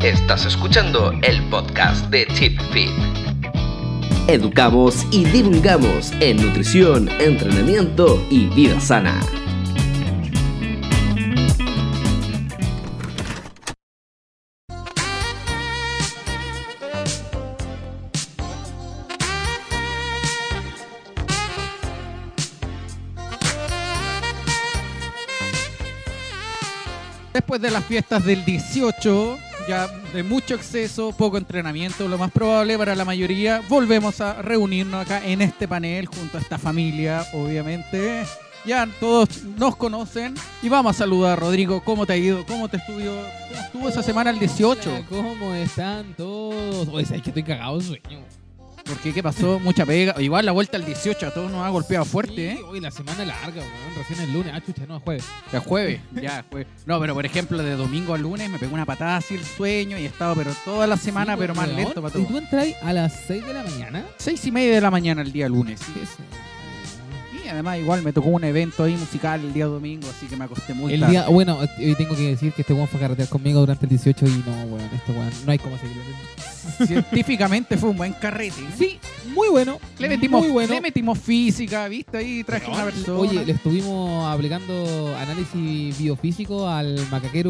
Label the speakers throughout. Speaker 1: Estás escuchando el podcast de ChipFit.
Speaker 2: Educamos y divulgamos en nutrición, entrenamiento y vida sana.
Speaker 3: Después de las fiestas del 18, ya de mucho exceso, poco entrenamiento, lo más probable para la mayoría, volvemos a reunirnos acá en este panel junto a esta familia, obviamente. Ya todos nos conocen y vamos a saludar, Rodrigo, ¿cómo te ha ido? ¿Cómo te estuvo, cómo estuvo esa semana el 18?
Speaker 4: Hola, ¿Cómo están todos? Oye, ¿sabes que estoy cagado de sueño?
Speaker 3: Porque qué pasó, mucha pega. Igual la vuelta al 18 a todos nos ha golpeado fuerte, ¿eh?
Speaker 4: Sí, Hoy la semana larga, weón. Recién el lunes. Ah, chucha, no, es jueves.
Speaker 3: Ya jueves, ya jueves. No, pero por ejemplo, de domingo a lunes me pegó una patada así el sueño y he estado pero toda la semana,
Speaker 4: Sí, pues,
Speaker 3: pero más
Speaker 4: weón,
Speaker 3: lento para
Speaker 4: Y
Speaker 3: todo.
Speaker 4: tú entras a las 6 de la mañana.
Speaker 3: Seis y media de la mañana el día lunes.
Speaker 4: Eso.
Speaker 3: Y además igual me tocó un evento ahí musical el día domingo, así que me acosté muy
Speaker 4: El
Speaker 3: tarde.
Speaker 4: día, bueno, hoy tengo que decir que este weón fue a carretear conmigo durante el 18 y no, weón, este weón, no hay cómo seguirlo.
Speaker 3: Científicamente fue un buen carrete. ¿eh?
Speaker 4: Sí, muy bueno.
Speaker 3: Le metimos,
Speaker 4: muy bueno.
Speaker 3: le metimos física, ¿viste? Ahí traje una persona.
Speaker 4: Oye, le estuvimos aplicando análisis biofísico al macaquero.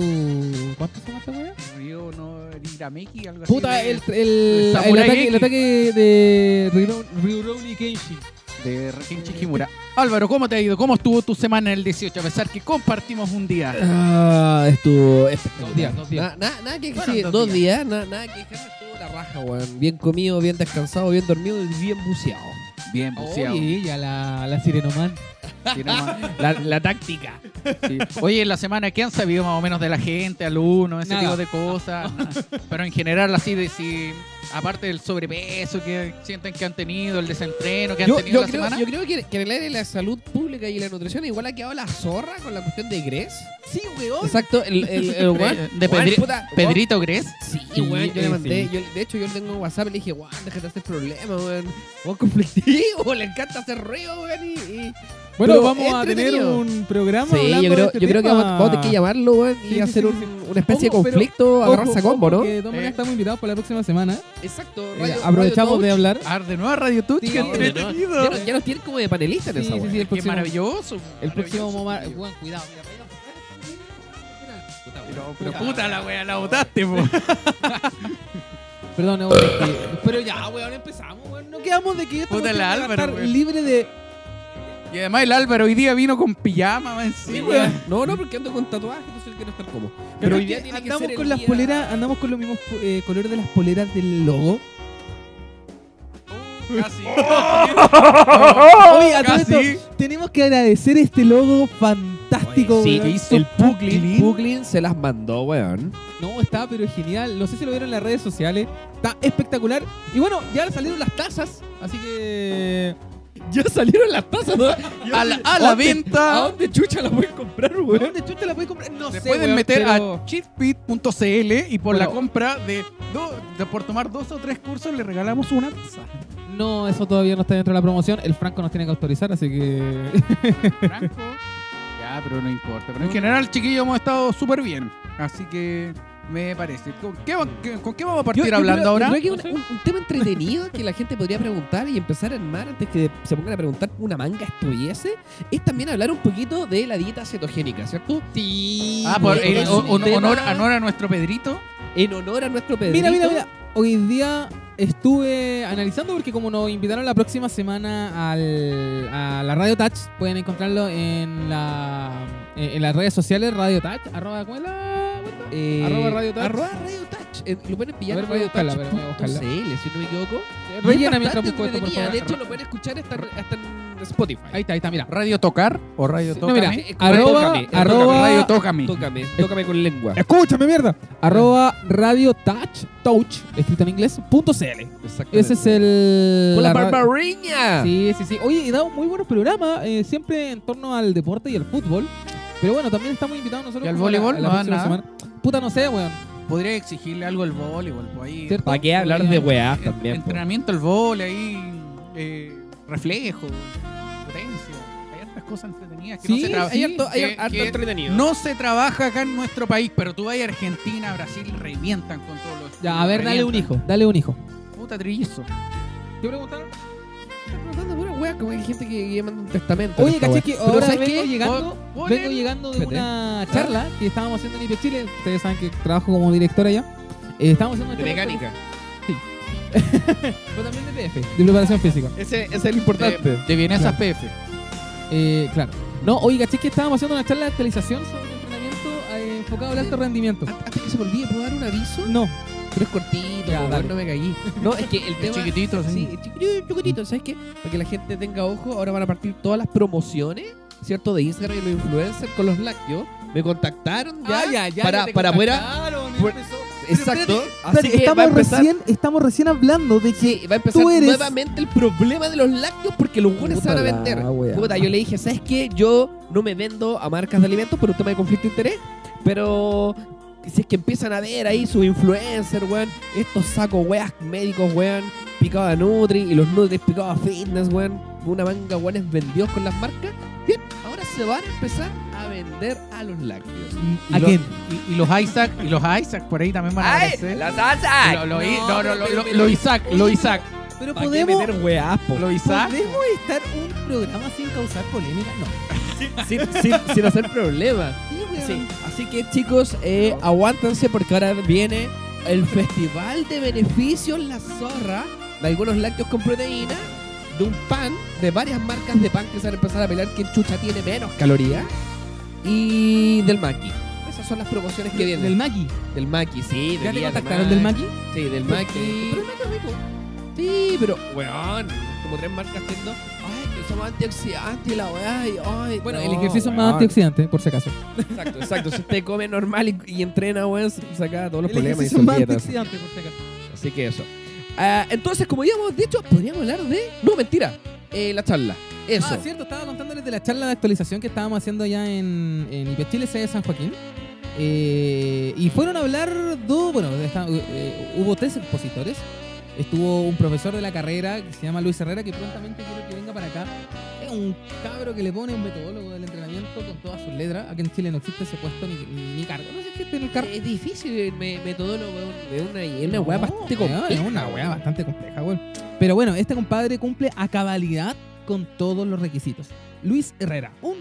Speaker 4: ¿Cuánto se llama esta weón?
Speaker 3: Río, no, Irameki, algo así.
Speaker 4: Puta,
Speaker 3: de-
Speaker 4: el, el, el,
Speaker 3: Samurai
Speaker 4: ataque,
Speaker 3: X.
Speaker 4: el ataque de Ryuro- Rurouni Kenshin.
Speaker 3: De
Speaker 4: Este-
Speaker 3: Kenji Kimura. Álvaro, ¿cómo te ha ido? ¿Cómo estuvo tu semana en el 18? A pesar que compartimos un día.
Speaker 5: Ah, estuvo
Speaker 4: Dos días, dos días.
Speaker 5: Na- na- nada que
Speaker 3: Fueron
Speaker 5: sí,
Speaker 3: dos
Speaker 5: dos, días, na- nada que quejarme, estuvo la raja, weón. Bien comido, bien descansado, bien dormido y bien buceado.
Speaker 3: Bien, buceado.
Speaker 4: Oye, ella, la, la sirenoman.
Speaker 3: Sí, nomás.
Speaker 4: La, táctica.
Speaker 3: Sí. Oye, en la semana, ¿qué han sabido más o menos de la gente, alumnos, ese
Speaker 4: Nada.
Speaker 3: tipo de cosas? Pero en general, así de si, aparte del sobrepeso que sienten que han tenido, el desentreno que han
Speaker 5: Yo,
Speaker 3: tenido
Speaker 5: yo
Speaker 3: la
Speaker 5: creo,
Speaker 3: semana.
Speaker 5: yo creo que, que en el área de la salud pública y la nutrición igual ha quedado la zorra con la cuestión de Gres.
Speaker 4: Sí, weón.
Speaker 5: Exacto, el, el, el weón.
Speaker 3: Eh, De
Speaker 5: weón,
Speaker 3: Pedri-
Speaker 5: puta, weón,
Speaker 3: Pedrito Gres.
Speaker 5: Sí,
Speaker 4: Sí,
Speaker 5: weón, yo
Speaker 4: eh,
Speaker 5: le mandé,
Speaker 4: sí.
Speaker 5: yo, de hecho yo le tengo en WhatsApp y le dije, weón, déjate hacer problemas, weón. Weón conflictivo, le encanta hacer ruido, weón, y... y-
Speaker 4: Bueno,
Speaker 5: Pero
Speaker 4: vamos a tener
Speaker 5: entretenido.
Speaker 4: un programa.
Speaker 5: Sí, yo
Speaker 4: hablando de
Speaker 5: creo,
Speaker 4: este
Speaker 5: yo creo que
Speaker 4: tema.
Speaker 5: vamos, vamos a tener que llamarlo, weón, y
Speaker 4: Sí, sí,
Speaker 5: hacer
Speaker 4: sí,
Speaker 5: un-
Speaker 4: sí.
Speaker 5: una especie
Speaker 4: Ojo,
Speaker 5: de
Speaker 4: pero-
Speaker 5: conflicto, agarrarse a
Speaker 4: Ojo,
Speaker 5: combo,
Speaker 4: ojo,
Speaker 5: ¿no?
Speaker 4: que de todas maneras
Speaker 3: Eh.
Speaker 4: estamos invitados para la próxima semana.
Speaker 5: Exacto,
Speaker 4: Eh,
Speaker 5: radio-
Speaker 4: aprovechamos
Speaker 5: radio
Speaker 4: de
Speaker 5: touch.
Speaker 4: hablar.
Speaker 3: Ah, de nueva Radio Touch,
Speaker 5: Sí,
Speaker 3: qué
Speaker 5: no, de nuevo.
Speaker 3: entretenido.
Speaker 5: Ya, nos- ya nos tienen como de panelistas en
Speaker 4: Sí,
Speaker 5: esa
Speaker 4: sí,
Speaker 5: weá.
Speaker 4: sí, el
Speaker 3: Qué
Speaker 4: próximo.
Speaker 3: maravilloso.
Speaker 4: El próximo
Speaker 3: maravilloso.
Speaker 4: momar- Juan, cuidado, mira, mira. Puta, weón.
Speaker 3: Pero, pero puta la wea, la botaste, po.
Speaker 4: Perdón, weón, es que- pero ya, weón, empezamos, weón. No quedamos de que esta
Speaker 3: Puta
Speaker 4: cuestión
Speaker 3: la
Speaker 4: va a
Speaker 3: Álvaro,
Speaker 4: estar
Speaker 3: weón.
Speaker 4: libre de.
Speaker 3: Y además el Álvaro hoy día vino con pijama, más
Speaker 5: Sí,
Speaker 3: encima.
Speaker 5: weón. No, no, porque ando con tatuajes, entonces quiero estar como.
Speaker 4: Pero hoy
Speaker 5: es
Speaker 4: día
Speaker 5: que
Speaker 4: andamos
Speaker 5: ser
Speaker 4: con
Speaker 5: el
Speaker 4: las
Speaker 5: día-
Speaker 4: poleras, andamos con los mismos eh, colores de las poleras del logo.
Speaker 3: Casi.
Speaker 5: Oh.
Speaker 4: Oye, a
Speaker 5: ah,
Speaker 4: todo
Speaker 3: Casi.
Speaker 4: esto, tenemos que agradecer este logo fantástico.
Speaker 5: Sí,
Speaker 4: weón.
Speaker 5: que hizo
Speaker 4: El
Speaker 5: el
Speaker 4: Puglin.
Speaker 5: Puglin. Puglin se las mandó, weón.
Speaker 4: No, está pero genial. No sé si lo vieron en las redes sociales. Está espectacular. Y bueno, ya salieron las tazas, así que
Speaker 5: Ya salieron las tazas, ¿no?
Speaker 3: A la, a la
Speaker 5: ¿Dónde- ¿A
Speaker 3: venta.
Speaker 5: dónde chucha las voy a comprar, weón?
Speaker 4: ¿dónde chucha la puedes comprar? No
Speaker 3: Se
Speaker 4: sé,
Speaker 3: pueden
Speaker 4: weón,
Speaker 3: meter
Speaker 4: pero-
Speaker 3: a cheatpit.cl y por la
Speaker 4: Bueno.
Speaker 3: compra de, do- de por tomar dos o tres cursos le regalamos una taza.
Speaker 4: No, eso todavía no está dentro de la promoción. El Franco nos tiene que autorizar, así que
Speaker 3: Franco. ya, pero no importa. Pero en general, chiquillos, hemos estado súper bien. Así que me parece. ¿Con qué, va- qué- con qué vamos a partir
Speaker 5: Yo- yo
Speaker 3: hablando
Speaker 5: creo-
Speaker 3: ahora?
Speaker 5: Yo creo que un, un- un tema entretenido que la gente podría preguntar y empezar a armar antes que se pongan a preguntar una manga estuviese es también hablar un poquito de la dieta cetogénica, ¿cierto?
Speaker 4: Sí.
Speaker 3: Ah, por,
Speaker 5: eh,
Speaker 3: en- o-
Speaker 5: un
Speaker 3: honor, honor
Speaker 5: tema-
Speaker 3: a nuestro Pedrito.
Speaker 5: En honor a nuestro Pedrito.
Speaker 4: Mira, mira, mira. Hoy día estuve analizando porque como nos invitaron la próxima semana al- a la Radio Touch, pueden encontrarlo en la eh, en, en las redes sociales Radio Touch, arroba ¿cómo es la cuenta?
Speaker 5: Eh,
Speaker 4: Arroba Radio Touch.
Speaker 5: Arroba Radio Touch. Eh, lo pueden pillar
Speaker 4: A ver,
Speaker 5: en
Speaker 4: voy a buscarla, a ver, voy a
Speaker 5: radiotouch.cl, si no me equivoco.
Speaker 4: Eh, Rellena
Speaker 5: Y es
Speaker 4: mientras busco
Speaker 5: bastante
Speaker 4: esto, por
Speaker 5: entretenida,
Speaker 4: favor.
Speaker 5: De hecho, lo pueden escuchar hasta, hasta en Spotify.
Speaker 4: Ahí está, ahí está, mira.
Speaker 3: Radio Tocar o Radio
Speaker 5: No,
Speaker 4: No,
Speaker 3: Tócame.
Speaker 4: mira,
Speaker 5: Tócame,
Speaker 4: arroba,
Speaker 5: tócame, tócame,
Speaker 4: arroba,
Speaker 3: Radio Tócame.
Speaker 5: Tócame, tócame con lengua.
Speaker 4: Escúchame, mierda. Arroba Radio Touch, touch, escrito en inglés, punto CL. Ese es el...
Speaker 5: Con la
Speaker 4: ra-
Speaker 5: barbariña.
Speaker 4: Sí, sí, sí. Oye, he dado muy buenos programas, eh, siempre en torno al deporte y al fútbol. Pero bueno, también estamos invitados nosotros.
Speaker 3: ¿Y al
Speaker 4: como a
Speaker 3: voleibol?
Speaker 4: a la
Speaker 3: No,
Speaker 4: próxima
Speaker 3: nada.
Speaker 4: semana. Puta, no sé, weón.
Speaker 3: Podría exigirle algo al voleibol. Pues ahí.
Speaker 4: ¿Cierto?
Speaker 5: ¿Para qué hablar de weas
Speaker 3: En-
Speaker 5: también? po?
Speaker 3: entrenamiento al vole ahí, eh, reflejo, potencia, hay hartas cosas entretenidas que
Speaker 4: Sí,
Speaker 3: no se trabajan.
Speaker 4: sí,
Speaker 5: Hay harto, hay
Speaker 3: que-
Speaker 5: harto
Speaker 3: que
Speaker 5: entretenido.
Speaker 3: No se trabaja acá en nuestro país, pero tú vas a Argentina, Brasil, revientan con todos los.
Speaker 4: Ya, a ver, dale un hijo, dale un hijo.
Speaker 3: Puta trillizo. ¿Te preguntaron?
Speaker 5: Están preguntando pura weá, como hay gente que, que manda un testamento.
Speaker 4: Oye, caché que ahora
Speaker 5: ¿sabes
Speaker 4: vengo
Speaker 5: qué?
Speaker 4: llegando,
Speaker 3: Pon- pon
Speaker 4: vengo
Speaker 3: el-
Speaker 4: llegando de
Speaker 5: Espérate.
Speaker 4: una charla que estábamos haciendo en IPE Chile. Ustedes saben que trabajo como director allá. Eh, estábamos haciendo una
Speaker 5: De
Speaker 4: charla
Speaker 5: mecánica.
Speaker 4: con- pero también de PF, de preparación física.
Speaker 5: Ese, ese es el importante.
Speaker 3: Te vienen
Speaker 4: Claro.
Speaker 3: esas PF.
Speaker 4: Eh, claro. No, oye, caché que estábamos haciendo una charla de actualización sobre entrenamiento eh, enfocado al alto rendimiento.
Speaker 5: An- Antes que se me olvide, ¿puedo dar un aviso?
Speaker 4: No,
Speaker 5: Pero es cortito,
Speaker 4: Ya,
Speaker 5: po,
Speaker 4: dale.
Speaker 5: no me caí. No, es que el
Speaker 3: Es
Speaker 5: tema...
Speaker 3: chiquitito, sí.
Speaker 5: Sí, chiquitito, chiquitito, ¿sabes qué? Para que la gente tenga ojo, ahora van a partir todas las promociones, ¿cierto? De Instagram y los influencers con los lácteos. Me contactaron Ah, ya, para, para poder... pu-
Speaker 4: este
Speaker 5: Exacto. Así que va a
Speaker 6: estamos,
Speaker 5: empezar...
Speaker 6: recién, estamos recién hablando de que
Speaker 5: Sí, va a empezar
Speaker 6: Tú eres-
Speaker 5: nuevamente el problema de los lácteos porque los buenos se van a
Speaker 6: Puta la
Speaker 5: vender.
Speaker 6: wea.
Speaker 5: Puta, yo le dije, ¿sabes qué? Yo no me vendo a marcas de alimentos por un tema de conflicto de interés, pero si es que empiezan a ver ahí sus influencers, weón, estos sacos weas médicos, weón, picados a Nutri y los Nutri picados a Fitness, weón, una manga weones vendidos con las marcas, bien, ahora se van a empezar a vender a los lácteos.
Speaker 3: Y, los- y- y los Isaac, y los Isaac por ahí también van a aparecer. Lo- lo-
Speaker 4: No,
Speaker 3: no, no, lo-
Speaker 4: pero-
Speaker 3: lo-
Speaker 4: pero-
Speaker 3: lo Isaac, lo Isaac.
Speaker 4: Pero
Speaker 5: ¿Para qué
Speaker 4: podemos,
Speaker 5: meter weas, po?
Speaker 3: Lo Isaac.
Speaker 4: podemos estar un programa sin causar polémica. No.
Speaker 5: sin, sin, sin hacer problema. Sí. Así que chicos, eh, aguántense porque ahora viene el festival de beneficios La Zorra de algunos lácteos con proteína, de un pan, de varias marcas de pan que se van a empezar a pelear quién chucha tiene menos calorías y del maqui. Esas son las promociones que vienen.
Speaker 4: Del Maki.
Speaker 5: Del maqui, sí.
Speaker 4: ¿Ya te
Speaker 5: día de
Speaker 4: contactaron del Maki?
Speaker 5: Sí, del maqui. Pero el maqui es rico. Sí, pero, weón, como tres marcas siendo, ay, que somos antioxidantes y la weá, y, ay,
Speaker 4: Bueno,
Speaker 5: no,
Speaker 4: el ejercicio es más
Speaker 5: weón.
Speaker 4: antioxidante, por si acaso.
Speaker 5: Exacto, exacto. Si usted come normal y, y entrena, weón, se saca todos los
Speaker 4: el
Speaker 5: problemas y
Speaker 4: ejercicio
Speaker 5: se
Speaker 4: es más
Speaker 5: olvida de todo eso.
Speaker 4: antioxidante, por si acaso.
Speaker 5: Así que eso. Ah, entonces, como ya hemos dicho, podríamos hablar de. No, mentira. Eh, la charla. Eso.
Speaker 4: Ah, cierto, estaba contándoles de la charla de actualización que estábamos haciendo allá en, en IP Chile, sede de San Joaquín. Eh, y fueron a hablar dos, bueno, esta- eh, hubo tres expositores. Estuvo un profesor de la carrera que se llama Luis Herrera, que prontamente quiero que venga para acá. Es un cabro que le pone un metodólogo del entrenamiento con todas sus letras. Aquí en Chile no existe ese puesto ni, ni, ni cargo. No sé si existe en el cargo.
Speaker 5: Es difícil el me- metodólogo de una, de una weá
Speaker 4: No,
Speaker 5: bastante
Speaker 4: weón,
Speaker 5: compleja.
Speaker 4: Es una weá bastante compleja, weón. Pero bueno, este compadre cumple a cabalidad con todos los requisitos. Luis Herrera, un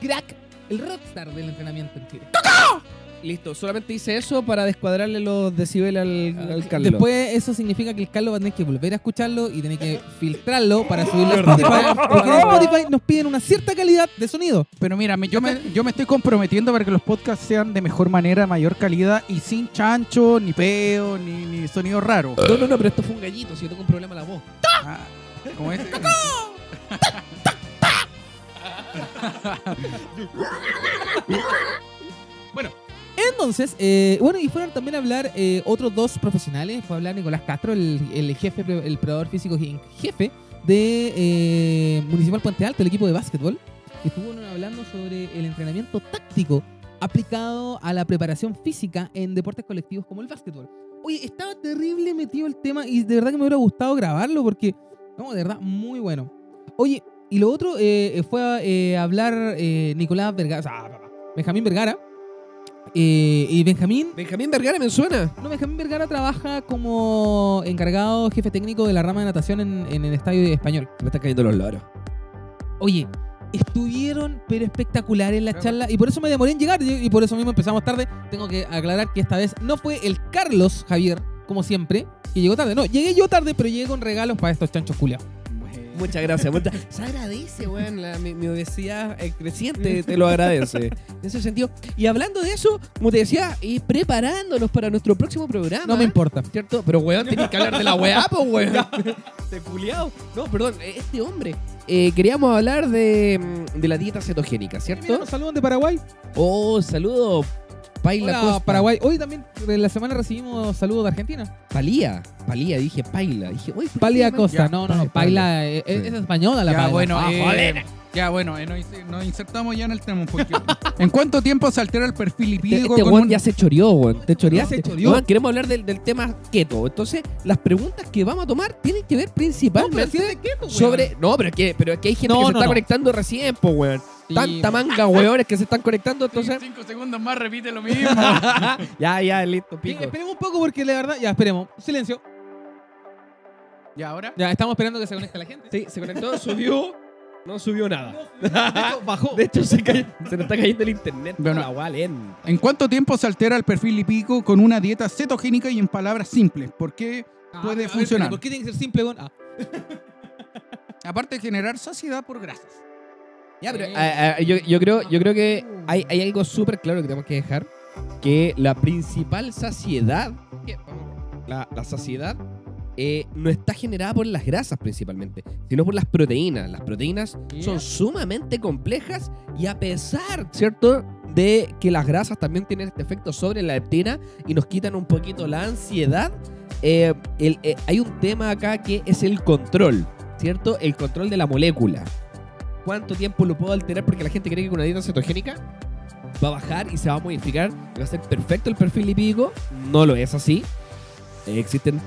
Speaker 4: crack, el rockstar del entrenamiento en Chile.
Speaker 5: Listo, solamente hice eso para descuadrarle los decibeles
Speaker 3: Ah,
Speaker 5: al, al Carlos.
Speaker 4: Después eso significa que el Carlos va a tener que volver a escucharlo y tener que filtrarlo para subirlo a Spotify. Porque en Spotify nos piden una cierta calidad de sonido.
Speaker 3: Pero mira, me- yo, me, yo me estoy comprometiendo para que los podcasts sean de mejor manera, mayor calidad y sin chancho, ni peo, ni, ni sonido raro.
Speaker 5: No, no, no, pero esto fue un gallito, si yo tengo un problema en la voz.
Speaker 3: Ah, como ese.
Speaker 4: Entonces, eh, bueno, y fueron también a hablar eh, otros dos profesionales. Fue a hablar Nicolás Castro, el, el jefe, el probador físico en jefe de eh, Municipal Puente Alto, el equipo de básquetbol. que Estuvo hablando sobre el entrenamiento táctico aplicado a la preparación física en deportes colectivos como el básquetbol. Oye, estaba terrible metido el tema y de verdad que me hubiera gustado grabarlo porque, no, de verdad, muy bueno. Oye, y lo otro eh, fue a eh, hablar eh, Nicolás Vergara, o sea, Benjamín Vergara. eh, y Benjamín
Speaker 5: Benjamín Vergara me suena.
Speaker 4: no, Benjamín Vergara trabaja como encargado jefe técnico de la rama de natación en, en el Estadio Español.
Speaker 5: Me están cayendo los loros.
Speaker 4: Oye, estuvieron pero espectaculares en la charla y por eso me demoré en llegar y y por eso mismo empezamos tarde. Tengo que aclarar que esta vez no fue el Carlos Javier, como siempre, que llegó tarde. No, llegué yo tarde, pero llegué con regalos para estos chanchos culiados.
Speaker 5: Muchas gracias. muchas- Se agradece, weón, la- mi, mi obesidad eh, creciente, te lo agradece. En ese sentido. Y hablando de eso, como te decía, y preparándonos para nuestro próximo programa.
Speaker 4: No me importa.
Speaker 5: ¿Cierto? Pero, weón, tenés que hablar de la weá, pues, weón. Te culiao. No, perdón, eh, este hombre. Eh, queríamos hablar de, mm, de la dieta cetogénica,
Speaker 4: Mira,
Speaker 5: ¿cierto?
Speaker 4: nos saludan de Paraguay.
Speaker 5: Oh, saludo. Paila
Speaker 4: Hola,
Speaker 5: Costa.
Speaker 4: Paraguay. Hoy también en la semana recibimos saludos de Argentina.
Speaker 5: Palía. Palía, dije Paila. Dije, uy, ¿por qué
Speaker 4: Palia
Speaker 5: llaman-
Speaker 4: Costa.
Speaker 3: Ya,
Speaker 4: No, no, no.
Speaker 5: Paila.
Speaker 4: Paila eh, eh,
Speaker 5: Sí.
Speaker 4: es española la
Speaker 3: Ya,
Speaker 4: Paila.
Speaker 3: bueno,
Speaker 4: Ah,
Speaker 3: eh,
Speaker 4: joder.
Speaker 3: Ya, bueno, eh, nos, inse- nos insertamos ya en el tema. Porque, ¿En cuánto tiempo se altera el perfil
Speaker 5: Este,
Speaker 3: lipídico
Speaker 5: este
Speaker 3: con
Speaker 5: weón
Speaker 3: un-
Speaker 5: ya se choreó, weón. Te choreaste.
Speaker 4: Ya se choreó.
Speaker 5: Weón, queremos hablar del, del tema keto. Entonces, las preguntas que vamos a tomar tienen que ver
Speaker 4: No, pero
Speaker 5: principalmente
Speaker 3: pues,
Speaker 4: si es de keto, weón.
Speaker 5: sobre. No, pero es que, pero es que hay gente
Speaker 4: No,
Speaker 5: que se
Speaker 4: no,
Speaker 5: está
Speaker 4: no.
Speaker 5: conectando recién, po, weón.
Speaker 4: Sí,
Speaker 5: Tanta manga, hueones, que se están conectando, entonces.
Speaker 3: Cinco segundos más repite lo mismo.
Speaker 5: ya, ya, listo,
Speaker 4: Sí,
Speaker 5: pico.
Speaker 4: esperemos un poco porque la verdad. Ya, esperemos. Silencio.
Speaker 3: ¿Y ahora?
Speaker 4: Ya, estamos esperando que se conecte la gente.
Speaker 5: Sí, se conectó, subió. No subió nada.
Speaker 4: Bajó.
Speaker 5: De hecho, se, cayó- se nos está cayendo el internet.
Speaker 3: Bueno.
Speaker 5: la guay, len.
Speaker 3: ¿En cuánto tiempo se altera el perfil lipíco con una dieta cetogénica y en palabras simples? ¿Por qué?
Speaker 4: Ah,
Speaker 3: puede
Speaker 4: a ver,
Speaker 3: funcionar.
Speaker 4: ¿Por qué tiene que ser simple? weón? Ah,
Speaker 3: Aparte de generar saciedad por grasas.
Speaker 5: Ya, pero
Speaker 4: Sí.
Speaker 5: ah, ah, yo, yo creo, yo creo que hay, hay algo súper claro que tenemos que dejar. Que la principal saciedad, que- la, la saciedad, eh, no está generada por las grasas principalmente, sino por las proteínas. Las proteínas son sumamente complejas y a pesar, ¿cierto? De que las grasas también tienen este efecto sobre la leptina y nos quitan un poquito la ansiedad, eh, el- eh, hay un tema acá que es el control, ¿cierto? El control de la molécula. ¿Cuánto tiempo lo puedo alterar? Porque la gente cree que con una dieta cetogénica va a bajar y se va a modificar, y va a ser perfecto el perfil lipídico. No lo es así. Eh, existen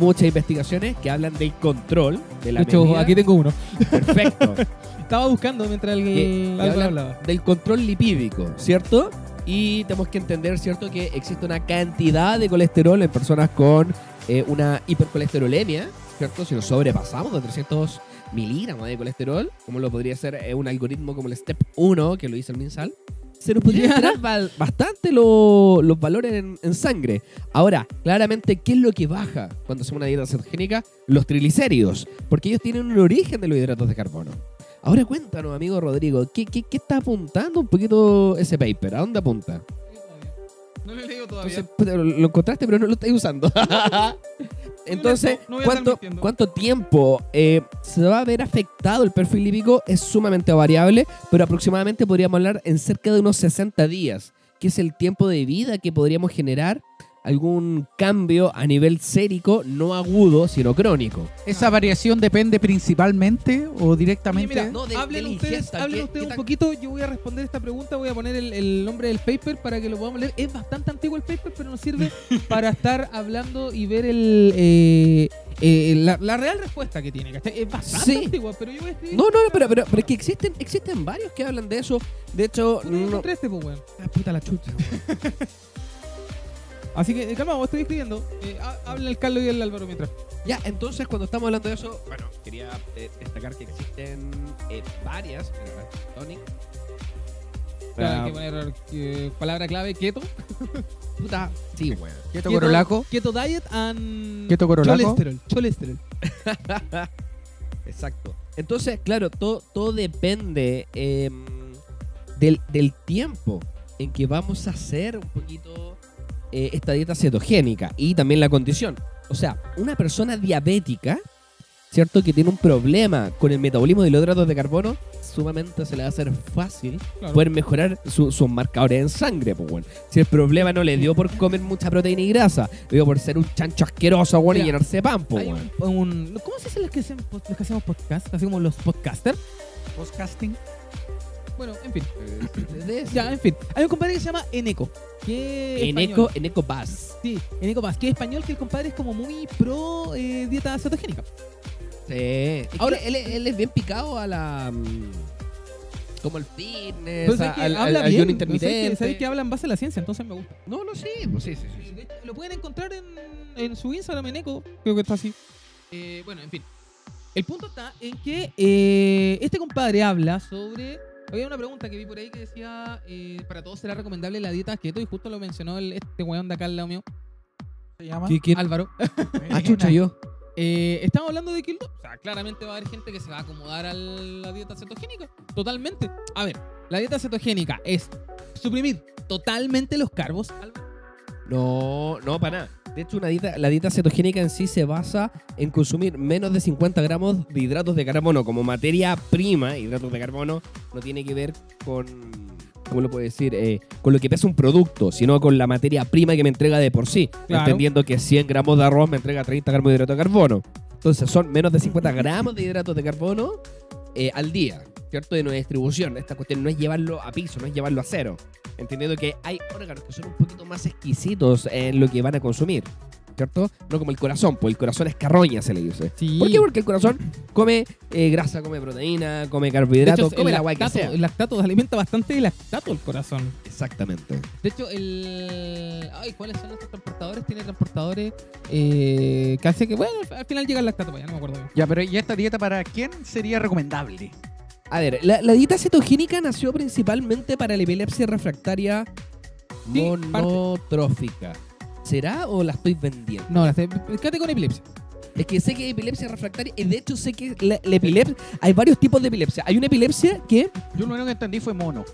Speaker 5: muchas investigaciones que hablan del control de la
Speaker 4: de hecho,
Speaker 5: medida.
Speaker 4: aquí tengo uno.
Speaker 5: perfecto.
Speaker 4: Estaba buscando mientras el.
Speaker 5: Que- que
Speaker 4: Álvaro
Speaker 5: habla-
Speaker 4: hablaba.
Speaker 5: del control lipídico, ¿cierto? Y tenemos que entender, ¿cierto?, que existe una cantidad de colesterol en personas con eh, una hipercolesterolemia, ¿cierto? Si nos sobrepasamos de 300 miligramos de colesterol, como lo podría ser eh, un algoritmo como el STEP 1, que lo hizo el MinSal, se nos podría
Speaker 4: Ya.
Speaker 5: alterar bal- bastante lo- los valores en, en sangre. Ahora, claramente, ¿qué es lo que baja cuando hacemos una dieta cetogénica? Los triglicéridos, porque ellos tienen un origen de los hidratos de carbono. Ahora cuéntanos, amigo Rodrigo, ¿qué, qué, qué está apuntando un poquito ese paper? ¿A dónde apunta?
Speaker 4: No lo he leído todavía.
Speaker 5: Entonces, puta, lo lo encontraste, pero no lo estáis usando. Entonces,
Speaker 4: No voy a estar
Speaker 5: ¿cuánto,
Speaker 4: mintiendo.
Speaker 5: cuánto tiempo eh, se va a ver afectado el perfil lípico? Es sumamente variable, pero aproximadamente podríamos hablar en cerca de unos 60 días, que es el tiempo de vida que podríamos generar algún cambio a nivel sérico, no agudo, sino crónico.
Speaker 3: ¿Esa variación depende principalmente o
Speaker 4: Oye,
Speaker 3: directamente?
Speaker 4: mira,
Speaker 5: no, de-
Speaker 4: hablen
Speaker 5: de la
Speaker 4: ustedes,
Speaker 5: ingesta,
Speaker 4: hablen
Speaker 5: ¿qué-
Speaker 4: ustedes
Speaker 5: qué
Speaker 4: un
Speaker 5: tan-
Speaker 4: poquito. Yo voy a responder esta pregunta. Voy a poner el, el nombre del paper para que lo podamos leer. Es bastante antiguo el paper, pero nos sirve para estar hablando y ver el, eh, eh, la, la real respuesta que tiene. ¿cachai? Es bastante
Speaker 5: Sí.
Speaker 4: antigua, pero yo voy a escribir.
Speaker 5: No, no, no, pero, pero, pero es que existen, existen varios que hablan de eso. De hecho,
Speaker 4: Puta, yo
Speaker 5: no,
Speaker 4: encontré este, pues, weón.
Speaker 5: Ah, puta la chucha.
Speaker 4: Así que, eh, calma, vos estoy escribiendo. Eh, ha- habla el Carlos y el Álvaro mientras.
Speaker 5: Ya, entonces cuando estamos hablando de eso, bueno, quería eh, destacar que existen eh, varias, mira, Tonic.
Speaker 4: Claro,
Speaker 5: Ah,
Speaker 4: hay que poner eh, palabra clave: keto.
Speaker 5: puta, sí, weón.
Speaker 3: Keto Corolaco.
Speaker 4: Keto diet and.
Speaker 3: Keto Corolaco.
Speaker 4: Cholesterol. Cholesterol.
Speaker 5: Exacto. Entonces, claro, todo, todo depende eh, del, del tiempo en que vamos a hacer un poquito eh, esta dieta cetogénica y también la condición. O sea, una persona diabética, ¿cierto? Que tiene un problema con el metabolismo de los hidratos de carbono, sumamente se le va a hacer fácil
Speaker 4: Claro.
Speaker 5: poder mejorar su- sus marcadores en sangre, pues, weón. Si el problema no le dio por comer mucha proteína y grasa, le dio por ser un chancho asqueroso, weón, y
Speaker 4: Mira,
Speaker 5: llenarse de pan, pues,
Speaker 4: Hay
Speaker 5: weón.
Speaker 4: un- un- ¿Cómo se dicen los que, hacen, pod- los que hacemos podcast? Así como los podcasters.
Speaker 3: Podcasting.
Speaker 4: Bueno, en fin.
Speaker 5: Eh, De ese-
Speaker 4: Ya, en fin. Hay un compadre que se llama Eneco. Que es
Speaker 5: Eneco,
Speaker 4: español.
Speaker 5: Eneco Bass.
Speaker 4: Sí, Eneco Paz, que es español, que el compadre es como muy pro eh, dieta cetogénica.
Speaker 5: Sí. Es que
Speaker 4: Ahora-
Speaker 5: él, él es bien picado a la. mm, Como el fitness,
Speaker 4: Entonces,
Speaker 5: a-
Speaker 4: que
Speaker 5: al, al-
Speaker 4: Pues, habla
Speaker 5: al
Speaker 4: bien. no
Speaker 5: guión
Speaker 4: sé, que-
Speaker 5: intermitente.
Speaker 4: Sabes que habla en base a la ciencia, entonces me gusta.
Speaker 5: No, no, sí, pues sí, sí, sí.
Speaker 4: De hecho, Lo pueden encontrar en, en su Instagram, Eneco. Creo que está así. Eh, bueno, en fin. El punto está en que eh, este compadre habla sobre. Había una pregunta que vi por ahí que decía: eh, ¿para todos será recomendable la dieta keto? Y justo lo mencionó el, este weón de acá al lado mío,
Speaker 3: ¿Se llama?
Speaker 4: Álvaro.
Speaker 5: Ah, chucha, yo.
Speaker 4: Eh, estamos hablando de que no, o sea, claramente va a haber gente que se va a acomodar a la dieta cetogénica. Totalmente. A ver, la dieta cetogénica es suprimir totalmente los carbos.
Speaker 5: No, no, para nada. De hecho, una dieta, la dieta cetogénica en sí se basa en consumir menos de 50 gramos de hidratos de carbono como materia prima. Hidratos de carbono no tiene que ver con, ¿cómo lo puedo decir? Eh, con lo que pesa un producto, sino con la materia prima que me entrega de por sí.
Speaker 4: Claro.
Speaker 5: Entendiendo que 100 gramos de arroz me entrega 30 gramos de hidratos de carbono. Entonces, son menos de 50 gramos de hidratos de carbono eh, al día, ¿cierto? De nuestra distribución. Esta cuestión no es llevarlo a piso, no es llevarlo a cero. Entendiendo que hay órganos que son un poquito más exquisitos en lo que van a consumir. ¿cierto? No como el corazón, pues el corazón es carroña, se le dice.
Speaker 4: Sí.
Speaker 5: ¿Por qué? Porque el corazón come eh, grasa, come proteína, come
Speaker 4: De
Speaker 5: carbohidratos,
Speaker 4: hecho,
Speaker 5: come
Speaker 4: el
Speaker 5: la agua que
Speaker 4: lactato,
Speaker 5: sea.
Speaker 4: el lactato alimenta bastante el lactato el corazón.
Speaker 5: Exactamente.
Speaker 4: De hecho, el. Ay, ¿cuáles son estos transportadores? Tiene transportadores eh, que hace que, bueno, al final llega el lactato, ya no me acuerdo. bien.
Speaker 3: Ya, pero ¿y esta dieta para quién sería recomendable?
Speaker 5: A ver, la, la dieta cetogénica nació principalmente para la epilepsia refractaria
Speaker 4: Sí,
Speaker 5: monotrófica. ¿Será o la estoy vendiendo?
Speaker 4: No, la sé- quédate con epilepsia.
Speaker 5: Es que sé que hay epilepsia refractaria y de hecho sé que la, la epilepsia... Hay varios tipos de epilepsia. Hay una epilepsia que...
Speaker 3: Yo lo único que entendí fue mono.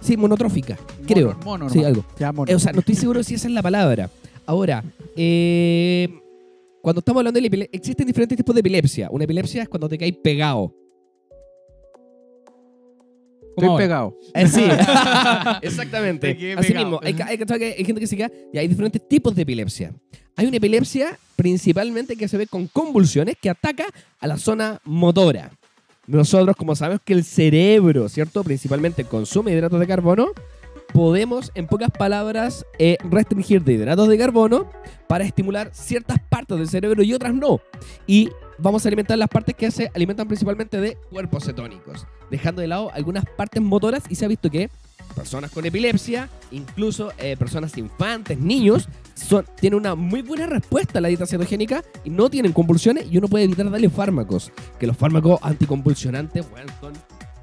Speaker 5: Sí, monotrófica, creo.
Speaker 3: Mono, mono
Speaker 5: sí,
Speaker 3: nomás.
Speaker 5: algo.
Speaker 3: Ya, mono.
Speaker 5: Eh, o sea, no estoy seguro si esa es la palabra. Ahora, eh, cuando estamos hablando de la epilepsia, existen diferentes tipos de epilepsia. Una epilepsia es cuando te caes pegado.
Speaker 3: Estoy
Speaker 4: ahora.
Speaker 3: pegado.
Speaker 5: Eh, sí, exactamente.
Speaker 3: Te quedé
Speaker 5: Así
Speaker 3: pegado.
Speaker 5: mismo, hay, ca- hay cachado que hay gente que se queda y hay diferentes tipos de epilepsia. Hay una epilepsia principalmente que se ve con convulsiones que ataca a la zona motora. Nosotros, como sabemos que el cerebro, ¿cierto? Principalmente consume hidratos de carbono, podemos, en pocas palabras, eh, restringir de hidratos de carbono para estimular ciertas partes del cerebro y otras no. Y vamos a alimentar las partes que se alimentan principalmente de cuerpos cetónicos, dejando de lado algunas partes motoras y se ha visto que personas con epilepsia, incluso eh, personas infantes, niños, son, tienen una muy buena respuesta a la dieta cetogénica y no tienen convulsiones y uno puede evitar darle fármacos, que los fármacos anticonvulsionantes, weón, son,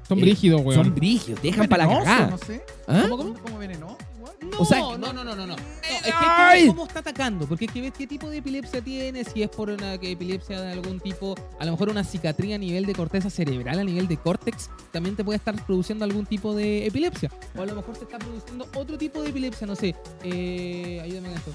Speaker 4: Son
Speaker 5: Eh,
Speaker 4: brígidos, weón.
Speaker 5: son brígidos, dejan para la
Speaker 3: Venenoso,
Speaker 5: cagada.
Speaker 3: No sé.
Speaker 5: ¿Ah?
Speaker 4: ¿Cómo, cómo?
Speaker 3: ¿Cómo venenoso? igual?
Speaker 4: No,
Speaker 5: O sea,
Speaker 4: no, no, no, no, no. No, es que hay que
Speaker 5: ¡Ay!
Speaker 4: ver cómo está atacando, porque es que ves qué tipo de epilepsia tiene, si es por una que- epilepsia de algún tipo, a lo mejor una cicatriz a nivel de corteza cerebral, a nivel de córtex, también te puede estar produciendo algún tipo de epilepsia. O a lo mejor te está produciendo otro tipo de epilepsia, no sé. Eh, ayúdame con esto.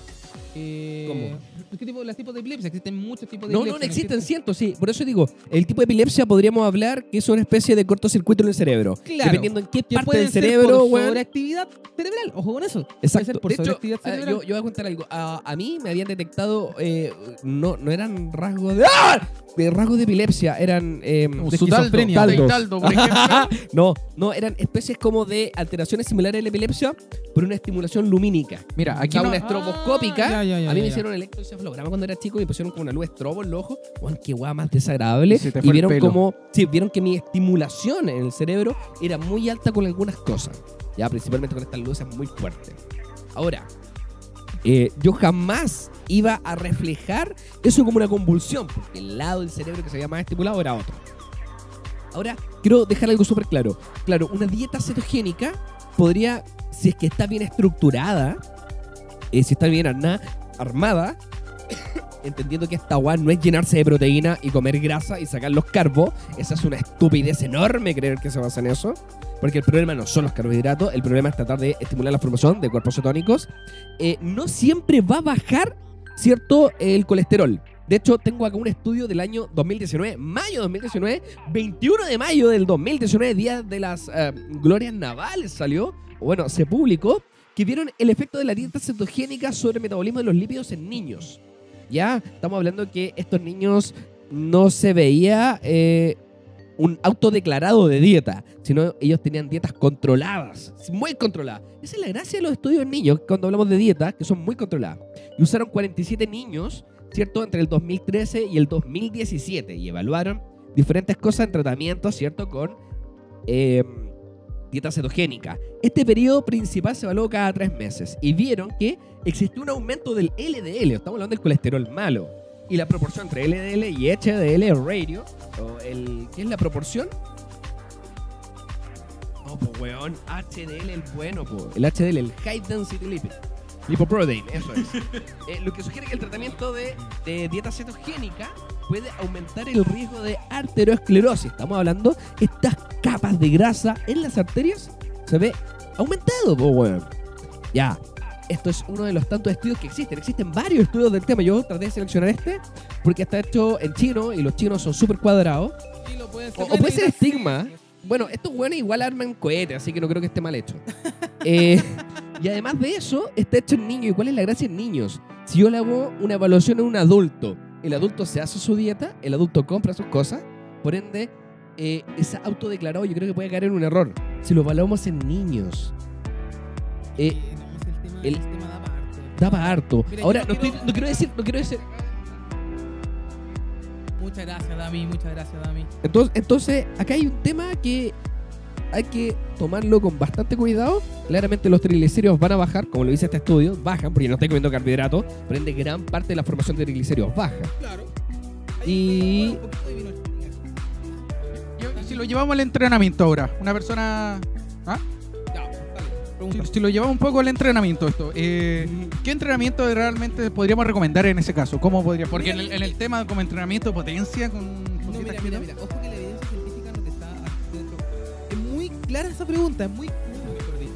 Speaker 4: Eh, ¿Qué tipo, las tipos de epilepsia? Existen muchos tipos de
Speaker 5: No, no,
Speaker 4: epilepsia.
Speaker 5: no existen cientos, sí. Por eso digo, el tipo de epilepsia podríamos hablar que es una especie de cortocircuito en el cerebro.
Speaker 4: Claro.
Speaker 5: Dependiendo en qué
Speaker 4: Que
Speaker 5: parte
Speaker 4: pueden
Speaker 5: del
Speaker 4: ser
Speaker 5: cerebro,
Speaker 4: por
Speaker 5: weón.
Speaker 4: sobreactividad cerebral. Ojo con eso. Puede
Speaker 5: Exacto.
Speaker 4: ser por
Speaker 5: De hecho,
Speaker 4: sobreactividad
Speaker 5: ah,
Speaker 4: cerebral.
Speaker 5: yo, yo voy a contar algo. A, a mí me habían detectado, eh, no, no eran rasgos de, ¡Ah! de rasgos de epilepsia, eran eh, de esquizofrenia.
Speaker 3: Taldo, Taldo,
Speaker 5: Taldos.
Speaker 3: por ejemplo.
Speaker 5: No, no, eran especies como de alteraciones similares a la epilepsia por una estimulación lumínica.
Speaker 3: Mira,
Speaker 5: O
Speaker 3: aquí
Speaker 5: sea,
Speaker 3: no,
Speaker 5: una estroboscópica.
Speaker 4: Ah, ya, ya, ya,
Speaker 5: a mí
Speaker 4: ya,
Speaker 5: me
Speaker 4: ya.
Speaker 5: hicieron electroencefalograma cuando era chico y me pusieron como una luz estrobo en los ojos. Weón, qué guay más desagradable.
Speaker 3: Se te fue
Speaker 5: Y
Speaker 3: el
Speaker 5: vieron
Speaker 3: pelo.
Speaker 5: como, sí, vieron que mi estimulación en el cerebro era muy alta con algunas cosas. Ya, principalmente con estas luces muy fuertes. Ahora, eh, yo jamás iba a reflejar eso como una convulsión, porque el lado del cerebro que se había más estimulado era otro. Ahora, quiero dejar algo súper claro. Claro, una dieta cetogénica podría, si es que está bien estructurada, eh, si está bien arna- armada, entendiendo que esta guay no es llenarse de proteína y comer grasa y sacar los carbos, esa es una estupidez enorme creer que se basa en eso, porque el problema no son los carbohidratos, el problema es tratar de estimular la formación de cuerpos cetónicos, eh, no siempre va a bajar, ¿cierto?, el colesterol. De hecho, tengo acá un estudio del año 2019, mayo 2019, 21 de mayo del 2019, día de las eh, glorias navales salió, o bueno, se publicó, que vieron el efecto de la dieta cetogénica sobre el metabolismo de los lípidos en niños. Ya estamos hablando que estos niños no se veía eh, un autodeclarado de dieta, sino ellos tenían dietas controladas, muy controladas. Esa es la gracia de los estudios en niños, cuando hablamos de dietas, que son muy controladas. Y usaron 47 niños, ¿cierto?, entre el 2013 y el 2017, y evaluaron diferentes cosas en tratamiento, ¿cierto?, con eh, dieta cetogénica. Este periodo principal se evaluó cada tres meses y vieron que existió un aumento del LDL, estamos hablando del colesterol malo, y la proporción entre LDL y HDL radio, o el, ¿qué es la proporción? No, pues weón, HDL el bueno, po. El HDL, el High Density Lipid. Lipoprotein, eso es. Eh, lo que sugiere que el tratamiento de, de dieta cetogénica puede aumentar el riesgo de arteriosclerosis. Estamos hablando, estas capas de grasa en las arterias se ve aumentado, po, weón. Ya. Esto es uno de los tantos estudios que existen. Existen varios estudios del tema. Yo traté de seleccionar este porque está hecho en chino y los chinos son súper cuadrados.
Speaker 4: Y lo pueden
Speaker 5: O,
Speaker 4: hacer
Speaker 5: o puede ser
Speaker 4: mediante-
Speaker 5: estigma. Bueno, estos buenos igual arman cohetes, así que no creo que esté mal hecho. Eh, y además de eso, está hecho en niños. ¿Y cuál es la gracia en niños? Si yo le hago una evaluación a un adulto, el adulto se hace su dieta, el adulto compra sus cosas, por ende, eh, es autodeclarado. Yo creo que puede caer en un error. Si lo evaluamos en niños. Eh,
Speaker 4: Eh, no, es el tema-
Speaker 5: el-
Speaker 4: el tema da parte,
Speaker 5: da para harto.
Speaker 4: Mira,
Speaker 5: Ahora,
Speaker 4: yo
Speaker 5: no, estoy-
Speaker 4: quiero-
Speaker 5: no quiero decir, no quiero decir.
Speaker 4: Muchas gracias, Dami. Muchas gracias, Dami.
Speaker 5: Entonces, entonces, acá hay un tema que hay que tomarlo con bastante cuidado. Claramente los triglicéridos van a bajar, como lo dice este estudio, bajan porque no estoy comiendo carbohidratos, por ende gran parte de la formación de triglicéridos baja.
Speaker 4: Claro.
Speaker 5: Y
Speaker 3: Yo- si lo llevamos al entrenamiento ahora, una persona. ¿Ah? Si, si lo llevamos un poco al entrenamiento esto, eh, ¿qué entrenamiento realmente podríamos recomendar en ese caso? ¿Cómo podría? Porque en, el, en el tema como entrenamiento de potencia con
Speaker 4: No,
Speaker 3: cositas que
Speaker 4: mira, mira,
Speaker 3: no-
Speaker 4: mira. Ojo que la evidencia científica no te está. dentro.
Speaker 7: Es muy clara esa pregunta, es muy.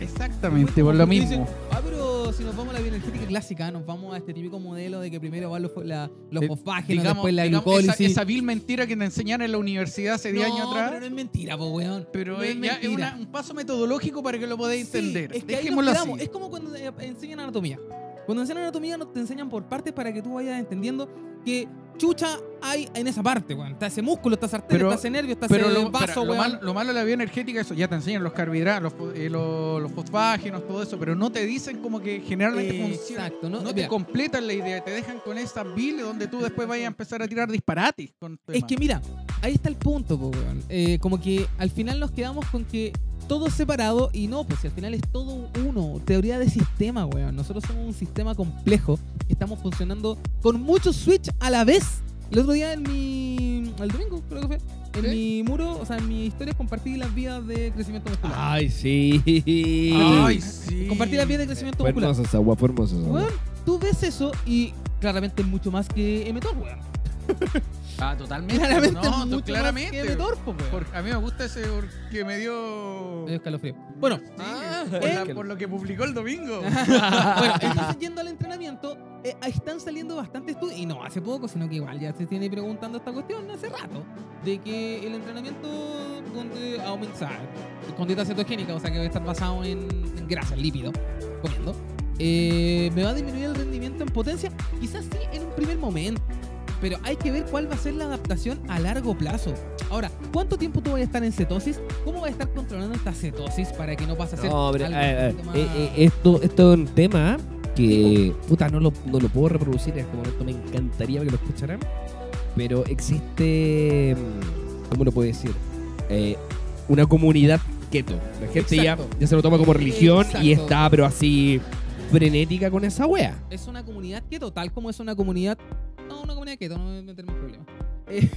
Speaker 3: Exactamente, por lo
Speaker 4: Porque
Speaker 3: mismo.
Speaker 4: dicen, ah, pero si nos vamos a la bioenergética clásica, nos vamos a este típico modelo de que primero van los, fo- la- los
Speaker 3: Eh,
Speaker 4: fosfágenos,
Speaker 3: Digamos,
Speaker 4: después la
Speaker 3: digamos,
Speaker 4: glucólisis.
Speaker 3: esa, esa vil mentira que te enseñaron en la universidad hace 10 años atrás.
Speaker 4: Pero no es mentira, po, weón.
Speaker 3: Pero
Speaker 4: no
Speaker 3: es, ya es
Speaker 4: mentira.
Speaker 3: una- un paso metodológico para que lo podáis
Speaker 4: Sí,
Speaker 3: entender.
Speaker 4: es que ahí nos
Speaker 3: Dejémoslo
Speaker 4: quedamos.
Speaker 3: así.
Speaker 4: Es como cuando eh, enseñan anatomía. Cuando enseñan anatomía no te enseñan por partes para que tú vayas entendiendo que chucha hay en esa parte, weón. Está ese músculo, está esa arteria,
Speaker 3: Pero-
Speaker 4: está ese nervio, está
Speaker 3: Pero
Speaker 4: ese
Speaker 3: lo,
Speaker 4: vaso,
Speaker 3: espera, lo
Speaker 4: weón.
Speaker 3: malo, lo malo de la bioenergética, eso ya te enseñan los carbohidratos, los, fo- eh, los, los fosfágenos, todo eso, pero no te dicen como que generalmente funciona.
Speaker 4: Exacto, ¿no?
Speaker 3: No,
Speaker 4: Mira,
Speaker 3: te completan la idea, te dejan con esa vil donde tú después vayas a empezar a tirar disparates. Con
Speaker 4: es
Speaker 3: temas.
Speaker 4: que mira, ahí está el punto, po, weón. Eh, como que al final nos quedamos con que todo separado y no, pues si al final es todo uno, teoría de sistema, weón. Nosotros somos un sistema complejo, estamos funcionando con muchos switch a la vez. El otro día en mi. El domingo, creo que fue. En mi muro, o sea, en mi historia compartí las vías de crecimiento muscular.
Speaker 3: Ah,
Speaker 5: Ay, sí.
Speaker 3: Ay, sí.
Speaker 4: compartí las
Speaker 3: eh,
Speaker 4: vías de crecimiento
Speaker 3: pues
Speaker 5: Fue
Speaker 4: muscular.
Speaker 5: hermosa esa agua, fue hermosa esa agua.
Speaker 4: Weón, tú ves eso y claramente mucho más que Emetor, weón.
Speaker 3: Ah, totalmente.
Speaker 4: Claramente,
Speaker 3: No,
Speaker 4: mucho
Speaker 3: claramente.
Speaker 4: más que Emetor, po, weón.
Speaker 3: Porque a mí me gusta ese porque me dio.
Speaker 4: Me dio escalofrío. Bueno,
Speaker 3: Sí,
Speaker 5: Ah,
Speaker 3: por,
Speaker 5: eh.
Speaker 3: la- por lo que publicó el domingo.
Speaker 4: bueno, entonces yendo al entrenamiento, eh, ahí están saliendo bastantes estudios, y no hace poco, sino que igual ya se tiene preguntando esta cuestión hace rato, de que el entrenamiento donde aumentar con dieta cetogénica, o sea que va a estar basado en, en grasa, en lípido, comiendo, eh, me va a disminuir el rendimiento en potencia, quizás sí en un primer momento, pero hay que ver cuál va a ser la adaptación a largo plazo. Ahora, ¿cuánto tiempo tú vas a estar en cetosis? ¿Cómo vas a estar controlando esta cetosis para que no pase a ser
Speaker 5: No, hombre,
Speaker 4: algo
Speaker 5: a ver, a ver,
Speaker 4: un poquito
Speaker 5: eh,
Speaker 4: más-
Speaker 5: eh, esto, esto es un tema que, puta, no lo, no lo puedo reproducir en este momento, me encantaría que lo escucharan, pero existe, mm, ¿cómo lo puedo decir? Eh, una comunidad keto. La gente ya,
Speaker 4: Exacto.
Speaker 5: ya se lo toma como religión
Speaker 4: Exacto.
Speaker 5: y está, pero así, frenética con esa wea.
Speaker 4: es una comunidad keto, tal como es una comunidad. No, una comunidad keto, no me meterme en problemas. Eh,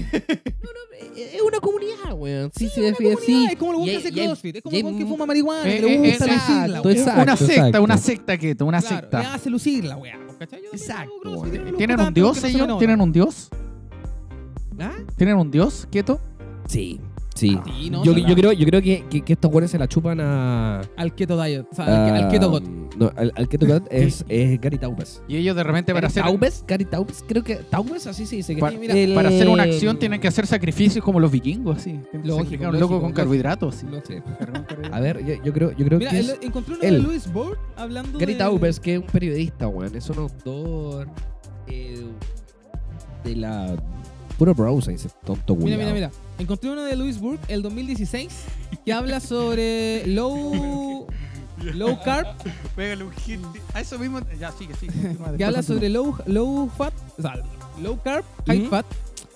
Speaker 5: Es una comunidad, weón. Sí, sí,
Speaker 4: Una comunidad, Es como el
Speaker 5: Y
Speaker 4: weón que
Speaker 5: hay-
Speaker 4: hace
Speaker 5: y hay-
Speaker 4: CrossFit, es como el
Speaker 5: y hay
Speaker 4: weón que
Speaker 5: mu-
Speaker 4: fuma marihuana,
Speaker 3: Eh,
Speaker 4: que le
Speaker 3: eh,
Speaker 4: gusta
Speaker 5: exacto,
Speaker 4: lucirla. weón.
Speaker 5: exacto,
Speaker 3: una secta,
Speaker 5: exacto.
Speaker 3: una secta keto, una
Speaker 4: Claro,
Speaker 3: secta.
Speaker 4: le hace lucirla, weón. ¿cachai? Yo también
Speaker 5: Exacto,
Speaker 4: hago CrossFit,
Speaker 5: weón.
Speaker 4: yo me
Speaker 3: ¿Tienen
Speaker 4: lo
Speaker 3: un dios
Speaker 4: tanto que no se me
Speaker 3: ellos?
Speaker 4: nota.
Speaker 3: ¿Tienen un dios? ¿Tienen un dios quieto?
Speaker 5: Sí, sí.
Speaker 4: ¿Ah? Sí, no,
Speaker 5: Ah. yo,
Speaker 4: se
Speaker 5: yo
Speaker 4: la-
Speaker 5: creo, yo creo que, que- que estos weones se la chupan a...
Speaker 4: Al keto diet, o sea, al, al keto got.
Speaker 5: Um, No, al, al Keto God es, es Gary Taubes.
Speaker 3: Y ellos de repente para hacer,
Speaker 5: Taubes? Gary Taubes, creo que Taubes, así se dice. que-
Speaker 3: pa-
Speaker 5: Eh,
Speaker 3: para,
Speaker 5: el-
Speaker 3: hacer una acción tienen que hacer sacrificios como los vikingos, así. Tienen que
Speaker 4: Lógico,
Speaker 3: sacrificar a un
Speaker 4: lógico,
Speaker 3: loco con
Speaker 4: lógico.
Speaker 3: carbohidratos, así.
Speaker 5: No sé. A ver, yo, yo creo, yo creo
Speaker 4: Mira,
Speaker 5: que
Speaker 4: el-
Speaker 5: es
Speaker 4: encontré uno de
Speaker 5: él.
Speaker 4: Louis Board hablando
Speaker 5: Gary
Speaker 4: de-
Speaker 5: Taubes, que es un periodista, weón. Es un autor eh, de la... Puro browser, dice tonto, weón.
Speaker 4: Mira, mira, mira. Encontré uno de Louis Burke, el 2016, que habla sobre low, low carb
Speaker 3: Pégale un hit. A eso mismo. Ya, sigue, sigue.
Speaker 4: que Mm. habla sobre low, low fat, o sea, low carb, high
Speaker 5: Ujú.
Speaker 4: fat,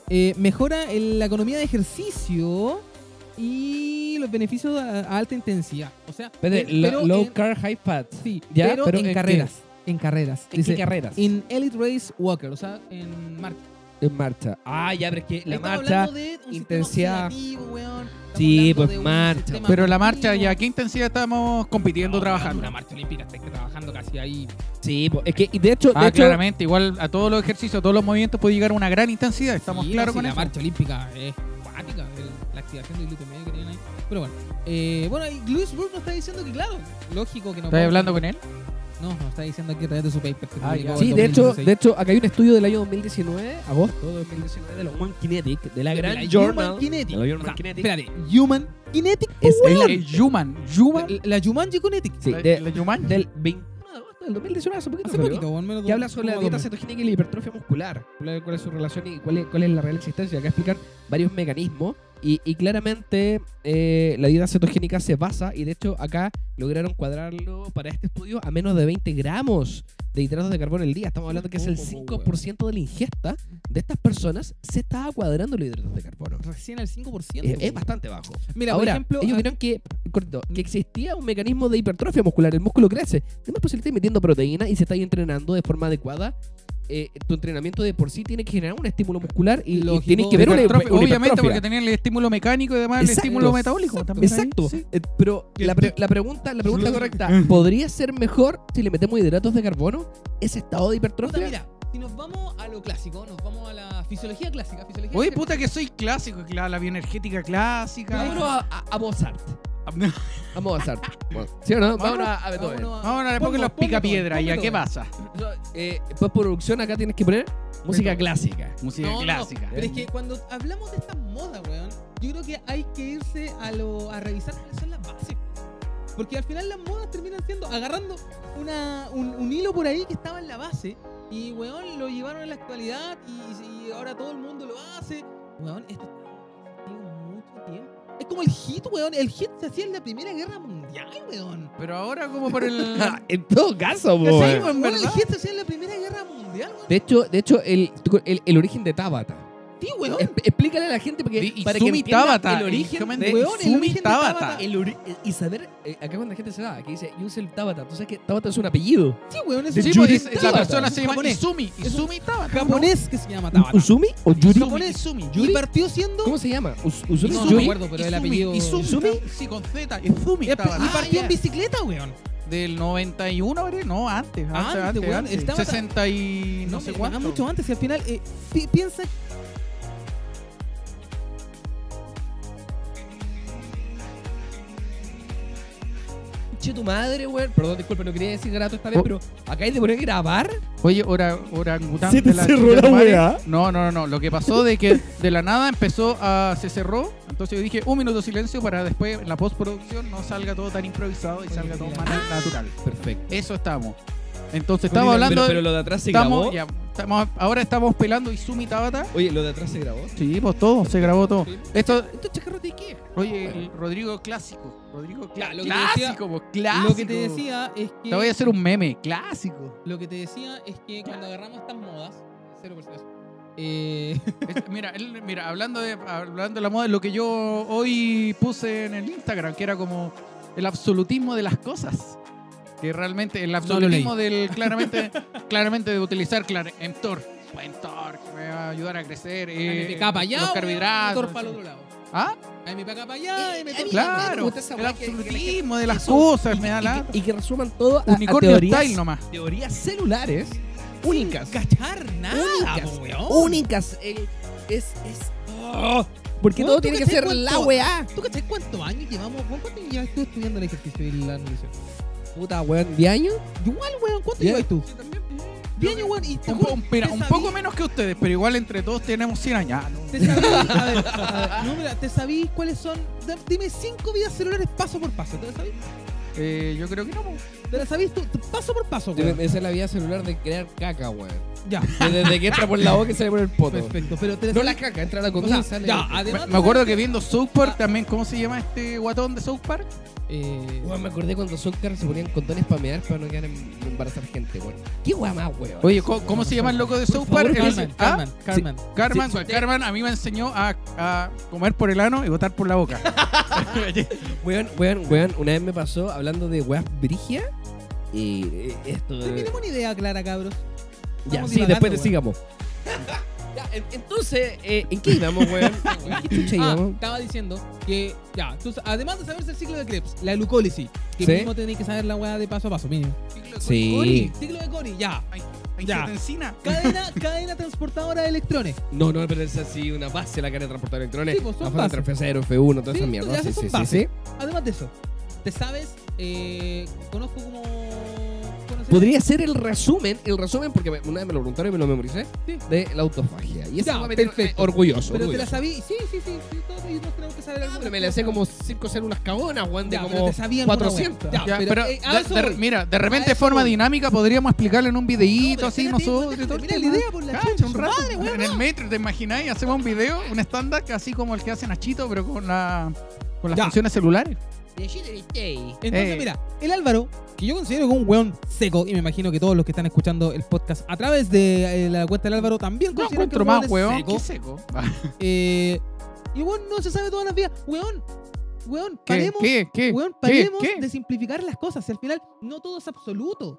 Speaker 4: eh, mejora el- la economía de ejercicio y los beneficios a, a alta intensidad. O sea,
Speaker 5: Pero,
Speaker 4: eh,
Speaker 5: lo-
Speaker 4: pero
Speaker 5: low
Speaker 4: en,
Speaker 5: carb, high fat.
Speaker 4: sí,
Speaker 5: Ya,
Speaker 4: pero,
Speaker 5: pero
Speaker 4: en,
Speaker 5: ¿en qué?
Speaker 4: carreras, en carreras.
Speaker 5: ¿En qué
Speaker 4: Dice,
Speaker 5: carreras?
Speaker 4: en Elite Race Walker, o sea, en marcha.
Speaker 5: En marcha. Ah, ya, pero es que la
Speaker 4: Estamos
Speaker 5: marcha...
Speaker 4: hablando de un sistema
Speaker 5: intensidad.
Speaker 4: oxidativo, weón. Estamos
Speaker 5: Sí,
Speaker 4: hablando
Speaker 5: pues,
Speaker 4: de un
Speaker 5: marcha.
Speaker 4: sistema
Speaker 3: Pero la marcha,
Speaker 4: oxidativo.
Speaker 3: ¿ya qué intensidad estamos compitiendo,
Speaker 4: No,
Speaker 3: trabajando?
Speaker 4: Una marcha olímpica, está trabajando casi ahí.
Speaker 5: Sí, po, es que, y de hecho, de
Speaker 3: Ah,
Speaker 5: hecho
Speaker 3: claramente. Igual a todos los ejercicios, a todos los movimientos puede llegar a una gran intensidad. Estamos
Speaker 4: Sí,
Speaker 3: claros
Speaker 4: sí,
Speaker 3: con
Speaker 4: la
Speaker 3: eso.
Speaker 4: marcha olímpica es cuática, el- la activación del glúteo medio que tienen ahí. Pero bueno, eh, bueno, y Luis Burke nos está diciendo que, claro, lógico que no.
Speaker 3: ¿Estás hablando con él?
Speaker 4: No, nos está diciendo que a través de su paper. que
Speaker 3: Ah,
Speaker 4: publicó
Speaker 3: ya.
Speaker 4: en
Speaker 5: Sí, de hecho,
Speaker 4: 2016.
Speaker 5: de hecho, acá hay un estudio del año 2019, agosto de 2019, de la Human Kinetic, de la gran
Speaker 4: Human
Speaker 5: Journal.
Speaker 4: Kinetic.
Speaker 5: de la Human
Speaker 4: O sea,
Speaker 5: Kinetic. oh,
Speaker 4: Espérate, Human Kinetic.
Speaker 5: Es el-
Speaker 3: El Human. Human.
Speaker 4: La, la Human Kinetic.
Speaker 5: sí,
Speaker 3: la-
Speaker 5: de-
Speaker 3: la Human.
Speaker 5: del 21 de agosto del 2019, hace poquito.
Speaker 4: Hace
Speaker 5: salió,
Speaker 4: poquito, bueno, me lo
Speaker 5: Que habla sobre la
Speaker 4: como
Speaker 5: dieta
Speaker 4: tomé.
Speaker 5: cetogénica y la hipertrofia muscular. Cuál cuál es su relación y cuál es, cuál es la real existencia. Acá explican varios mecanismos. Y, y claramente eh, la dieta cetogénica se basa, y de hecho acá lograron cuadrarlo para este estudio a menos de 20 gramos de hidratos de carbono al día, estamos hablando que es el
Speaker 8: Poco, weón.
Speaker 5: 5% de la ingesta de estas personas, se está cuadrando los hidratos de carbono.
Speaker 8: Recién al 5%.
Speaker 5: Es, es
Speaker 8: weón.
Speaker 5: bastante bajo.
Speaker 8: Eh, Mira,
Speaker 5: Ahora,
Speaker 8: por ejemplo, ah,
Speaker 5: ellos
Speaker 8: a-
Speaker 5: vieron que, corto, que existía un mecanismo de hipertrofia muscular. El músculo crece. Además, pues si le estás metiendo proteína y se está ahí entrenando de forma adecuada, eh, tu entrenamiento de por sí tiene que generar un estímulo muscular y, y
Speaker 8: Lógico.
Speaker 5: tienes que ver una,
Speaker 3: Hipertrofia,
Speaker 5: una
Speaker 3: obviamente,
Speaker 5: hipertrofia.
Speaker 3: porque tenían el estímulo mecánico y demás, el
Speaker 5: Exacto,
Speaker 3: estímulo metabólico. también ahí,
Speaker 5: Exacto.
Speaker 3: sí.
Speaker 5: Eh, pero la, pre- la pregunta, la pregunta correcta, ¿podría ser mejor si le metemos hidratos de carbono? Ese estado de
Speaker 8: puta,
Speaker 5: hipertrofia.
Speaker 8: mira, si nos vamos a lo clásico, nos vamos a la fisiología clásica. Fisiología
Speaker 3: Oye,
Speaker 8: clásica.
Speaker 3: puta, que soy clásico, claro, la bioenergética
Speaker 5: Vámonos
Speaker 3: clásica. Ah,
Speaker 5: a, a- a Mozart.
Speaker 3: Vámonos
Speaker 5: A Mozart. ¿Sí o no? Vámonos a, a Beethoven.
Speaker 8: Vámonos a-
Speaker 3: Ahora le pongo
Speaker 8: Pongo-
Speaker 3: los
Speaker 8: pongo
Speaker 3: picapiedras,
Speaker 8: todo,
Speaker 3: ¿ya
Speaker 8: pongo
Speaker 3: qué
Speaker 8: todo.
Speaker 3: pasa?
Speaker 5: Eh, postproducción acá tienes que poner música
Speaker 8: Beethoven.
Speaker 5: clásica.
Speaker 3: Música
Speaker 8: No, no,
Speaker 3: clásica.
Speaker 8: eh.
Speaker 4: Pero es que cuando hablamos de estas modas, weón, yo creo que hay que irse a, lo, a revisar cuáles son las bases. Porque al final las modas terminan siendo agarrando una, un, un hilo por ahí que estaba en la base y, weón, lo llevaron a la actualidad y, y ahora todo el mundo lo hace. Weón, esto está mucho tiempo. Es como el hit, weón. El hit se hacía en la Primera Guerra Mundial, weón.
Speaker 3: Pero ahora como por el...
Speaker 4: Ah,
Speaker 5: en todo caso, po,
Speaker 3: ¿Cachai,
Speaker 5: weón.
Speaker 3: weón,
Speaker 4: Weón, el
Speaker 3: verdad?
Speaker 4: hit se hacía en la Primera Guerra Mundial, weón.
Speaker 5: De hecho, de hecho el, el, el origen de Tabata.
Speaker 4: Sí, weón.
Speaker 5: Exp- explícale a la gente porque,
Speaker 3: Di- y
Speaker 5: para que
Speaker 3: Sumi
Speaker 5: entienda
Speaker 3: Tabata,
Speaker 5: el origen
Speaker 3: el
Speaker 5: de,
Speaker 3: weón, el Sumi
Speaker 4: origen de
Speaker 3: Tabata.
Speaker 4: Tabata.
Speaker 5: el ori- y saber eh, acá cuando la gente se va, que dice yo usé el Tabata, tú sabes que Tabata es un apellido.
Speaker 4: Sí, weón. Es
Speaker 5: de
Speaker 3: Sí,
Speaker 4: un
Speaker 3: pues,
Speaker 5: Yuri
Speaker 3: es- esa
Speaker 5: Tabata.
Speaker 3: persona se llama
Speaker 4: Japonés.
Speaker 3: Izumi. Izumi Tabata.
Speaker 4: japonés que se llama
Speaker 5: ¿Un-
Speaker 4: Tabata.
Speaker 5: ¿Uzumi o Yuri?
Speaker 3: Izumi, Izumi.
Speaker 4: Y partió siendo.
Speaker 5: ¿Cómo se llama? Uz- ¿Uzumi?
Speaker 8: No,
Speaker 5: No,
Speaker 8: no me acuerdo, pero el
Speaker 3: Izumi,
Speaker 8: apellido-
Speaker 3: Izumi,
Speaker 5: ¿Izumi?
Speaker 3: Sí, con Z. Izumi
Speaker 4: Y y
Speaker 3: Tabata. Ah,
Speaker 4: partió en bicicleta, weón.
Speaker 3: Del 91, ¿verdad? No, antes.
Speaker 4: Antes,
Speaker 3: Antes, antes,
Speaker 4: weón,
Speaker 3: antes.
Speaker 4: el Tabata-
Speaker 3: 60 y no sé
Speaker 4: me-
Speaker 3: cuánto.
Speaker 4: me- mucho antes y al final eh, pi- piensa.
Speaker 5: Che tu madre, weón. Perdón, disculpa, no quería decir grato esta vez, pero acá hay de poner grabar.
Speaker 3: Oye, ora, orangután
Speaker 5: Se te
Speaker 3: de la
Speaker 5: cerró
Speaker 3: chucha
Speaker 5: la
Speaker 3: tu madre.
Speaker 5: weá.
Speaker 3: No, no, no, no. Lo que pasó de que de la nada empezó a. se cerró. Entonces yo dije un minuto de silencio para después en la postproducción no salga todo tan improvisado y salga todo más natural.
Speaker 5: Perfecto.
Speaker 3: Eso estamos. Entonces estamos hablando.
Speaker 5: Pero,
Speaker 3: de-
Speaker 5: pero lo de atrás se grabó.
Speaker 3: estamos, ya, estamos- ahora estamos pelando Izumi Tabata.
Speaker 5: Oye, lo de atrás se grabó.
Speaker 3: Sí, pues todo, se grabó todo. Esto,
Speaker 5: Estos chacarros de qué?
Speaker 3: oye, el Rodrigo clásico. Rodrigo cla-
Speaker 8: Ya, lo que te decía-
Speaker 3: clásico, pues, clásico.
Speaker 8: Lo que te decía es que.
Speaker 3: Te voy a hacer un meme, clásico.
Speaker 8: Lo que te decía es que cuando agarramos estas modas, cero por cero. Eh,
Speaker 3: Es- mira, él- mira, hablando de hablando de la moda, lo que yo hoy puse en el Instagram, que era como el absolutismo de las cosas. Que realmente el absolutismo del claramente claramente de utilizar claro, Emtor, Emtor, que me va a ayudar a crecer,
Speaker 8: a mí
Speaker 3: eh,
Speaker 8: me capa allá,
Speaker 3: los
Speaker 8: weón,
Speaker 3: carbohidratos.
Speaker 8: me torpa al otro lado.
Speaker 3: ¿Ah,
Speaker 8: A mí me capa
Speaker 5: Eh,
Speaker 8: allá, y me torpa al otro
Speaker 3: claro.
Speaker 5: gusta esa
Speaker 3: El
Speaker 5: weá que- que la
Speaker 3: absolutismo de las cosas me da
Speaker 5: Y,
Speaker 3: la
Speaker 5: que- y que resuman todo a, a
Speaker 3: unicornio
Speaker 5: teorías,
Speaker 3: style nomás.
Speaker 5: teorías celulares únicas.
Speaker 4: Cachar nada,
Speaker 5: únicas,
Speaker 4: po, weón.
Speaker 5: únicas. El- es, es. ¡Oh! Porque
Speaker 4: Weón,
Speaker 5: todo
Speaker 4: ¿tú
Speaker 5: tiene que
Speaker 4: cachai
Speaker 5: ser
Speaker 4: cuánto?
Speaker 5: la weá.
Speaker 4: ¿Tú cachai cuántos años llevamos? weón? ¿Cuánto llevas tú estudiando el ejercicio y la nutrición?
Speaker 5: Puta, weón, 10 años.
Speaker 4: Igual, weón, ¿cuánto
Speaker 5: Ya.
Speaker 4: llevas tú?
Speaker 5: eh,
Speaker 4: 10 años, weón, y te
Speaker 3: Un,
Speaker 4: juro,
Speaker 3: po- mira,
Speaker 4: te
Speaker 3: un
Speaker 4: sabí-
Speaker 3: poco menos que ustedes, pero igual entre todos tenemos 100 años. Ah, no.
Speaker 4: Te sabí, a ver, a ver, no, mira, te sabí cuáles son. da- Dime cinco vidas celulares paso por paso. ¿Te las sabís?
Speaker 3: Eh, yo creo que no. po.
Speaker 4: ¿Te las sabís tú? tú- Paso por paso, weón.
Speaker 5: Esa es la vida celular de crear caca, weón.
Speaker 4: Ya,
Speaker 5: Desde que entra por la boca y sale por el poto.
Speaker 4: perfecto. Pero te las
Speaker 5: No
Speaker 4: sabís-
Speaker 5: la caca, entra la
Speaker 4: o
Speaker 5: comida
Speaker 4: sea,
Speaker 5: y sale.
Speaker 4: ya,
Speaker 3: Me,
Speaker 4: además.
Speaker 3: me acuerdo que viendo South Park también, ¿cómo se llama este guatón de South Park?
Speaker 8: Eh,
Speaker 5: Weón, me acordé cuando son caras se ponían condones para mear para no quedar en- embarazar gente, weón. ¿Qué weá más, weón?
Speaker 3: Oye, ¿cómo, cómo se llama el loco de South Park?
Speaker 8: Por favor, Carmen,
Speaker 3: El- ¿Ah?
Speaker 8: Carmen, Carmen.
Speaker 3: Carmen, güey, Carmen a mí me enseñó a, a comer por el ano y botar por la boca.
Speaker 5: Weón, weón, weón, una vez me pasó hablando de weas brigia y eh, esto.
Speaker 4: No tenemos una idea clara, cabros.
Speaker 5: Ya,
Speaker 4: Estamos
Speaker 5: sí, después te
Speaker 4: divagando,
Speaker 5: sigamos. Ya, en- entonces, eh, ¿en qué íbamos, weón? ¿En qué chucha
Speaker 8: Ah,
Speaker 5: íbamos?
Speaker 8: estaba diciendo que, ya, tú sa- además de saberse el ciclo de Krebs, la glucólisis, que
Speaker 5: Sí.
Speaker 8: mismo tenéis que saber la weá de paso a paso, mínimo.
Speaker 5: Sí.
Speaker 4: Ciclo de Cori, ya.
Speaker 3: Ya.
Speaker 4: Cadena, cadena transportadora de electrones.
Speaker 5: No, no, pero es así una base la cara de transportar electrones.
Speaker 4: Sí, pues, son
Speaker 5: la fase
Speaker 4: bases.
Speaker 5: F0, F1, todas
Speaker 4: Sí,
Speaker 5: esas
Speaker 4: pues,
Speaker 5: mierdas.
Speaker 4: ya
Speaker 5: Sí,
Speaker 4: son
Speaker 5: sí, sí,
Speaker 4: bases.
Speaker 5: sí.
Speaker 4: Además de eso, te sabes, eh, conozco como. conocer-
Speaker 5: Podría ser el resumen, el resumen, porque me- una vez me lo preguntaron y me lo memoricé,
Speaker 4: Sí.
Speaker 5: de la autofagia. Y eso
Speaker 4: Ya,
Speaker 5: me tiene, eh,
Speaker 4: perfecto.
Speaker 5: orgulloso.
Speaker 4: Pero te
Speaker 5: orgulloso.
Speaker 4: la sabí. Sí, sí, sí. sí todos ellos tenemos que saber
Speaker 5: Ah,
Speaker 4: algo.
Speaker 5: pero me la sé como cinco células cagonas, weón, de
Speaker 4: Ya, pero
Speaker 5: como
Speaker 4: te sabía alguna
Speaker 5: 400.
Speaker 4: wea.
Speaker 3: Ya,
Speaker 4: Pero,
Speaker 3: pero
Speaker 4: eh, a
Speaker 3: de-
Speaker 4: eso
Speaker 3: de-
Speaker 4: voy.
Speaker 3: mira, de repente
Speaker 4: A
Speaker 3: de
Speaker 4: eso
Speaker 3: forma
Speaker 4: voy.
Speaker 3: dinámica podríamos explicarlo en un videíto
Speaker 4: No, pero
Speaker 3: así
Speaker 4: espérate,
Speaker 3: nosotros.
Speaker 4: déjame
Speaker 3: de todo el
Speaker 4: terminar la
Speaker 3: tema.
Speaker 4: idea por la
Speaker 3: Cacha,
Speaker 4: chucha,
Speaker 3: un
Speaker 4: su
Speaker 3: rato.
Speaker 4: madre, weón,
Speaker 3: En el metro, ¿te imagináis? Hacemos un video, un estándar así como el que hace Nachito, pero con la con las
Speaker 4: Ya.
Speaker 3: funciones celulares.
Speaker 9: De Chile Day.
Speaker 10: Entonces,
Speaker 3: Eh.
Speaker 10: mira, el Álvaro, que yo considero como un weón seco, y me imagino que todos los que están escuchando el podcast a través de eh, la cuenta del Álvaro también
Speaker 3: No
Speaker 10: consideran que
Speaker 3: encuentro más,
Speaker 10: es
Speaker 3: weón.
Speaker 10: seco.
Speaker 3: que seco.
Speaker 10: Eh,
Speaker 4: Y weón, no se sabe todas las vías. Weón, weón,
Speaker 3: ¿Qué?
Speaker 4: paremos.
Speaker 3: ¿Qué? ¿Qué?
Speaker 4: Weón,
Speaker 3: ¿Qué?
Speaker 4: paremos
Speaker 3: ¿Qué?
Speaker 4: de simplificar las cosas. Si al final no todo es absoluto.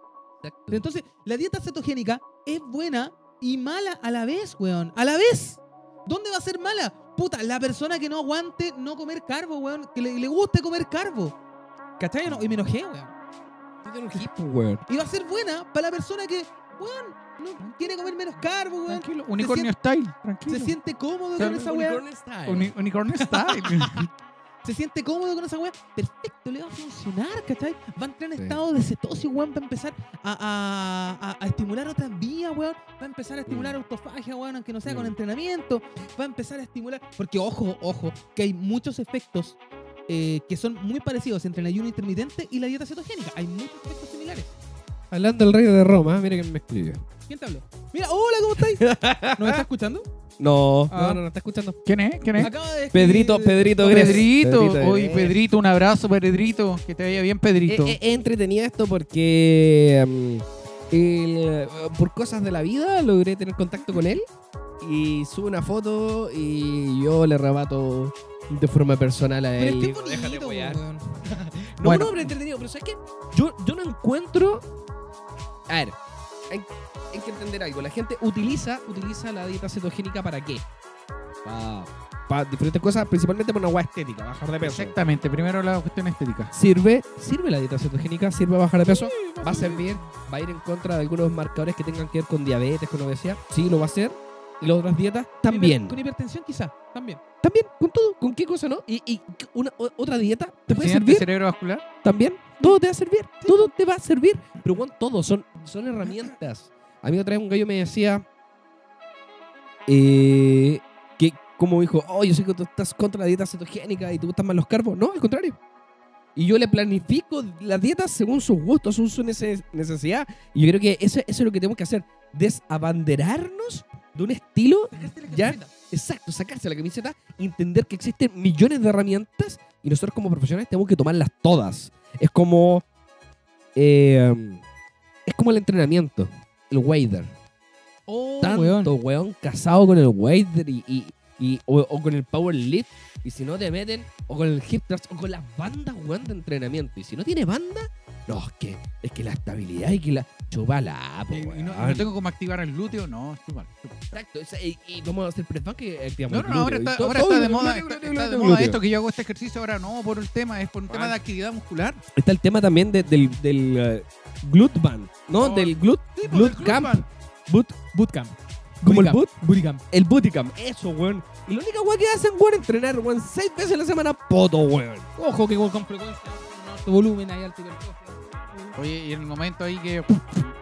Speaker 4: Entonces, la dieta cetogénica es buena y mala a la vez, weón. A la vez. ¿Dónde va a ser mala? Puta, la persona que no aguante no comer carbo, weón. Que le, le guste comer carbo. ¿Cachai? No, y me enojé, weón.
Speaker 9: Tú te enojís, pues, weón.
Speaker 4: Y va a ser buena para la persona que, weón, no quiere comer menos carbo, weón.
Speaker 3: Tranquilo. Unicornio style. Tranquilo.
Speaker 4: Se siente cómodo con
Speaker 3: Claro.
Speaker 4: esa weá.
Speaker 9: Unicorn style.
Speaker 3: Uni- unicornio style.
Speaker 4: se siente cómodo con esa weá, perfecto, le va a funcionar, ¿cachai? Va a entrar en estado de cetosis, weón, va a empezar a, a- a- a estimular otras vías, weón, va a empezar a estimular autofagia, weón, aunque no sea con entrenamiento, va a empezar a estimular, porque ojo, ojo, que hay muchos efectos eh, que son muy parecidos entre el ayuno intermitente y la dieta cetogénica, hay muchos efectos similares.
Speaker 5: Hablando del rey de Roma, mira quién me escribió.
Speaker 4: ¿Quién te habló? Mira, hola, ¿cómo estáis? ¿Nos está escuchando?
Speaker 9: No.
Speaker 3: Ah.
Speaker 5: No, no, no, está escuchando.
Speaker 3: ¿Quién es? ¿Quién es?
Speaker 4: Acaba de escribir-
Speaker 9: Pedrito, Pedrito, Gres.
Speaker 3: Pedrito.
Speaker 5: Pedrito
Speaker 3: Oye,
Speaker 5: Gres.
Speaker 3: Pedrito, un abrazo, Pedrito. Que te vaya bien, Pedrito.
Speaker 5: Eh, Es entretenido esto porque mm, el- por cosas de la vida logré tener contacto con él y sube una foto y yo le rebato de forma personal a
Speaker 4: Pero es
Speaker 5: él.
Speaker 4: que es
Speaker 9: Déjate
Speaker 4: bonito,
Speaker 9: wear.
Speaker 4: weón.
Speaker 5: No,
Speaker 3: Bueno.
Speaker 5: no, pero entretenido, pero ¿sabes qué? Yo, yo no encuentro... A ver, hay, hay que entender algo. La gente utiliza, utiliza la dieta cetogénica para qué? Para diferentes cosas, principalmente por una agua estética, bajar de peso.
Speaker 3: Exactamente. Primero la cuestión estética.
Speaker 5: sirve, sirve la dieta cetogénica, sirve a bajar de peso, va a servir, va a ir en contra de algunos marcadores que tengan que ver con diabetes, con obesidad, sí lo va a hacer. Y las otras dietas también.
Speaker 4: Con hipertensión quizás, también.
Speaker 5: También, con todo, con qué cosa, ¿no? Y, y una, o- otra dieta te puede
Speaker 3: Enseñarte
Speaker 5: servir
Speaker 3: cerebro vascular?
Speaker 5: también. Todo te va a servir, todo te va a servir. Pero bueno, todo, son, son herramientas. A mí otra vez un gallo me decía eh, que como dijo, oh, yo sé que tú estás contra la dieta cetogénica y te gustan más los carbos. No, al contrario. Y yo le planifico las dietas según sus gustos, según su nece- necesidad. Y yo creo que eso, eso es lo que tenemos que hacer. Desabanderarnos de un estilo ¿Ya? Exacto, sacarse la camiseta, entender que existen millones de herramientas y nosotros como profesionales tenemos que tomarlas todas. Es como. eh, es como el entrenamiento, el wader.
Speaker 4: Oh,
Speaker 5: Tanto weón, casado con el wader y, y- y- o, o con el power lift. Y si no te meten, o con el hip thrust, o con las bandas weón de entrenamiento. Y si no tiene banda, no, es que, es que la estabilidad y que la. Chupala, po,
Speaker 3: Y- y no,
Speaker 5: weón.
Speaker 3: no tengo cómo activar el glúteo, no, es igual.
Speaker 5: Exacto, o sea, y, y vamos a hacer press que activamos
Speaker 3: No,
Speaker 5: el
Speaker 3: no, no, ahora
Speaker 5: glúteo y
Speaker 3: está,
Speaker 5: todo-
Speaker 3: ahora
Speaker 5: todo
Speaker 3: está de
Speaker 5: el
Speaker 3: moda, está,
Speaker 5: glúteo, glúteo,
Speaker 3: está de
Speaker 5: glúteo.
Speaker 3: moda esto que yo hago este ejercicio ahora no por un tema, es por un tema de actividad muscular.
Speaker 5: Está el tema también de- del, del eh, glute band, ¿no?
Speaker 3: No,
Speaker 5: del glute,
Speaker 3: Sí, por el
Speaker 5: glute
Speaker 3: glute
Speaker 5: camp.
Speaker 3: band.
Speaker 5: Boot-
Speaker 10: bootcamp.
Speaker 5: ¿Como el
Speaker 10: Bootcamp,
Speaker 5: boot?
Speaker 10: Bootcamp.
Speaker 5: el booty camp. Eso, weón. Y la única weón que hacen, weón, entrenar, weón, seis veces a la semana, poto, weón.
Speaker 10: Ojo que weón con frecuencia, un alto volumen, ahí alto hipertrofia.
Speaker 3: Oye, y en el momento ahí que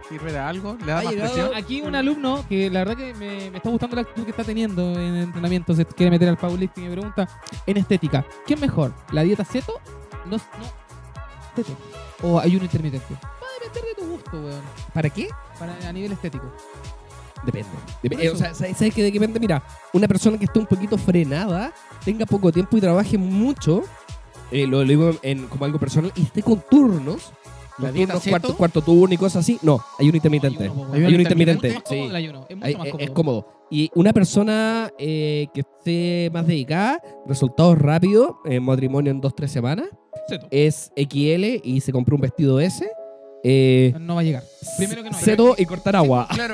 Speaker 3: sirve de algo, le da
Speaker 9: Ha
Speaker 3: más
Speaker 9: llegado-
Speaker 3: presión.
Speaker 10: Aquí un alumno que la verdad que me, me está gustando la actitud que está teniendo en el entrenamiento, se quiere meter al powerlifting y me pregunta, en estética, ¿qué es mejor? ¿La dieta ceto? No, no, ceto. ¿O ayuno intermitente? Va a depender de tu gusto, weón.
Speaker 5: ¿Para qué?
Speaker 10: Para, a nivel estético.
Speaker 5: Depende. Dep-
Speaker 10: Por
Speaker 5: eh, o
Speaker 10: eso.
Speaker 5: sea, ¿sabes, sabes qué de qué depende? Mira, una persona que esté un poquito frenada, tenga poco tiempo y trabaje mucho, eh, lo, lo digo en- como algo personal, y esté con turnos,
Speaker 3: ¿La
Speaker 5: con
Speaker 3: dieta
Speaker 5: turnos,
Speaker 3: ceto?
Speaker 5: cuarto, cuarto turno y cosas así. No, hay un intermitente.
Speaker 10: Ayuno, po, weón.
Speaker 3: Ayuno
Speaker 5: Hay un
Speaker 3: intermitente.
Speaker 5: intermitente.
Speaker 10: Es mucho más cómodo
Speaker 5: sí.
Speaker 10: el ayuno, es mucho
Speaker 5: Ay,
Speaker 10: más
Speaker 5: es,
Speaker 10: cómodo.
Speaker 5: es cómodo. Y una persona eh, que esté más dedicada, resultados rápidos, eh, matrimonio en 2-3 semanas,
Speaker 10: Ceto.
Speaker 5: es XL y se compró un vestido S. eh,
Speaker 10: No va a llegar. Primero que no.
Speaker 5: Ceto y cortar agua.
Speaker 3: Claro.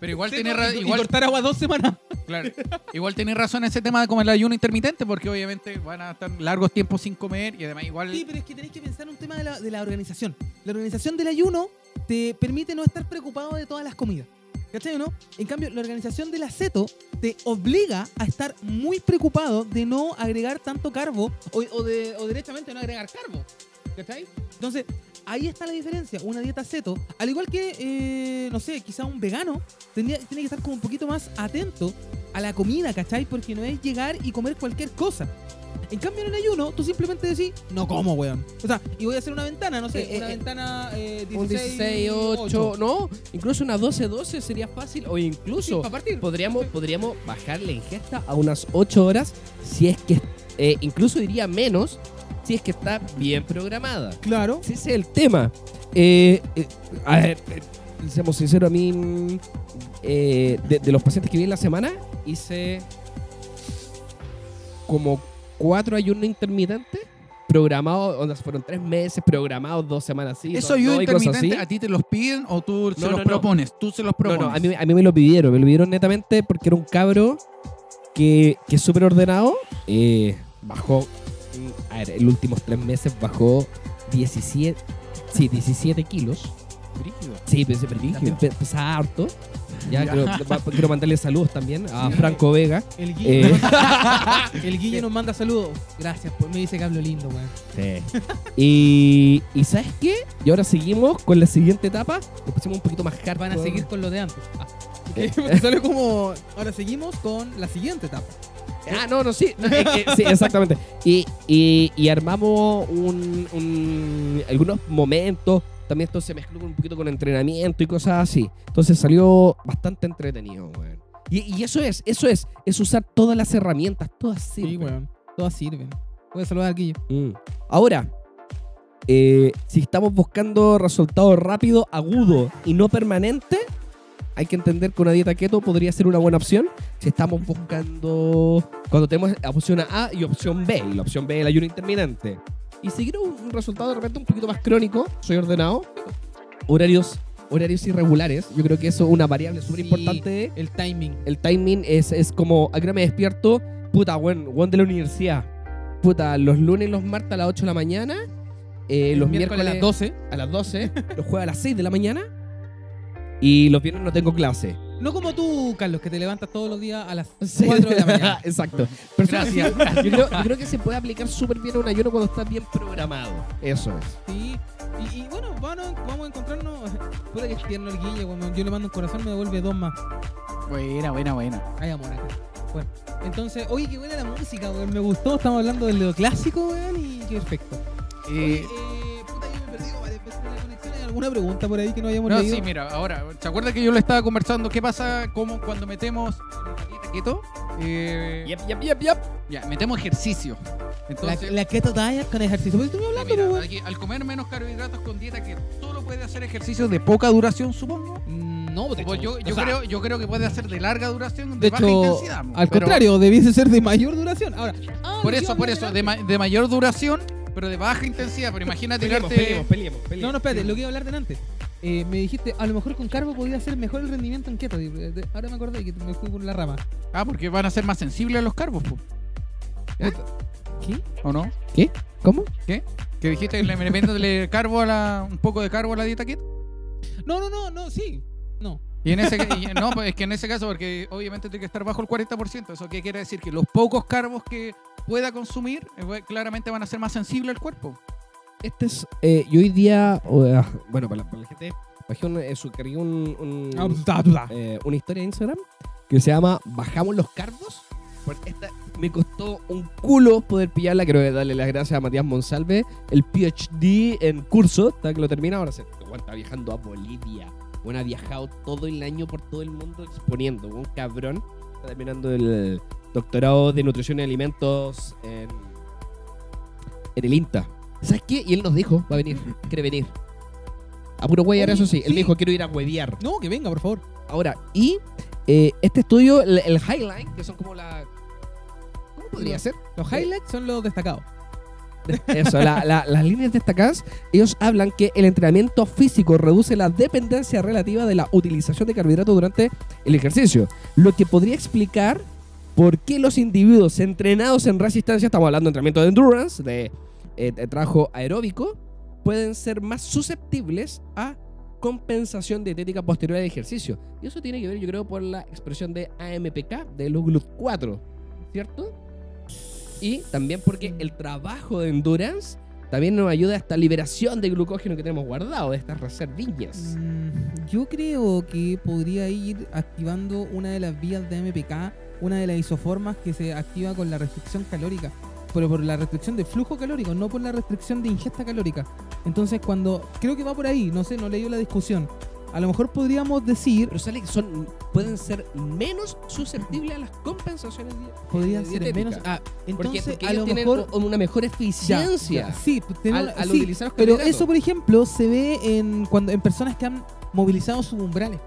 Speaker 3: Pero igual tiene ra-
Speaker 4: y
Speaker 3: igual,
Speaker 4: cortar agua dos semanas.
Speaker 3: claro, igual tiene razón ese tema de como el ayuno intermitente porque obviamente van a estar largos tiempos sin comer y además igual
Speaker 4: Sí, pero es que tenés que pensar un tema de la, de la organización. La organización del ayuno te permite no estar preocupado de todas las comidas. ¿Cachai o no? En cambio, la organización del aceto te obliga a estar muy preocupado de no agregar tanto carbo o, o de, o derechamente no agregar carbo. ¿Cachai? Entonces, ahí está la diferencia. Una dieta aceto, al igual que, eh, no sé, quizá un vegano, tendría, tiene que estar como un poquito más atento a la comida, ¿cachai? Porque no es llegar y comer cualquier cosa. En cambio, en el ayuno, tú simplemente decís, no como, weón. O sea, y voy a hacer una ventana, no sé,
Speaker 5: Eh,
Speaker 4: una
Speaker 5: eh,
Speaker 4: ventana eh, 16,
Speaker 5: Un 16, 8, no, incluso una 12, 12 sería fácil. O incluso
Speaker 4: para partir.
Speaker 5: podríamos, podríamos bajar la ingesta a unas 8 horas, si es que, eh, incluso diría menos, si es que está bien programada.
Speaker 4: Claro.
Speaker 5: Sí, ese es el tema. Eh, eh, a ver, eh, seamos sinceros, a mí, mm, eh, de, de los pacientes que vi en la semana, hice como cuatro ayunos intermitentes programados, onda, fueron tres meses programados, dos semanas sí,
Speaker 3: ¿Eso
Speaker 5: dos
Speaker 3: ayuda
Speaker 5: no, y cosas
Speaker 3: intermitente
Speaker 5: así.
Speaker 3: a ti te los piden o tú se
Speaker 5: No,
Speaker 3: los
Speaker 5: no, no.
Speaker 3: propones? Tú se los
Speaker 5: No,
Speaker 3: propones.
Speaker 5: no, a mí, a mí me lo pidieron, me lo pidieron netamente porque era un cabro que, que es súper ordenado. eh, bajó, mm, a ver, en los últimos tres meses bajó 17, sí, 17 kilos. Sí, pero siempre
Speaker 3: También.
Speaker 5: pesaba harto. Ya, Quiero, va- quiero mandarle saludos también a Franco Vega.
Speaker 4: El Guille,
Speaker 5: Eh,
Speaker 4: el Guille nos manda saludos. Gracias, pues me dice que hablo lindo, weón.
Speaker 5: y, y ¿sabes qué? Y ahora seguimos con la siguiente etapa. Lo pusimos un poquito más hard.
Speaker 4: Van a
Speaker 5: con-
Speaker 4: seguir con lo de antes. Ah, ok, salió como. Ahora seguimos con la siguiente etapa.
Speaker 5: Ah, no, no, sí. Eh, eh, sí, exactamente. Y, y- y armamos un, un- algunos momentos. También esto se mezcló con- un poquito con entrenamiento y cosas así. Entonces salió bastante entretenido, weón. Y, y eso es, eso es, es usar todas las herramientas, todas
Speaker 11: Sí,
Speaker 5: sirven.
Speaker 3: pues.
Speaker 11: weón. Todas sirven. Voy a saludar aquí.
Speaker 5: Mm. Ahora, eh, si estamos buscando resultados rápidos, agudos y no permanentes, hay que entender que una dieta keto podría ser una buena opción. Si estamos buscando. Cuando tenemos la opción A y opción B, y la opción B es el ayuno intermitente. Y si quiero un un resultado de repente un poquito más crónico, soy ordenado. Horarios, horarios irregulares. Yo creo que eso es una variable súper importante.
Speaker 4: El timing.
Speaker 5: El timing es, es como, ¿a qué hora me despierto? Puta, weón, weón de la universidad. Puta, los lunes y los martes a las 8 de la mañana. eh, los miércoles
Speaker 4: a las 12.
Speaker 5: a las 12. los jueves a las 6 de la mañana. Y los viernes no tengo clase.
Speaker 4: No como tú, Carlos, que te levantas todos los días a las
Speaker 5: Sí.
Speaker 4: 4 de la mañana.
Speaker 5: Exacto. Pero Gracias. Yo creo, yo creo que se puede aplicar súper bien a un ayuno cuando está bien programado. Eso es.
Speaker 4: Sí. Y, y bueno, vamos, vamos a encontrarnos. Puta que es tierno el Guille, weón. Yo le mando un corazón, me devuelve dos más.
Speaker 3: Buena, buena, buena.
Speaker 4: Ay, amor, acá. Bueno, entonces, oye, qué buena la música, weón. Me gustó, estamos hablando del lo clásico, weón, y qué perfecto. Oye,
Speaker 3: Eh,
Speaker 4: eh, puta, yo me perdí, como de empezar la conexión. ¿Hay alguna pregunta por ahí que no hayamos
Speaker 3: no,
Speaker 4: leído?
Speaker 3: sí, mira, ahora, ¿se acuerda que yo le estaba conversando qué pasa como cuando metemos la dieta keto? Eh,
Speaker 5: Yep, yep, yep, yep.
Speaker 3: Ya, metemos ejercicio.
Speaker 4: la,
Speaker 3: Entonces,
Speaker 4: la keto diet con ejercicio. ¿Por qué estuvimos hablando,
Speaker 3: mira,
Speaker 4: po, weón?
Speaker 3: aquí, al comer menos carbohidratos con dieta que solo puede hacer ejercicio de poca duración, supongo.
Speaker 4: No,
Speaker 3: O pues, yo, yo creo, yo creo que puede hacer de larga duración, de,
Speaker 4: De
Speaker 3: baja
Speaker 4: hecho,
Speaker 3: intensidad. mo.
Speaker 4: al
Speaker 3: Pero
Speaker 4: contrario, debiese ser de mayor duración. Ahora, ah,
Speaker 3: Por
Speaker 4: lo que
Speaker 3: eso,
Speaker 4: iba
Speaker 3: por
Speaker 4: a
Speaker 3: eso,
Speaker 4: hablar
Speaker 3: de,
Speaker 4: antes.
Speaker 3: ma- de mayor duración, pero de baja intensidad. Pero imagina
Speaker 5: Peleemos,
Speaker 3: tirarte.
Speaker 5: peleemos, peleemos, peleemos.
Speaker 4: No, no, espérate, lo que iba a hablar delante. Eh, me dijiste, a lo mejor con carbo podía ser mejor el rendimiento en keto. y, eh, de- Ahora me acordé que me fui por la rama.
Speaker 3: Ah, porque van a ser más sensibles a los carbos, po.
Speaker 4: ¿Qué?
Speaker 3: ¿O no?
Speaker 5: ¿Cómo?
Speaker 3: Que dijiste que le metes carbo a la, un poco de carbo a la dieta keto.
Speaker 4: No, no, no, no, sí.
Speaker 3: Y en ese y- no, pues es que en ese caso, porque obviamente tiene que estar bajo el 40%. ¿Eso qué quiere decir? Que los pocos carbos que pueda consumir eh, va- claramente van a ser más sensibles al cuerpo.
Speaker 5: Este es. eh, yo hoy día. oh, ah, bueno, para la, para la gente. Bajé un, eh, su- cargué un- un-
Speaker 4: Ah, pues,
Speaker 5: eh, una historia de Instagram que se llama Bajamos los cargos. Porque esta me costó un culo poder pillarla. Quiero darle las gracias a Matías Monsalve, el PhD en curso. Está que lo termina ahora. Se weón, está viajando a Bolivia. Bueno, ha viajado todo el año por todo el mundo exponiendo. Un cabrón. Está terminando el doctorado de nutrición y alimentos en, en el INTA. ¿Sabes qué? Y él nos dijo, va a venir, quiere venir. A puro huevear,
Speaker 4: Oye,
Speaker 5: eso sí. Él
Speaker 4: sí.
Speaker 5: me dijo, quiero ir a huevear.
Speaker 4: No, que venga, por favor.
Speaker 5: Ahora, y eh, este estudio, el, el Highline, que son como la. ¿Cómo podría ser?
Speaker 4: Los
Speaker 3: Eh.
Speaker 4: highlights son los destacados.
Speaker 5: Eso, la- la- las líneas destacadas, ellos hablan que el entrenamiento físico reduce la dependencia relativa de la utilización de carbohidratos durante el ejercicio. Lo que podría explicar por qué los individuos entrenados en resistencia, estamos hablando de entrenamiento de endurance, de, eh, de trabajo aeróbico, pueden ser más susceptibles a compensación dietética posterior al ejercicio. Y eso tiene que ver, yo creo, por la expresión de AMPK, de los GLUT4, ¿cierto? Y también porque el trabajo de endurance también nos ayuda a esta liberación de glucógeno que tenemos guardado, de estas reservillas.
Speaker 4: Mm, Yo creo que podría ir activando una de las vías de MPK, una de las isoformas que se activa con la restricción calórica, pero por la restricción de flujo calórico, no por la restricción de ingesta calórica. Entonces, cuando creo que va por ahí, no sé, no leí la discusión. a lo mejor podríamos decir,
Speaker 5: Pero sale que son, pueden ser menos susceptibles a las compensaciones. di-
Speaker 4: podrían
Speaker 5: eh,
Speaker 4: ser
Speaker 5: dietéticas.
Speaker 4: menos. Ah,
Speaker 5: ¿Por qué?
Speaker 4: entonces,
Speaker 5: Porque
Speaker 4: a
Speaker 5: ellos
Speaker 4: lo
Speaker 5: tienen
Speaker 4: mejor.
Speaker 5: o- una mejor
Speaker 4: Ya,
Speaker 5: eficiencia.
Speaker 4: ya, Sí, pues, tiene
Speaker 5: Al,
Speaker 4: una-
Speaker 5: al
Speaker 4: sí,
Speaker 5: utilizar los
Speaker 4: pero
Speaker 5: carbohidratos.
Speaker 4: eso, por ejemplo, se ve en cuando en personas que han movilizado sus umbrales.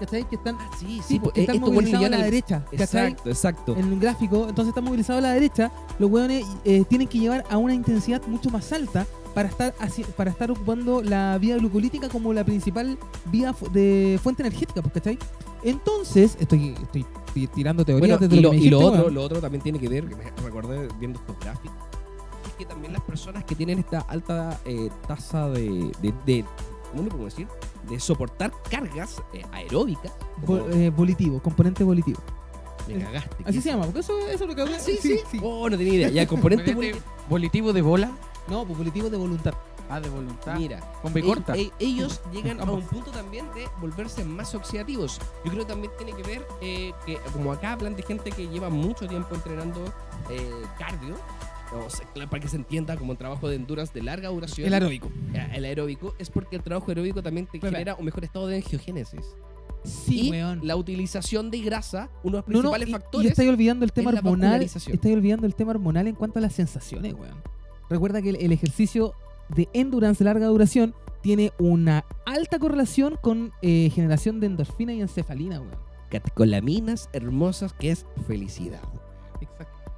Speaker 4: ¿Cachai? Que están,
Speaker 5: Ah, sí,
Speaker 4: sí,
Speaker 5: sí,
Speaker 4: pues, que están
Speaker 5: estos
Speaker 4: movilizados a
Speaker 5: buenos
Speaker 4: la
Speaker 5: llegan al-
Speaker 4: derecha. ¿Cachai?
Speaker 5: Exacto, exacto.
Speaker 4: en un gráfico, entonces está movilizado a la derecha, los hueones eh, tienen que llevar a una intensidad mucho más alta para estar haci- para estar ocupando la vía glucolítica como la principal vía fu- de fuente energética, pues, ¿cachai? Entonces, estoy, estoy ti- tirando teorías
Speaker 5: Bueno,
Speaker 4: desde
Speaker 5: y
Speaker 4: lo
Speaker 5: lo,
Speaker 4: que me
Speaker 5: y lo
Speaker 4: dijiste,
Speaker 5: otro,
Speaker 4: weón.
Speaker 5: lo otro también tiene que ver, que me recordé viendo estos gráficos, es que también las personas que tienen esta alta eh, tasa de, de, de- ¿cómo le podemos decir? De soportar cargas eh, aeróbicas. como-
Speaker 4: Vol- eh, volitivo, componente volitivo.
Speaker 5: me cagaste.
Speaker 12: Así
Speaker 5: ¿qué?
Speaker 12: se llama, porque eso, eso es lo que hablé.
Speaker 5: Ah, Sí, sí, Oh, no tenía idea. Ya, el componente
Speaker 3: Imagínate, Volitivo de bola.
Speaker 4: No, pues volitivo de voluntad.
Speaker 3: Ah, de voluntad.
Speaker 5: Mira,
Speaker 3: Con B
Speaker 5: e-
Speaker 3: corta.
Speaker 5: e- ellos llegan a
Speaker 3: Vamos.
Speaker 5: un punto también de volverse más oxidativos. Yo creo que también tiene que ver eh, que, como acá hablan de gente que lleva mucho tiempo entrenando eh, cardio, o sea, claro, para que se entienda como un trabajo de endurance de larga duración,
Speaker 12: El aeróbico.
Speaker 5: eh, el aeróbico, es porque el trabajo aeróbico también te
Speaker 12: Espera.
Speaker 5: genera un mejor estado de angiogénesis.
Speaker 4: Sí,
Speaker 5: y
Speaker 4: weón.
Speaker 5: la utilización de grasa, uno de los
Speaker 4: No, no,
Speaker 5: principales
Speaker 4: y- y
Speaker 5: factores.
Speaker 4: estáis olvidando el tema
Speaker 5: es la
Speaker 4: hormonal.
Speaker 5: vascularización.
Speaker 4: Estáis olvidando el tema hormonal en cuanto a las sensaciones, weón. Recuerda que el, el ejercicio de endurance de larga duración tiene una alta correlación con eh, generación de endorfina y encefalina, weón.
Speaker 5: Catecolaminas hermosas que es felicidad. Exacto.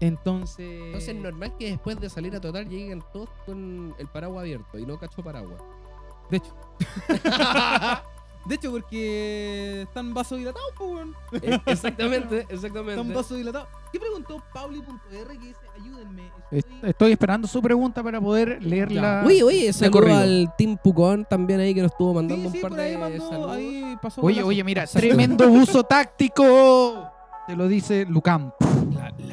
Speaker 4: Entonces.
Speaker 5: Entonces es normal que después de salir a total lleguen todos con el paraguas abierto y no cacho paraguas.
Speaker 4: De hecho. de hecho, porque están vasodilatados, po, weón.
Speaker 5: Eh, exactamente, exactamente.
Speaker 4: Están vasodilatados. ¿Qué preguntó Pauli.r que dice, ayúdenme?
Speaker 3: Est- Estoy esperando su pregunta para poder leerla.
Speaker 5: Oye, oye, saludo
Speaker 3: corrido.
Speaker 5: al Team Pucón también ahí que nos estuvo
Speaker 4: Sí,
Speaker 5: mandando
Speaker 4: sí,
Speaker 5: un par
Speaker 4: por ahí
Speaker 5: de
Speaker 4: mandó,
Speaker 5: saludos.
Speaker 4: ahí pasó
Speaker 3: Oye,
Speaker 4: golazo.
Speaker 3: oye, mira, tremendo uso táctico. Te lo dice Lucam.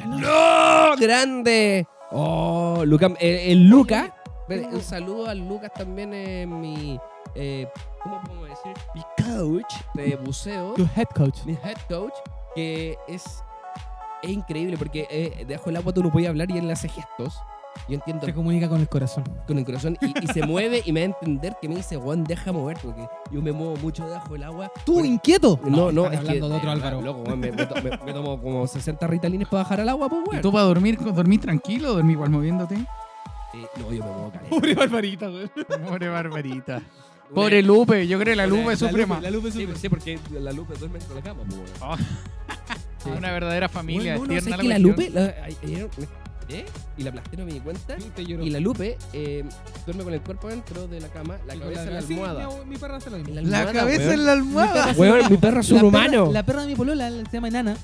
Speaker 5: ¡No! ¡Grande! Oh, Luca, eh, el Luca. Ven, Un saludo al Lucas también, eh, mi. eh, ¿Cómo podemos decir? Mi coach de buceo.
Speaker 4: Tu head coach.
Speaker 5: mi head coach, que es, es increíble porque eh, debajo del agua tú no podías hablar y él le hace gestos. Yo entiendo
Speaker 4: Se comunica con el corazón.
Speaker 5: con el corazón y, y se mueve y me da a entender que me dice, Juan, deja mover porque yo me muevo mucho debajo del agua.
Speaker 4: ¡Tú,
Speaker 5: Porque-
Speaker 4: inquieto!
Speaker 5: no, no,
Speaker 12: están
Speaker 5: es que,
Speaker 12: hablando de otro
Speaker 5: eh,
Speaker 12: Álvaro.
Speaker 5: Loco, Juan, me, me to- me- me tomo como 60 ritalines para bajar al agua, pues,
Speaker 3: ¿Y
Speaker 5: weón.
Speaker 3: tú para dormir, dormir tranquilo, dormir igual moviéndote?
Speaker 5: Eh, no, yo me muevo caleta.
Speaker 12: Pobre barbarita, güey.
Speaker 3: Pobre Barbarita.
Speaker 5: Una-
Speaker 3: Pobre Lupe, yo creo que la
Speaker 5: Una-
Speaker 3: Lupe
Speaker 5: la
Speaker 3: sufre más.
Speaker 5: La Lupe sufre. Sí, porque la Lupe duerme dentro de la cama, pues, weón.
Speaker 3: Una verdadera familia.
Speaker 5: Bueno, no,
Speaker 3: tierna
Speaker 5: ¿sabes
Speaker 3: la
Speaker 5: que la
Speaker 3: cuestión.
Speaker 5: Lupe, la- ayer me estiré y la aplasté, no me di cuenta. Y la Lupe eh, duerme con el cuerpo dentro de la cama, la cabeza en la almohada.
Speaker 12: mi, perra hace lo mismo.
Speaker 5: En
Speaker 3: La
Speaker 5: almohada,
Speaker 3: cabeza
Speaker 5: weón.
Speaker 3: en la almohada.
Speaker 5: Weón, mi perro es un
Speaker 4: la
Speaker 5: humano.
Speaker 4: Perra, la perra de mi polola la- se llama Enana.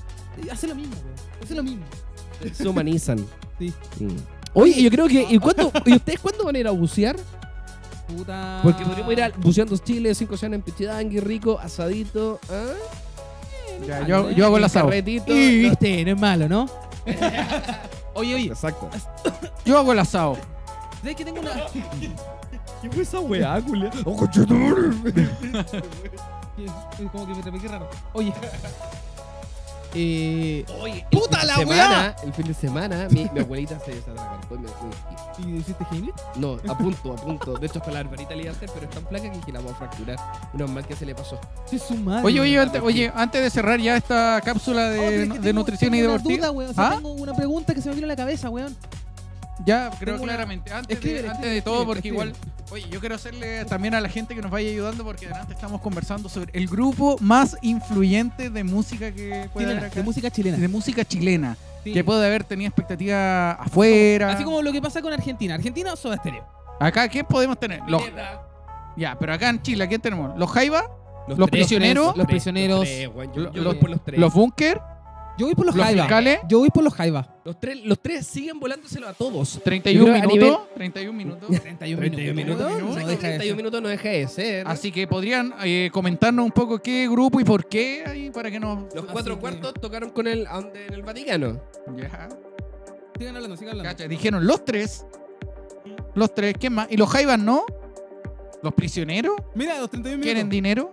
Speaker 4: y Hace lo mismo, weón. Hace lo mismo.
Speaker 5: Se humanizan.
Speaker 4: Sí.
Speaker 5: Mm. Oye, yo creo que. ¿Y, cuánto, ¿y ustedes cuándo van a ir a bucear?
Speaker 4: Ah.
Speaker 12: Puta.
Speaker 5: Porque podríamos ir a buceando Chile, 5 oceanos en Pichidangui, rico, asadito. ¿ah?
Speaker 3: Ya, yo, yo hago el asado.
Speaker 5: Carretito.
Speaker 3: Y-
Speaker 4: Viste, no es malo, ¿no?
Speaker 5: Oye, oye. Exacto.
Speaker 3: Yo hago el asado.
Speaker 4: ¿Sabes que tengo una.
Speaker 5: ¿Qué fue esa weá, culia?
Speaker 4: que- Como que me repequé raro. Oye. Eh,
Speaker 5: Oye,
Speaker 4: ¡Puta
Speaker 5: el fin
Speaker 4: la
Speaker 5: de semana, El fin de semana, mi, mi abuelita se desatragantó y me me-
Speaker 4: ¿Y hiciste Heimlich?
Speaker 5: No, a punto, a punto. De hecho, hasta la hermanita le iba a hacer, pero es tan flaca que, que la voy a fracturar. Menos mal que se le pasó.
Speaker 4: Sí, su madre.
Speaker 3: Oye, oye,
Speaker 4: weón.
Speaker 3: ante- oye, antes de cerrar ya esta cápsula
Speaker 4: Oh, pero
Speaker 3: de,
Speaker 4: es que
Speaker 3: de
Speaker 4: tengo-
Speaker 3: nutrición y
Speaker 4: tengo una
Speaker 3: deportiva.
Speaker 4: duda, weón. O sea,
Speaker 3: ¿Ah?
Speaker 4: Tengo una pregunta que se me vino a la cabeza, weón.
Speaker 3: Ya, creo
Speaker 4: Tengo una-
Speaker 3: claramente. Antes,
Speaker 4: Escribe,
Speaker 3: de,
Speaker 4: escribe,
Speaker 3: antes de todo,
Speaker 4: escribe,
Speaker 3: porque
Speaker 4: escribe.
Speaker 3: igual. Oye, yo quiero hacerle también a la gente que nos vaya ayudando, porque delante estamos conversando sobre el grupo más influyente de música que puede haber
Speaker 4: Chilena,
Speaker 3: acá.
Speaker 4: de música chilena.
Speaker 3: De música chilena.
Speaker 4: Sí.
Speaker 3: Que puede haber tenido expectativa afuera.
Speaker 4: Así como lo que pasa con Argentina. Argentina o Soda Stereo.
Speaker 3: Acá, ¿quién podemos tener? Los, ya, pero acá en Chile, ¿a quién tenemos? ¿Los Jaiba? ¿Los
Speaker 5: tres,
Speaker 3: prisioneros?
Speaker 5: tres,
Speaker 12: Los prisioneros.
Speaker 5: Los tres, weón. Yo- yo
Speaker 3: Los-
Speaker 5: voy por los tres.
Speaker 3: ¿Los Bunker?
Speaker 4: Yo voy por los
Speaker 3: ¿Los
Speaker 4: Jaiba.
Speaker 3: Fiscales?
Speaker 4: Yo voy por los Jaiba.
Speaker 5: Los tres, los tres siguen volándoselo a todos.
Speaker 3: 31
Speaker 5: Yo creo que a
Speaker 3: minutos.
Speaker 5: nivel-
Speaker 3: 31 minutos.
Speaker 4: 31
Speaker 5: 31 minutos.
Speaker 4: weón,
Speaker 5: No,
Speaker 4: no
Speaker 5: sé que
Speaker 4: deja de
Speaker 5: 31
Speaker 4: ser.
Speaker 5: minutos no deja de ser.
Speaker 3: Así que podrían eh, comentarnos un poco qué grupo y por qué ahí para que nos.
Speaker 5: Los cuatro cuartos tocaron con el, a donde- en el Vaticano.
Speaker 3: Ya.
Speaker 4: Sigan hablando, sigan hablando.
Speaker 3: Cacha, dijeron los tres. Los tres, ¿quién más? ¿Y los Jaivas no? ¿Los prisioneros?
Speaker 4: Mira, los 31 minutos.
Speaker 3: ¿Quieren dinero?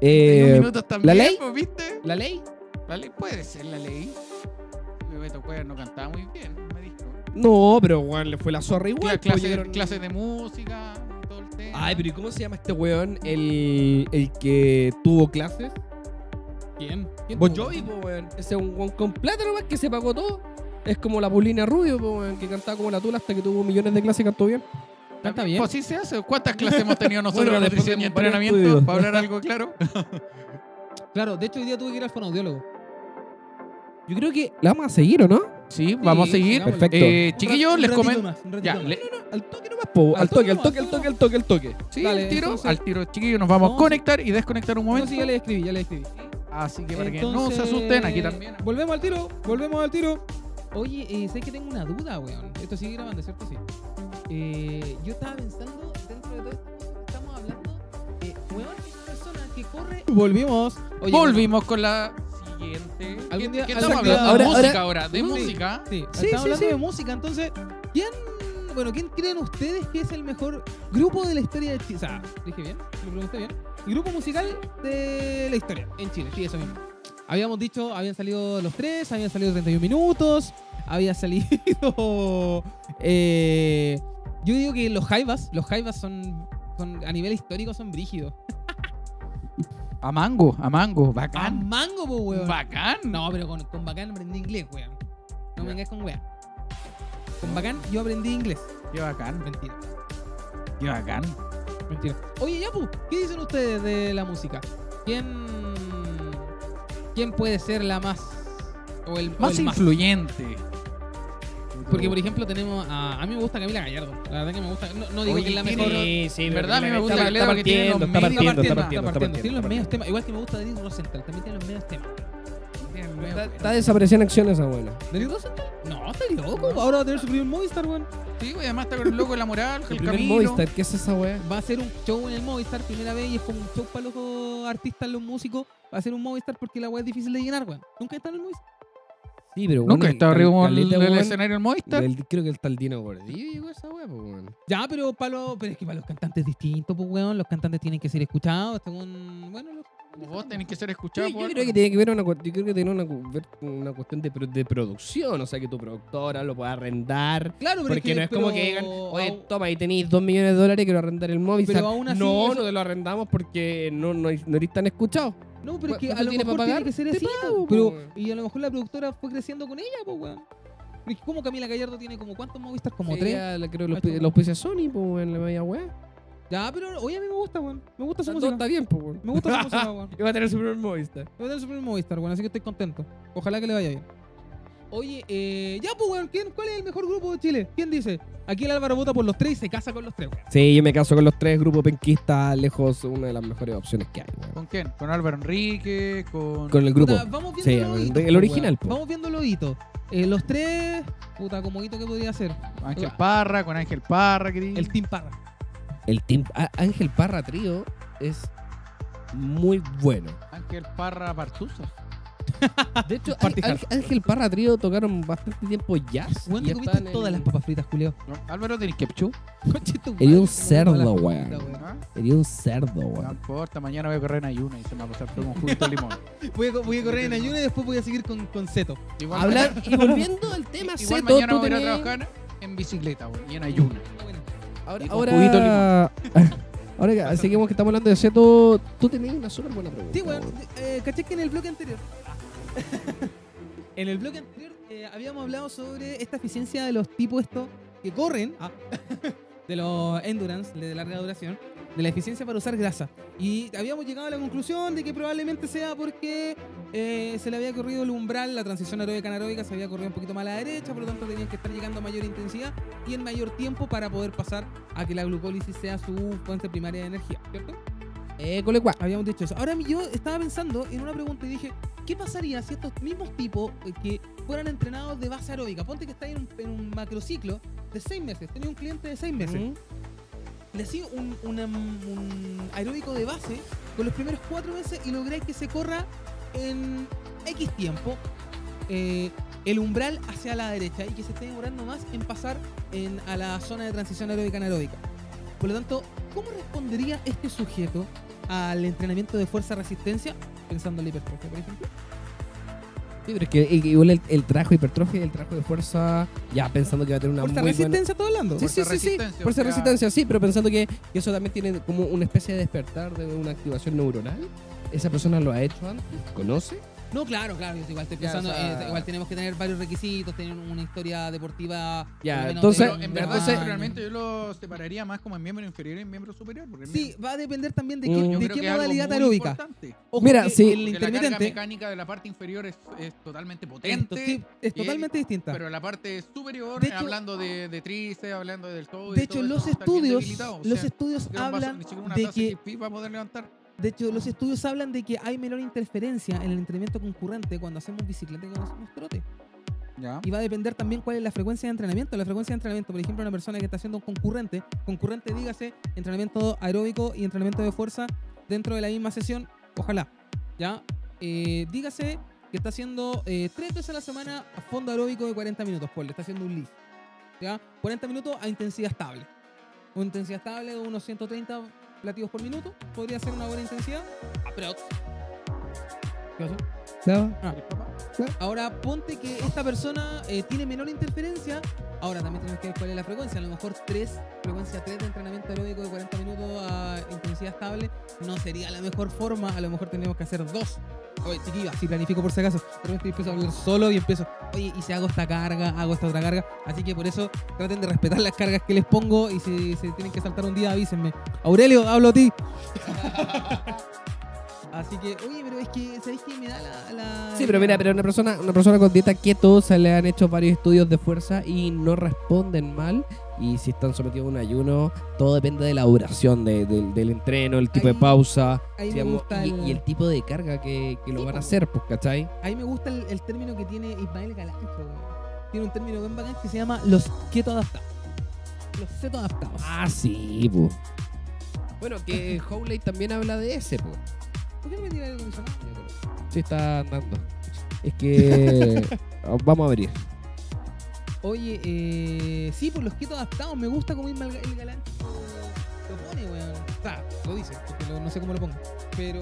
Speaker 3: 31
Speaker 5: Eh,
Speaker 3: minutos también,
Speaker 5: ley?
Speaker 3: pues, ¿viste?
Speaker 5: ¿La ley?
Speaker 3: La ley puede ser la ley. Beto Cuevas no cantaba muy bien, me dijo.
Speaker 5: No, pero weón, le fue la zorra
Speaker 3: Cla-
Speaker 5: igual. pues,
Speaker 3: clase-
Speaker 5: llegaron-
Speaker 3: clases de música, todo el Sí.
Speaker 5: Ay, pero ¿y cómo se llama este weón? El, el que tuvo clases.
Speaker 13: ¿Quién? ¿Quién
Speaker 5: Bon
Speaker 13: tuvo?
Speaker 5: Jovi, po, weón. Ese es un weón con plata nomás que se pagó todo. Es como la Paulina Rubio, po, weón, que cantaba como la tula hasta que tuvo millones de clases y cantó bien.
Speaker 13: Canta bien.
Speaker 3: Pues sí se hace. ¿Cuántas clases hemos tenido nosotros
Speaker 5: Bueno,
Speaker 3: de
Speaker 5: después
Speaker 3: nutrición y
Speaker 5: tenemos varios
Speaker 3: entrenamiento?
Speaker 5: estudios.
Speaker 3: Para hablar algo claro.
Speaker 4: Claro, de hecho hoy día tuve que ir al fonoaudiólogo.
Speaker 5: Yo creo que la vamos a seguir, ¿o no?
Speaker 3: Sí, vamos a seguir.
Speaker 4: sigámosle.
Speaker 5: Perfecto.
Speaker 3: Eh,
Speaker 4: Un
Speaker 3: chiquillos,
Speaker 4: ra-
Speaker 3: les
Speaker 4: un ratito
Speaker 3: comento.
Speaker 4: más, un ratito
Speaker 3: Ya,
Speaker 4: más.
Speaker 3: le-
Speaker 5: Al toque nomás, po. Al,
Speaker 4: Al
Speaker 5: toque,
Speaker 4: toque
Speaker 5: al
Speaker 4: nomás,
Speaker 5: toque, al toque, al toque, al toque.
Speaker 3: sí,
Speaker 4: Dale,
Speaker 3: al tiro,
Speaker 4: entonces-
Speaker 3: al tiro, chiquillos. Nos vamos a
Speaker 4: No, sí.
Speaker 3: conectar y desconectar un
Speaker 4: No,
Speaker 3: momento.
Speaker 4: sí, ya le escribí, ya le escribí.
Speaker 3: Así que para que no
Speaker 4: Entonces,
Speaker 3: se asusten, aquí también.
Speaker 4: Volvemos al tiro, volvemos al tiro. Oye, eh, sé que tengo una duda, weón. Esto sigue grabando, ¿cierto? Sí. Eh, yo estaba pensando, dentro de todo esto que estamos hablando, eh, weón, esa persona que corre.
Speaker 13: Volvimos.
Speaker 4: Oye,
Speaker 3: Volvimos con la siguiente.
Speaker 4: Algún
Speaker 3: ¿Qué-
Speaker 4: día-
Speaker 3: qué
Speaker 4: algún
Speaker 3: estamos hablando?
Speaker 4: día- ahora-
Speaker 3: de música ahora, de
Speaker 4: Sí.
Speaker 3: música.
Speaker 4: Sí,
Speaker 13: Sí,
Speaker 4: estamos
Speaker 13: sí,
Speaker 4: hablando
Speaker 13: sí.
Speaker 4: de música, entonces, ¿quién, bueno, ¿quién creen ustedes que es el mejor grupo de la historia de Chile? O sea, dije bien, lo pregunté bien. Grupo musical de la historia en Chile, sí, eso mismo. Habíamos dicho, habían salido los tres, habían salido 31 minutos, había salido. eh, yo digo que los Jaivas, los Jaivas son, son, a nivel histórico son brígidos.
Speaker 3: A mango, a mango,
Speaker 4: ¡Ah,
Speaker 3: bacán.
Speaker 4: mango, po, weón!
Speaker 3: Bacán.
Speaker 4: No, pero con, con bacán aprendí inglés, weón. No me vengas con weón. Con bacán yo aprendí inglés.
Speaker 3: Qué bacán,
Speaker 4: Mentira.
Speaker 3: qué bacán.
Speaker 4: Mentira. Oye, Yapu, ¿qué dicen ustedes de la música? ¿Quién. ¿Quién puede ser la más. o el o
Speaker 3: Más
Speaker 4: el
Speaker 3: influyente.
Speaker 4: Porque, por ejemplo, tenemos a. A mí me gusta Camila Gallardo. La verdad que me gusta. No, no digo
Speaker 3: Oye,
Speaker 4: que es la
Speaker 3: tiene-
Speaker 4: mejor.
Speaker 5: sí,
Speaker 3: En verdad, a mí me
Speaker 5: está
Speaker 3: gusta
Speaker 5: par-
Speaker 3: Galera
Speaker 5: está
Speaker 3: porque tiene
Speaker 5: partiendo,
Speaker 3: los
Speaker 5: está
Speaker 3: medios-
Speaker 5: partiendo, está
Speaker 3: está
Speaker 4: está
Speaker 5: partiendo, está
Speaker 4: partiendo.
Speaker 5: partiendo.
Speaker 4: Tiene los medios temas. Igual que me gusta Denis Rosenthal. También tiene los medios temas.
Speaker 5: Está, está desapareciendo acciones, abuela.
Speaker 4: ¿Denis Rosenthal? No, está loco. Ahora va a tener su primer Movistar, weón.
Speaker 3: Sí, güey, además está con el loco de la moral, con
Speaker 5: El
Speaker 3: el
Speaker 5: primer
Speaker 3: camino.
Speaker 5: Movistar, ¿qué es esa weá?
Speaker 4: Va a ser un show en el Movistar primera vez y es como un show para los artistas, los músicos. Va a ser un Movistar porque la weá es difícil de llenar, weón. Nunca está en el Movistar.
Speaker 5: Sí, pero
Speaker 3: Nunca he estado arriba en el,
Speaker 5: del
Speaker 3: escenario del Movistar.
Speaker 5: Creo que está el Dino Gordillo llegó esa weá, pues, weón.
Speaker 4: Ya, pero para los, pero es que para los cantantes es distinto, pues weón, los cantantes tienen que ser escuchados, están un- bueno, los-
Speaker 3: Vos tenés que ser
Speaker 5: Yo,
Speaker 3: escuchado.
Speaker 5: yo
Speaker 3: por-
Speaker 5: creo que tiene que ver una, cu- yo creo que tiene una, cu- ver con una cuestión de, pro- de producción, o sea que tu productora lo pueda arrendar.
Speaker 4: Claro, pero
Speaker 5: Porque no es como que digan, oye,
Speaker 4: au-
Speaker 5: toma, ahí tenéis 2 millones de dólares, quiero arrendar el Movistar.
Speaker 4: Pero aún así,
Speaker 5: no,
Speaker 4: eso-
Speaker 5: no te lo arrendamos porque no, no, no eres tan escuchado.
Speaker 4: no, pero es que a
Speaker 5: ¿cuánto
Speaker 4: lo
Speaker 5: tiene
Speaker 4: mejor
Speaker 5: para pagar?
Speaker 4: tiene que ser
Speaker 5: Te
Speaker 4: así,
Speaker 5: pago,
Speaker 4: po,
Speaker 5: po, weón.
Speaker 4: pero y a lo mejor la productora fue creciendo con ella, pues weón. Es que Como Camila Gallardo tiene como cuántos Movistar, como
Speaker 5: Sí,
Speaker 4: tres.
Speaker 5: ya la- creo que los,
Speaker 4: Cacho.
Speaker 5: pi- los puse a Sony, pues, en la media weá.
Speaker 4: Ya, pero oye, a mí me gusta, weón. Me gusta su
Speaker 5: Todo
Speaker 4: música.
Speaker 5: está bien, pues, weón.
Speaker 4: Me gusta su música, weón.
Speaker 5: Y va a tener su primer Movistar.
Speaker 4: Voy a tener su primer Movistar, weón, así que estoy contento. Ojalá que le vaya bien. Oye, eh, ya, pues weón, ¿quién, ¿cuál es el mejor grupo de Chile? ¿Quién dice? Aquí el Álvaro vota por los tres y se casa con los tres, weón.
Speaker 5: Sí, yo me caso con los tres grupos penquistas, lejos, una de las mejores opciones que hay, weón.
Speaker 3: ¿Con quién? Con Álvaro Enrique, con.
Speaker 5: Con el grupo.
Speaker 4: Puta, vamos viendo
Speaker 5: Sí,
Speaker 4: los
Speaker 5: el-
Speaker 4: hitos,
Speaker 5: el
Speaker 4: po, weón.
Speaker 5: original, pues. po.
Speaker 4: Vamos viendo los hitos. Eh, los tres, puta, como hito que podría ser.
Speaker 3: Ángel Parra, con Ángel Parra, Cris.
Speaker 4: El Team Parra.
Speaker 5: El team Á- Ángel Parra Trío es muy bueno.
Speaker 3: Ángel Parra Partusa.
Speaker 5: De hecho, Á-
Speaker 4: Party
Speaker 5: Ángel,
Speaker 4: Hard.
Speaker 5: Ángel Parra Trío tocaron bastante tiempo jazz.
Speaker 4: Weón,
Speaker 5: y
Speaker 4: te comiste
Speaker 5: están en-
Speaker 4: todas las papas fritas, Julio.
Speaker 3: ¿No? Álvaro del Kepchu.
Speaker 4: Conche tu madre,
Speaker 5: Eres un
Speaker 4: se comió todas las
Speaker 5: cerdo,
Speaker 4: papas
Speaker 5: weón.
Speaker 4: fritas,
Speaker 3: ¿Ah?
Speaker 5: Sería un cerdo,
Speaker 3: No
Speaker 5: weón.
Speaker 3: importa, mañana voy a correr en ayuna y se me va a pasar todo con juguito de limón.
Speaker 4: Voy a, voy a correr en ayuno y después voy a seguir con, con Seto.
Speaker 3: Igual,
Speaker 5: Hablar, y volviendo al tema
Speaker 3: igual
Speaker 5: Zeto,
Speaker 3: mañana
Speaker 5: tú
Speaker 3: voy a ir a
Speaker 5: tenés-
Speaker 3: trabajar en bicicleta, güey, y en ayuna.
Speaker 4: Bueno,
Speaker 5: Ahora,
Speaker 3: Y con juguito de
Speaker 5: ahora, ahora que seguimos que estamos hablando de Zeto, tú tenías una súper buena pregunta.
Speaker 4: Sí, weón. Eh, caché que en el bloque anterior. en el bloque anterior eh, habíamos hablado sobre esta eficiencia de los tipos estos que corren. ah, de los endurance, de larga duración. De la eficiencia para usar grasa. Y habíamos llegado a la conclusión de que probablemente sea porque eh, se le había corrido el umbral, la transición aeróbica anaeróbica se había corrido un poquito más a la derecha, por lo tanto tenían que estar llegando a mayor intensidad y en mayor tiempo para poder pasar a que la glucólisis sea su fuente primaria de energía, ¿cierto?
Speaker 5: École, guau.
Speaker 4: Habíamos dicho eso. Ahora yo estaba pensando en una pregunta y dije, ¿qué pasaría si estos mismos tipos eh, que fueran entrenados de base aeróbica, ponte que estáis en un, en un macrociclo de seis meses, tenía un cliente de seis meses, le hacía un, una- un aeróbico de base con los primeros cuatro meses y logré que se corra en X tiempo eh, el umbral hacia la derecha y que se esté demorando más en pasar en- a la zona de transición aeróbica anaeróbica. Por lo tanto, ¿cómo respondería este sujeto al entrenamiento de fuerza resistencia, pensando en la hipertrofia, por ejemplo?
Speaker 5: Sí, pero es que eh, igual el, el trabajo de hipertrofia y el trabajo de fuerza, ya pensando que va a tener una
Speaker 14: Fuerza
Speaker 5: muy buena...
Speaker 14: resistencia, todo hablando.
Speaker 5: Sí, sí,
Speaker 3: Fuerza
Speaker 5: sí, sí.
Speaker 3: resistencia,
Speaker 5: Fuerza
Speaker 3: o sea-
Speaker 5: resistencia, sí, pero pensando que, que eso también tiene como una especie de despertar de una activación neuronal. Esa persona lo ha hecho antes, conoce.
Speaker 4: No, claro, claro. yo Igual estoy
Speaker 5: Ya,
Speaker 4: pensando,
Speaker 5: o sea-
Speaker 4: eh, igual tenemos que tener varios requisitos, tener una historia deportiva. por
Speaker 5: Ya,
Speaker 4: lo menos
Speaker 5: entonces-
Speaker 4: de-
Speaker 3: Pero en
Speaker 4: de
Speaker 3: verdad,
Speaker 5: entonces-
Speaker 4: años.
Speaker 3: realmente yo lo separaría más como en miembro inferior y en miembro superior. Porque en
Speaker 4: Sí,
Speaker 3: miembro-
Speaker 4: va a depender también de
Speaker 5: Mm.
Speaker 4: qué,
Speaker 5: Yo
Speaker 4: de
Speaker 3: creo
Speaker 4: qué
Speaker 3: que es algo
Speaker 4: modalidad
Speaker 3: muy
Speaker 4: aeróbica.
Speaker 3: importante.
Speaker 4: Ojo,
Speaker 5: Mira,
Speaker 4: que
Speaker 5: sí.
Speaker 4: el
Speaker 3: Porque la carga
Speaker 4: intermitente
Speaker 3: mecánica de la parte inferior es, es totalmente
Speaker 4: es, to-
Speaker 3: potente,
Speaker 4: sí, es
Speaker 3: y el-
Speaker 4: totalmente distinta.
Speaker 3: pero la parte superior,
Speaker 4: De hecho-
Speaker 3: hablando de, de tríceps, hablando del todo. y
Speaker 4: de
Speaker 3: todo
Speaker 4: hecho,
Speaker 3: eso,
Speaker 4: los
Speaker 3: está bien
Speaker 4: estudios,
Speaker 3: debilitado, o
Speaker 4: los
Speaker 3: sea,
Speaker 4: estudios
Speaker 3: ni siquiera un vaso-
Speaker 4: hablan
Speaker 3: ni siquiera una
Speaker 4: de
Speaker 3: taza
Speaker 4: que,
Speaker 3: de va a poder levantar.
Speaker 4: de hecho, los estudios hablan de que hay menor interferencia en el entrenamiento concurrente cuando hacemos bicicleta y cuando hacemos trote.
Speaker 3: Ya.
Speaker 4: Y va a depender también cuál es la frecuencia de entrenamiento. La frecuencia de entrenamiento, por ejemplo, una persona que está haciendo un concurrente, concurrente dígase entrenamiento aeróbico y entrenamiento de fuerza dentro de la misma sesión, ojalá, ¿ya? Eh, dígase que está haciendo eh, tres veces a la semana a fondo aeróbico de 40 minutos, le está haciendo un lift, ¿ya? 40 minutos a intensidad estable. Una intensidad estable de unos 130 latidos por minuto, podría ser una buena intensidad. Aprox. ¿Qué pasó? Ah. Ahora ponte que esta persona eh, tiene menor interferencia. Ahora también tenemos que ver cuál es la frecuencia. A lo mejor 3, frecuencia 3 de entrenamiento aeróbico de 40 minutos a intensidad estable no sería la mejor forma. A lo mejor tenemos que hacer 2. Oye, chiquillo, así planifico por si acaso. De repente empiezo a hablar solo y empiezo, oye, y si hago esta carga, hago esta otra carga. Así que por eso traten de respetar las cargas que les pongo y si se tienen que saltar un día avísenme. Aurelio, hablo a ti. Así que, oye, pero es que, ¿sabéis que me da la, la-
Speaker 5: Sí, pero mira, pero una persona, una persona con dieta keto se le han hecho varios estudios de fuerza y no responden mal. Y si están sometidos a un ayuno, todo depende de la duración de- del- del entreno, el tipo
Speaker 4: Ahí-
Speaker 5: de pausa
Speaker 4: Ahí me
Speaker 5: digamos,
Speaker 4: gusta
Speaker 5: y,
Speaker 4: el-
Speaker 5: y el tipo de carga que, que lo
Speaker 4: Sí,
Speaker 5: van a
Speaker 4: pues.
Speaker 5: hacer, pues, ¿cachai?
Speaker 4: A mí me gusta el, el término que tiene Ismael Galancho, weón. Tiene un término bien bacán que se llama los keto adaptados. Los keto adaptados.
Speaker 5: Ah, sí, pues. Bueno, que Howley también habla de ese, pues.
Speaker 4: ¿Por qué no me tiras el acondicionado?
Speaker 5: Sí, está andando. Es que. ah, Vamos a abrir.
Speaker 4: Oye, eh, sí, por los keto adaptados. Me gusta como Ismael Ga- el Galancho lo pone, weón. O sea, lo dice, porque lo- no sé cómo lo pongo. Pero...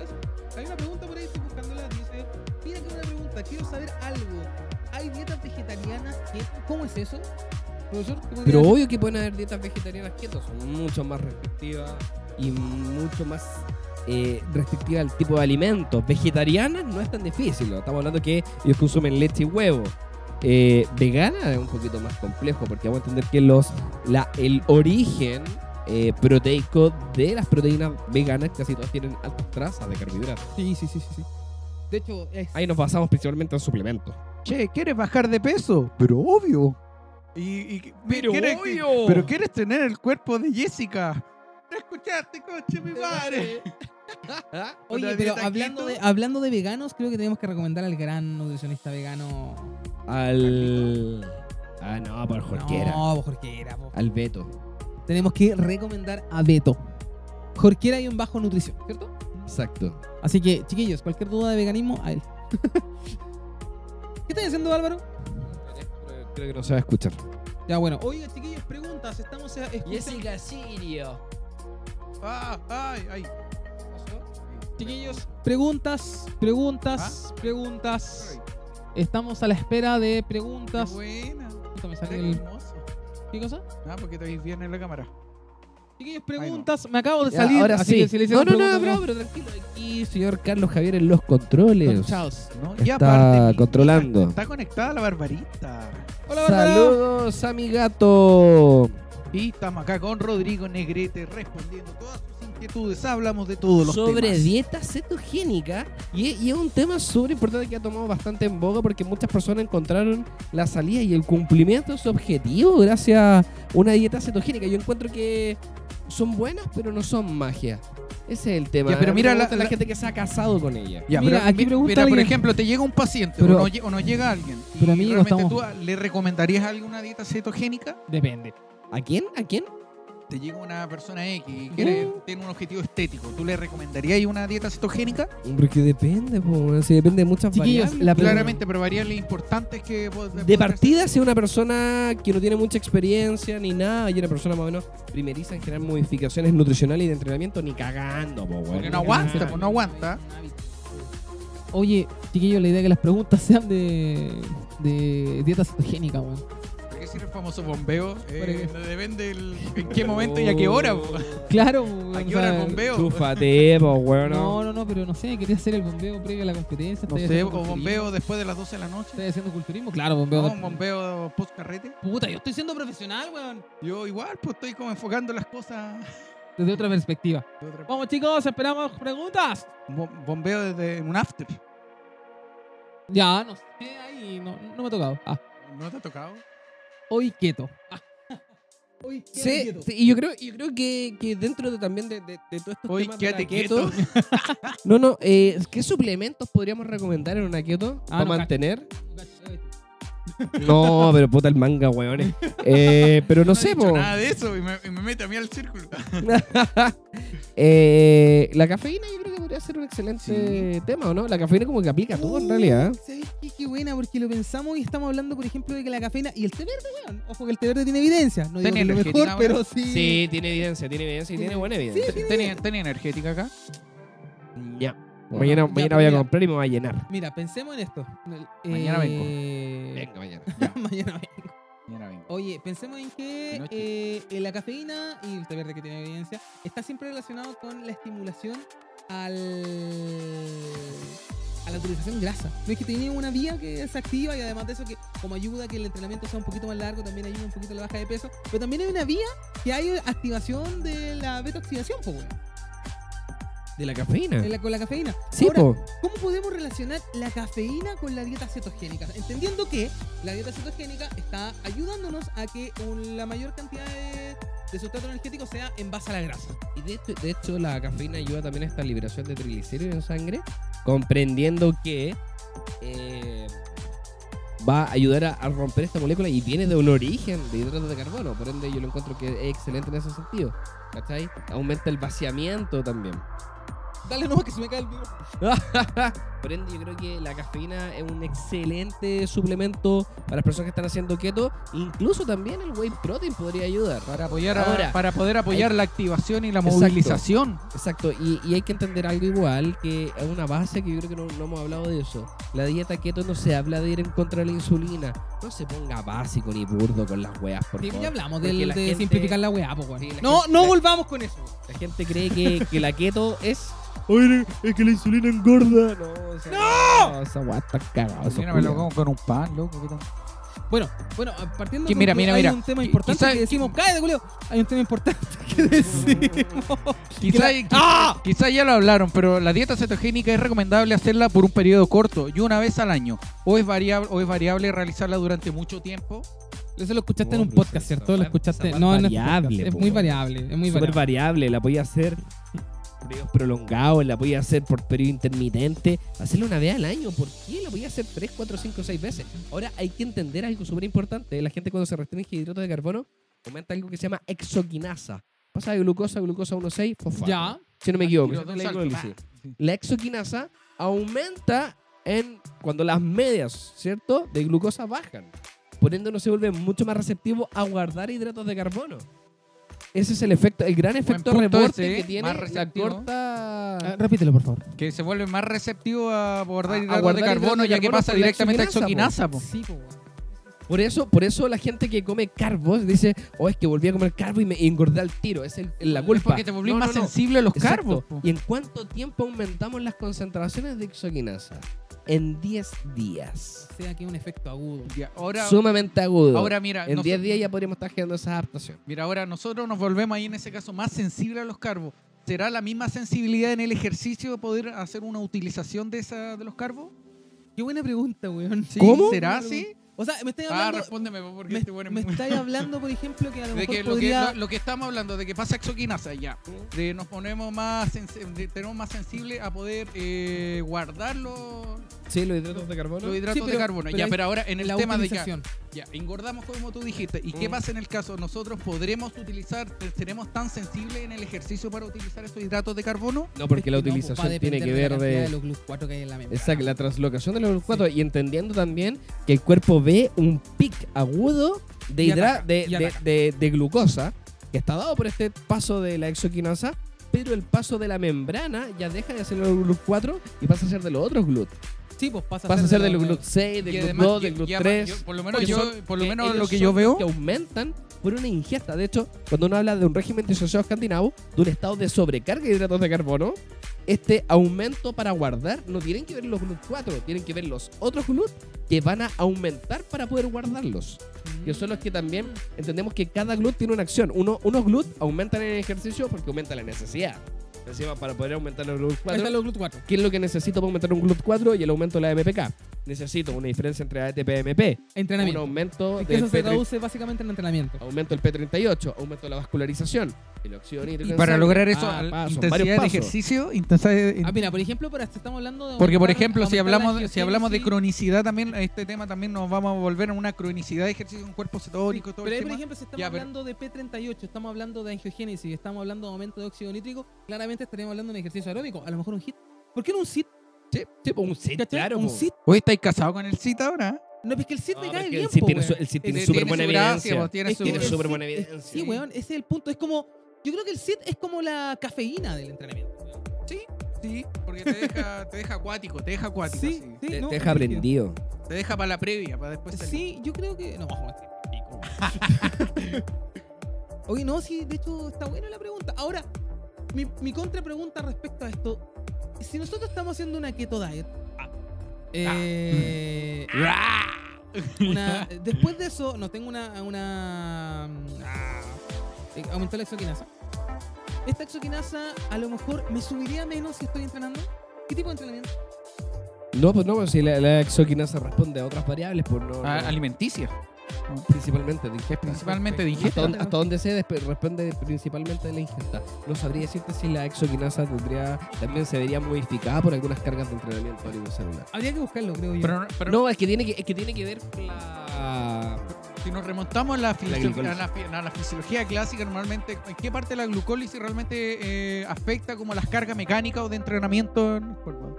Speaker 4: eso. Hay una pregunta por ahí, estoy buscándola. Dice, mira que buena pregunta, quiero saber algo. ¿Hay dietas vegetarianas? keto? ¿Cómo es eso? Profesor, ¿qué podría
Speaker 5: Pero
Speaker 4: decir?
Speaker 5: obvio que pueden haber dietas vegetarianas quietas, son mucho más restrictivas y mucho más eh, restrictivas al tipo de alimentos. Vegetarianas no es tan difícil, ¿no? estamos hablando que ellos consumen leche y huevo. Eh, vegana es un poquito más complejo porque vamos a entender que los, la, el origen eh, proteico de las proteínas veganas casi todas tienen altas trazas de carbohidratos.
Speaker 4: Sí, sí, sí, sí. sí. De hecho, es...
Speaker 5: Ahí nos basamos principalmente en suplementos.
Speaker 14: Che, ¿quieres bajar de peso? Pero obvio. Y, y- ¿quieres, pero quieres tener el cuerpo de Jessica. No escuchaste, coche, mi madre. Una
Speaker 4: Oye, pero
Speaker 14: dieta
Speaker 4: hablando de,
Speaker 14: keto.
Speaker 4: hablando de veganos, creo que tenemos que recomendar al gran nutricionista vegano.
Speaker 5: Al... Ah, no, por Jorquera.
Speaker 4: No, Jorquera. po.
Speaker 5: Al Beto.
Speaker 4: Tenemos que recomendar a Beto. Jorquera y un bajo nutrición, ¿cierto?
Speaker 5: Exacto.
Speaker 4: Así que, chiquillos, cualquier duda de veganismo, a él. ¿Qué estás haciendo, Álvaro?
Speaker 5: Creo que no se va a escuchar.
Speaker 4: Ya, bueno. Oiga, chiquillos, preguntas. Estamos. eh, a- escuchen-
Speaker 5: Sirio.
Speaker 3: Ah, ay, ay.
Speaker 4: Chiquillos, preguntas, preguntas, preguntas. Estamos a la espera de
Speaker 3: Qué
Speaker 4: preguntas.
Speaker 3: buena.
Speaker 4: Puta, me sale
Speaker 3: Qué
Speaker 4: el-
Speaker 3: hermoso.
Speaker 4: ¿Qué cosa?
Speaker 3: Ah, porque te ves bien en la cámara.
Speaker 4: Chiquillos,
Speaker 3: no.
Speaker 4: preguntas. Me acabo de
Speaker 5: Ya,
Speaker 4: salir.
Speaker 5: ahora
Speaker 4: así
Speaker 5: sí.
Speaker 4: que si le
Speaker 5: no,
Speaker 4: hicieron
Speaker 5: no, no,
Speaker 4: preguntas,
Speaker 5: bro, pero tranquilo. Aquí, señor Carlos Javier en los controles.
Speaker 4: Chaos.
Speaker 3: ¿no?
Speaker 5: Está
Speaker 3: mi-
Speaker 5: controlando.
Speaker 3: Está conectada la barbarita.
Speaker 4: Hola, Bárbara.
Speaker 5: Saludos a mi gato.
Speaker 3: Y estamos acá con Rodrigo Negrete respondiendo todas sus inquietudes. Hablamos de todos los
Speaker 5: Sobre
Speaker 3: temas.
Speaker 5: dieta cetogénica. Y, es- y es un tema súper importante que ha tomado bastante en boga porque muchas personas encontraron la salida y el cumplimiento de su objetivo gracias a una dieta cetogénica. Yo encuentro que son buenas, pero no son magia. Ese es el tema.
Speaker 3: Ya, pero
Speaker 5: A mí
Speaker 3: mira
Speaker 5: me
Speaker 3: la-
Speaker 5: gusta la
Speaker 3: la-
Speaker 5: gente que se ha casado con ella.
Speaker 3: Ya,
Speaker 4: Mira,
Speaker 3: pero,
Speaker 4: aquí
Speaker 3: mi-
Speaker 4: pregunta
Speaker 3: mira, por
Speaker 4: alguien-
Speaker 3: ejemplo, te llega un paciente
Speaker 4: Pero-
Speaker 3: o, no, lle- o nos llega alguien. y
Speaker 4: pero, amigo,
Speaker 3: realmente
Speaker 4: estamos-
Speaker 3: tú ah, le recomendarías a alguien una dieta cetogénica.
Speaker 15: Depende.
Speaker 5: ¿A quién? ¿A quién?
Speaker 3: Te llega una persona X y quiere,
Speaker 4: Uh.
Speaker 3: tiene un objetivo estético. ¿Tú le recomendarías una dieta cetogénica?
Speaker 5: Porque depende, po, sí, depende de muchas
Speaker 15: Chiquillos,
Speaker 5: variables.
Speaker 15: la
Speaker 5: po.
Speaker 3: Claramente, pero variables importantes que vos-
Speaker 5: De
Speaker 3: podrás-
Speaker 5: partida, si es una persona que no tiene mucha experiencia ni nada, y una persona más o menos primeriza en generar modificaciones nutricionales y de entrenamiento, ni cagando, po, weón.
Speaker 3: Porque
Speaker 5: Ni
Speaker 3: no aguanta,
Speaker 5: cagando.
Speaker 3: pues no aguanta.
Speaker 4: Oye, chiquillo, la idea es que las preguntas sean de, de dieta cetogénica, weón.
Speaker 3: ¿Por qué sirve el famoso bombeo? Eh,
Speaker 4: Para
Speaker 3: depende el- en qué momento y a qué hora. po.
Speaker 4: Claro, weón.
Speaker 3: ¿A
Speaker 4: o
Speaker 3: qué
Speaker 4: sea,
Speaker 3: hora el bombeo?
Speaker 5: Chúfate, po, weón.
Speaker 4: No, no, no, pero no sé, quería hacer el bombeo previo a la competencia.
Speaker 3: No
Speaker 4: estáis
Speaker 3: sé,
Speaker 4: haciendo
Speaker 3: o
Speaker 4: culturismo.
Speaker 3: bombeo después de las 12 de la noche.
Speaker 4: ¿Estás haciendo culturismo? Claro, bombeo.
Speaker 3: No, un bombeo post carrete.
Speaker 4: Puta, yo estoy siendo profesional, weón.
Speaker 3: Yo igual, pues estoy como enfocando las cosas.
Speaker 4: Desde otra perspectiva.
Speaker 3: de otra-
Speaker 4: Vamos, chicos, esperamos preguntas.
Speaker 3: Bo- Bombeo desde un after.
Speaker 4: Ya, no sé, ahí no, no me ha tocado. Ah,
Speaker 3: ¿No te ha tocado?
Speaker 4: hoy quieto.
Speaker 16: Hoy
Speaker 5: Sí,
Speaker 16: quieto.
Speaker 5: sí, y yo creo, yo creo que, que dentro de, también de, de, de todos estos
Speaker 3: Hoy
Speaker 5: temas de la
Speaker 3: quédate
Speaker 5: keto-
Speaker 3: quieto.
Speaker 5: No, no, eh, ¿qué suplementos podríamos recomendar en una keto
Speaker 4: Ah,
Speaker 5: para
Speaker 4: no,
Speaker 5: mantener? No, pero puta el manga, weón. Eh, pero no
Speaker 3: he
Speaker 5: sé,
Speaker 3: dicho
Speaker 5: po.
Speaker 3: Nada de eso y me, y me mete a mí al círculo.
Speaker 5: Eh, la cafeína yo creo que podría ser un excelente tema, ¿o no? La cafeína como que aplica a todo en realidad.
Speaker 16: ¿Sabes qué? Qué buena, porque lo pensamos y estamos hablando, por ejemplo, de que la cafeína y el té verde, weón. Ojo que el té verde tiene evidencia. No digo
Speaker 3: Tiene
Speaker 16: que es lo
Speaker 3: energética,
Speaker 16: mejor,
Speaker 3: weón.
Speaker 16: pero sí.
Speaker 5: tiene evidencia, tiene evidencia y tiene buena evidencia.
Speaker 3: ¿Tenía, tenía energética acá?
Speaker 5: Ya. pues Mañana,
Speaker 16: Ya,
Speaker 5: mañana
Speaker 16: pero
Speaker 5: voy a
Speaker 16: ya.
Speaker 5: comprar y me va a llenar.
Speaker 16: Mira, pensemos en esto. Eh,
Speaker 3: Mañana vengo.
Speaker 5: Venga, mañana.
Speaker 16: Mañana vengo.
Speaker 3: Mira, venga.
Speaker 16: Oye, pensemos en que
Speaker 3: De noche.
Speaker 16: eh, eh, la cafeína y el té verde que tiene evidencia está siempre relacionado con la estimulación al a la utilización grasa. No es que tiene una vía que es activa y además de eso que como ayuda a que el entrenamiento sea un poquito más largo, también ayuda un poquito a la baja de peso, pero también hay una vía que hay activación de la beta oxidación,
Speaker 5: ¿De la cafeína?
Speaker 16: con la cafeína.
Speaker 5: Sí,
Speaker 16: Ahora,
Speaker 5: po.
Speaker 16: ¿Cómo podemos relacionar la cafeína con la dieta cetogénica? Entendiendo que la dieta cetogénica está ayudándonos a que un- la mayor cantidad de, de sustrato energético sea en base a la grasa.
Speaker 5: Y de hecho, de hecho, la cafeína ayuda también a esta liberación de triglicéridos en sangre, comprendiendo que eh, va a ayudar a, a romper esta molécula y viene de un origen de hidratos de carbono. Por ende, yo lo encuentro que es excelente en ese sentido. ¿Cachai? Aumenta el vaciamiento también.
Speaker 16: Dale nomás que se me cae el vivo.
Speaker 5: Por ende, yo creo que la cafeína es un excelente suplemento para las personas que están haciendo keto. Incluso también el whey protein podría ayudar.
Speaker 3: Para, apoyar
Speaker 5: Ahora,
Speaker 3: para poder apoyar la activación y la
Speaker 5: Exacto.
Speaker 3: movilización.
Speaker 5: Exacto, y, y hay que entender algo igual, que es una base que yo creo que no, no hemos hablado de eso. La dieta keto no se habla de ir en contra de la insulina. No se ponga básico ni burdo con las weas, por
Speaker 4: Sí,
Speaker 5: favor.
Speaker 4: ya hablamos
Speaker 5: Porque
Speaker 4: del,
Speaker 5: la
Speaker 4: de
Speaker 5: gente-
Speaker 4: simplificar la weá, pues, weón.
Speaker 5: Sí, la
Speaker 16: No,
Speaker 5: gente-
Speaker 16: no
Speaker 5: la-
Speaker 16: volvamos con eso.
Speaker 5: La gente cree que, que la keto es... Oye, es que la insulina engorda. No, o sea, no, esa wea está cagada.
Speaker 3: Mira, me lo como con un pan, loco. ¿qué tal?
Speaker 16: Bueno, bueno, a- partiendo
Speaker 3: Que
Speaker 16: con
Speaker 3: mira,
Speaker 16: que
Speaker 3: mira,
Speaker 16: hay
Speaker 3: mira.
Speaker 16: un tema
Speaker 3: Que-
Speaker 16: importante
Speaker 3: quizá-
Speaker 16: que decimos, cállate, culeo. Hay un tema importante que decimos.
Speaker 3: Quizá, ¡Ah! quizá ya lo hablaron, pero la dieta cetogénica es recomendable hacerla por un periodo corto y una vez al año. O es variable, o es variable realizarla durante mucho tiempo.
Speaker 4: Eso lo escuchaste en un
Speaker 5: Hombre,
Speaker 4: podcast,
Speaker 5: esa
Speaker 4: ¿cierto? Lo
Speaker 5: weá-
Speaker 4: escuchaste.
Speaker 5: esa weá
Speaker 4: No, en este
Speaker 5: variable,
Speaker 4: podcast.
Speaker 5: po,
Speaker 4: Es muy
Speaker 5: weón.
Speaker 4: variable, es muy
Speaker 5: Súper
Speaker 4: variable.
Speaker 5: variable, la podía hacer por periodos prolongados, la podía hacer por periodo intermitente, hacerlo una vez al año, ¿por qué la podía hacer 3, 4, 5, 6 veces? Ahora hay que entender algo súper importante, la gente cuando se restringe hidratos de carbono aumenta algo que se llama exoquinasa, pasa de glucosa a glucosa 1,6, fosfato,
Speaker 4: Ya.
Speaker 5: si no me equivoco,
Speaker 3: Y los
Speaker 5: si
Speaker 3: dos
Speaker 5: no me
Speaker 3: saltos, Ah,
Speaker 5: equivoco,
Speaker 3: pa.
Speaker 5: sí. la exoquinasa aumenta en cuando las medias, ¿cierto?, de glucosa bajan. Por ende, uno se vuelve mucho más receptivo a guardar hidratos de carbono. Ese es el efecto, el gran efecto
Speaker 3: punto
Speaker 5: rebote
Speaker 3: ese,
Speaker 5: que
Speaker 3: ¿eh?
Speaker 5: tiene
Speaker 3: Más
Speaker 5: la
Speaker 3: receptivo.
Speaker 5: corta
Speaker 4: Ah, repítelo, por favor.
Speaker 3: Que se vuelve más receptivo a
Speaker 5: A- a
Speaker 3: guardar hidratos
Speaker 5: guardar
Speaker 3: de
Speaker 5: hidratos
Speaker 3: carbono,
Speaker 5: de
Speaker 3: ya que
Speaker 5: carbono
Speaker 3: pasa
Speaker 5: por la
Speaker 3: directamente a
Speaker 5: exoquinasa,
Speaker 3: exoquinasa. po.
Speaker 4: Sí, po, weón.
Speaker 5: Por eso, por eso la gente que come carbos dice, oh, es que volví a comer carbo y me engordé al tiro. Es el- la culpa.
Speaker 3: Es porque te volvís
Speaker 5: No, no,
Speaker 3: más
Speaker 5: no.
Speaker 3: sensible a los
Speaker 5: Exacto.
Speaker 3: carbos. po.
Speaker 5: ¿Y en cuánto tiempo aumentamos las concentraciones de exoquinasa? En 10 días.
Speaker 4: O sea, que es un efecto agudo.
Speaker 3: Y ahora,
Speaker 5: Sumamente agudo.
Speaker 3: ahora mira,
Speaker 5: en
Speaker 3: nos-
Speaker 5: 10 días ya podríamos estar generando esa adaptación.
Speaker 3: mira, ahora nosotros nos volvemos ahí en ese caso más sensible a los carbos. ¿Será la misma sensibilidad en el ejercicio de poder hacer una utilización de esa de los carbos?
Speaker 16: Qué buena pregunta, weón.
Speaker 3: Sí,
Speaker 5: ¿Cómo?
Speaker 3: ¿Será así?
Speaker 16: O sea, me estáis
Speaker 3: Ah,
Speaker 16: hablando,
Speaker 3: respóndeme po, porque
Speaker 16: me,
Speaker 3: este bueno es
Speaker 16: me
Speaker 3: muy-
Speaker 16: estáis hablando, por ejemplo, que a lo
Speaker 3: De
Speaker 16: mejor
Speaker 3: que lo,
Speaker 16: podría...
Speaker 3: que lo- lo que estamos hablando, de que pasa exoquinasa ya, de nos ponemos más, sensi- de- tenemos más sensible a poder eh, guardar los,
Speaker 5: Sí, los hidratos de carbono.
Speaker 3: los hidratos
Speaker 16: pero-
Speaker 3: de carbono.
Speaker 16: pero
Speaker 3: ya,
Speaker 16: hay-
Speaker 3: pero ahora en el
Speaker 4: la
Speaker 3: tema de ya,
Speaker 4: utilización.
Speaker 3: ya, engordamos como tú dijiste. ¿Y qué pasa en el caso? ¿Nosotros podremos utilizar, te- seremos tan sensibles en el ejercicio para utilizar esos hidratos de carbono?
Speaker 5: No, porque la
Speaker 16: pues,
Speaker 4: Es que no, po, va a
Speaker 5: utilización tiene
Speaker 4: depender
Speaker 5: que
Speaker 4: de la
Speaker 5: ver
Speaker 4: cantidad
Speaker 5: de...
Speaker 4: de los glucos 4 que hay en la membrana.
Speaker 5: Exacto, la translocación de los cuatro y entendiendo también que el cuerpo ve un pic agudo de,
Speaker 16: Y
Speaker 5: hidra-
Speaker 16: ataca,
Speaker 5: de,
Speaker 16: y
Speaker 5: de-
Speaker 16: ataca.
Speaker 5: de- de glucosa que está dado por este paso de la exoquinasa pero el paso de la membrana ya deja de ser el GLUT4 y pasa a ser de los otros GLUT.
Speaker 16: Sí, pues pasa
Speaker 5: Pasa a ser
Speaker 16: de
Speaker 5: del
Speaker 16: los-
Speaker 5: GLUT 6,
Speaker 16: y
Speaker 5: del GLUT
Speaker 16: además
Speaker 5: 2,
Speaker 16: que-
Speaker 5: del GLUT
Speaker 16: y además
Speaker 5: 3.
Speaker 16: yo- por lo menos,
Speaker 5: que
Speaker 16: yo,
Speaker 5: son-
Speaker 3: por lo menos
Speaker 5: ellos
Speaker 3: lo que
Speaker 5: son
Speaker 3: yo
Speaker 5: los
Speaker 3: veo
Speaker 5: Que aumentan por una ingesta. De hecho, cuando uno habla de un régimen disociado escandinavo, de un estado de sobrecarga de hidratos de carbono, este aumento para guardar no tienen que ver los GLUT4, tienen que ver los otros GLUT que van a aumentar para poder guardarlos. Que son los que también entendemos que cada GLUT tiene una acción. Uno, unos GLUT aumentan el ejercicio porque aumenta la necesidad. Encima, para poder aumentar los
Speaker 16: Ahí están
Speaker 5: GLUT4,
Speaker 16: los GLUT 4.
Speaker 5: ¿qué es lo que necesito para aumentar un GLUT4 y el aumento de la MPK? Necesito una diferencia entre ATP y MP un
Speaker 4: Entrenamiento.
Speaker 5: aumento
Speaker 4: Es que
Speaker 5: del
Speaker 4: eso se
Speaker 5: P30
Speaker 4: traduce básicamente en entrenamiento. Ah,
Speaker 5: aumento del P38, aumento de la vascularización, el óxido nítrico.
Speaker 3: Y
Speaker 5: en
Speaker 3: para
Speaker 5: sangre.
Speaker 3: lograr eso,
Speaker 5: Ah,
Speaker 3: al-
Speaker 5: pasos, varios
Speaker 3: intensidad de
Speaker 5: pasos.
Speaker 3: ejercicio, intensidad de-
Speaker 4: Ah, mira, por ejemplo, pero si estamos hablando de.
Speaker 3: Porque, por
Speaker 4: aumentar-
Speaker 3: ejemplo, si
Speaker 4: aumentar la
Speaker 3: hablamos, si hablamos de
Speaker 4: angiogénesis-
Speaker 3: cronicidad también, este tema también nos vamos a volver a una cronicidad de ejercicio en cuerpo cetónico, todo
Speaker 4: Pero
Speaker 3: el
Speaker 4: ahí, por
Speaker 3: tema.
Speaker 4: ejemplo, si estamos
Speaker 3: Ya, pero-
Speaker 4: hablando de P38, estamos hablando de angiogénesis, estamos hablando de aumento de óxido nítrico, claramente estaríamos hablando de un ejercicio aeróbico, a lo mejor un hit. ¿Por qué no un sit?
Speaker 5: Sí, sí, pues un sit,
Speaker 4: ¿Cachai?
Speaker 5: claro.
Speaker 4: un
Speaker 5: pues.
Speaker 4: sit.
Speaker 3: Hoy estáis casados con el CIT ahora.
Speaker 4: No, es que el sit me
Speaker 5: No,
Speaker 4: cae
Speaker 5: es que
Speaker 4: bien,
Speaker 5: el sit
Speaker 4: po,
Speaker 5: tiene,
Speaker 4: weón.
Speaker 5: su- el sit tiene
Speaker 3: Eh,
Speaker 5: súper buena
Speaker 3: su gracia,
Speaker 5: evidencia.
Speaker 3: pues, tiene
Speaker 4: Es
Speaker 3: su-
Speaker 4: que
Speaker 5: Tiene
Speaker 4: el
Speaker 5: súper
Speaker 4: sit-
Speaker 5: buena
Speaker 4: es-
Speaker 5: evidencia.
Speaker 4: Sí, weón, ese es el punto. Es como. Yo creo que el sit es como la cafeína del entrenamiento. weón.
Speaker 3: Sí, porque te deja, te deja acuático, te deja acuático. así.
Speaker 5: Te,
Speaker 4: no,
Speaker 5: te
Speaker 4: brígido.
Speaker 5: deja aprendido.
Speaker 3: Te deja para la previa, para después salir.
Speaker 4: Sí, yo creo que. No, vamos a pico.
Speaker 16: Oye, no, sí, de hecho está buena la pregunta. Ahora, mi, mi contrapregunta respecto a esto. Si nosotros estamos haciendo una keto diet,
Speaker 4: Eh, una- después de eso, no tengo una. una ah, eh, aumentó la exoquinasa.
Speaker 16: esta exoquinasa a lo mejor me subiría menos si estoy entrenando. ¿Qué tipo de entrenamiento?
Speaker 5: No, pues no, pues si la, la exoquinasa responde a otras variables, pues no.
Speaker 3: A-
Speaker 5: no,
Speaker 3: Ah, alimenticia,
Speaker 5: principalmente de ingesta.
Speaker 3: principalmente de
Speaker 5: Hasta
Speaker 3: ingesta.
Speaker 5: donde, hasta donde se despe- responde principalmente de la ingesta. No sabría decirte si la exoquinasa tendría, también se vería modificada por algunas cargas de entrenamiento a nivel celular.
Speaker 4: Habría que buscarlo, creo yo.
Speaker 3: Pero, pero
Speaker 5: No, es que tiene que, es que, tiene que ver con la.
Speaker 3: si nos remontamos a la, fisi-
Speaker 5: glucólisis.
Speaker 3: a la fi- a la fisiología clásica, normalmente, ¿en qué parte de la glucólisis realmente eh, afecta como las cargas mecánicas o de entrenamiento en el cuerpo?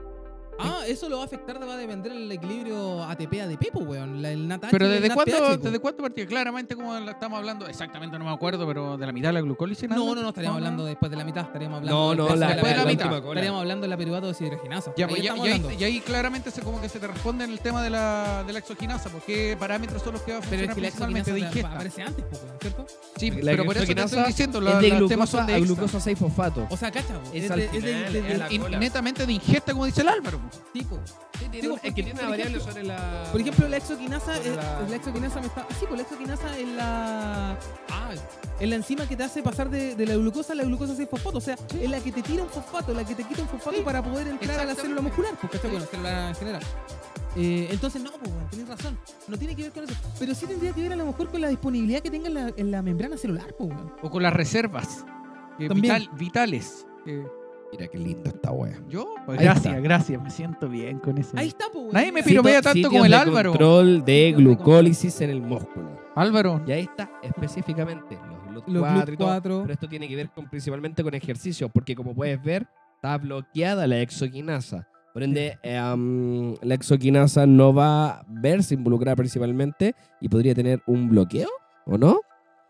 Speaker 4: ah, eso lo va a afectar, va a depender del equilibrio ATP-ADP, pues, weón. la- el NATH
Speaker 3: Pero
Speaker 4: y el
Speaker 3: ¿desde cuándo,
Speaker 4: NADPH, po.
Speaker 3: ¿desde cuánto partido? Claramente, como la estamos hablando, exactamente no me acuerdo, pero de la mitad de la glucólisis. nada
Speaker 4: No,
Speaker 3: más.
Speaker 4: no, no, estaríamos hablando después de la mitad, estaríamos hablando
Speaker 5: No,
Speaker 4: del
Speaker 5: no,
Speaker 4: peso
Speaker 5: la-
Speaker 4: de
Speaker 3: después de la
Speaker 4: la
Speaker 3: mitad.
Speaker 4: mitad. Estaríamos hablando de la peribato deshidrogenasa.
Speaker 3: Ya,
Speaker 4: Ahí
Speaker 3: pues, ya-
Speaker 4: estamos
Speaker 3: ya ahí-
Speaker 4: hablando.
Speaker 3: y ahí claramente se, como que se te responde en el tema de la, de la exogenasa, porque parámetros son los que va a
Speaker 4: pero
Speaker 3: funcionar
Speaker 4: es que la
Speaker 3: principalmente
Speaker 4: exoquinasa
Speaker 3: de
Speaker 4: la-
Speaker 3: ingesta.
Speaker 4: aparece antes, pues, weón, ¿cierto?
Speaker 3: Sí,
Speaker 5: La
Speaker 3: pero por eso te
Speaker 5: exogenasa
Speaker 3: estoy diciendo,
Speaker 5: es
Speaker 3: la-
Speaker 5: de
Speaker 3: los temas
Speaker 5: glucosa
Speaker 3: son de
Speaker 5: a
Speaker 3: extra.
Speaker 5: glucosa 6 fosfato.
Speaker 4: O sea, cacha, po,
Speaker 5: Es
Speaker 4: es
Speaker 5: al
Speaker 4: de- es de-
Speaker 5: final,
Speaker 4: de-
Speaker 5: es
Speaker 4: del
Speaker 5: la
Speaker 3: Y
Speaker 5: cola.
Speaker 3: netamente de ingesta, como dice el Álvaro. pues.
Speaker 4: tipo.
Speaker 5: Digo, es que tiene una variable sobre la.
Speaker 4: Por ejemplo, la exoquinasa,
Speaker 5: Sobre
Speaker 4: es-
Speaker 5: la-
Speaker 4: la exoquinasa me está. Sí, pues la exoquinasa es la. Ah, es la enzima que te hace pasar de, de la glucosa a la glucosa 6 fosfato. O sea, es la que te tira un fosfato, la que te quita un fosfato para poder entrar a la
Speaker 3: exactamente.
Speaker 4: célula muscular. Porque
Speaker 5: Este
Speaker 4: está bueno, célula en general. Eh, entonces, no, pues, bueno, tenés razón. No tiene que ver con eso. Pero sí tendría que ver a lo mejor con la disponibilidad que tenga en la, en la membrana celular, pues, bueno.
Speaker 3: O con las reservas eh,
Speaker 4: También.
Speaker 3: vital- vitales. Eh,
Speaker 5: Mira qué lindo esta wea.
Speaker 3: Yo, pues,
Speaker 5: Ahí
Speaker 3: gracias,
Speaker 5: está.
Speaker 3: gracias, me siento bien con eso.
Speaker 4: Ahí está, pues. bueno,
Speaker 3: Nadie me
Speaker 4: mira.
Speaker 3: pide- Pero vea tanto como el Álvaro.
Speaker 5: Control de glucólisis en el músculo.
Speaker 3: Álvaro,
Speaker 5: Y ahí está específicamente los
Speaker 4: Los
Speaker 5: GLUT4 y todo,
Speaker 4: GLUT4.
Speaker 5: Pero esto tiene que ver con, principalmente con ejercicio, porque como puedes ver, está bloqueada la exoquinasa. Por ende, eh, am, la exoquinasa no va a verse involucrada principalmente y podría tener un bloqueo, ¿o no?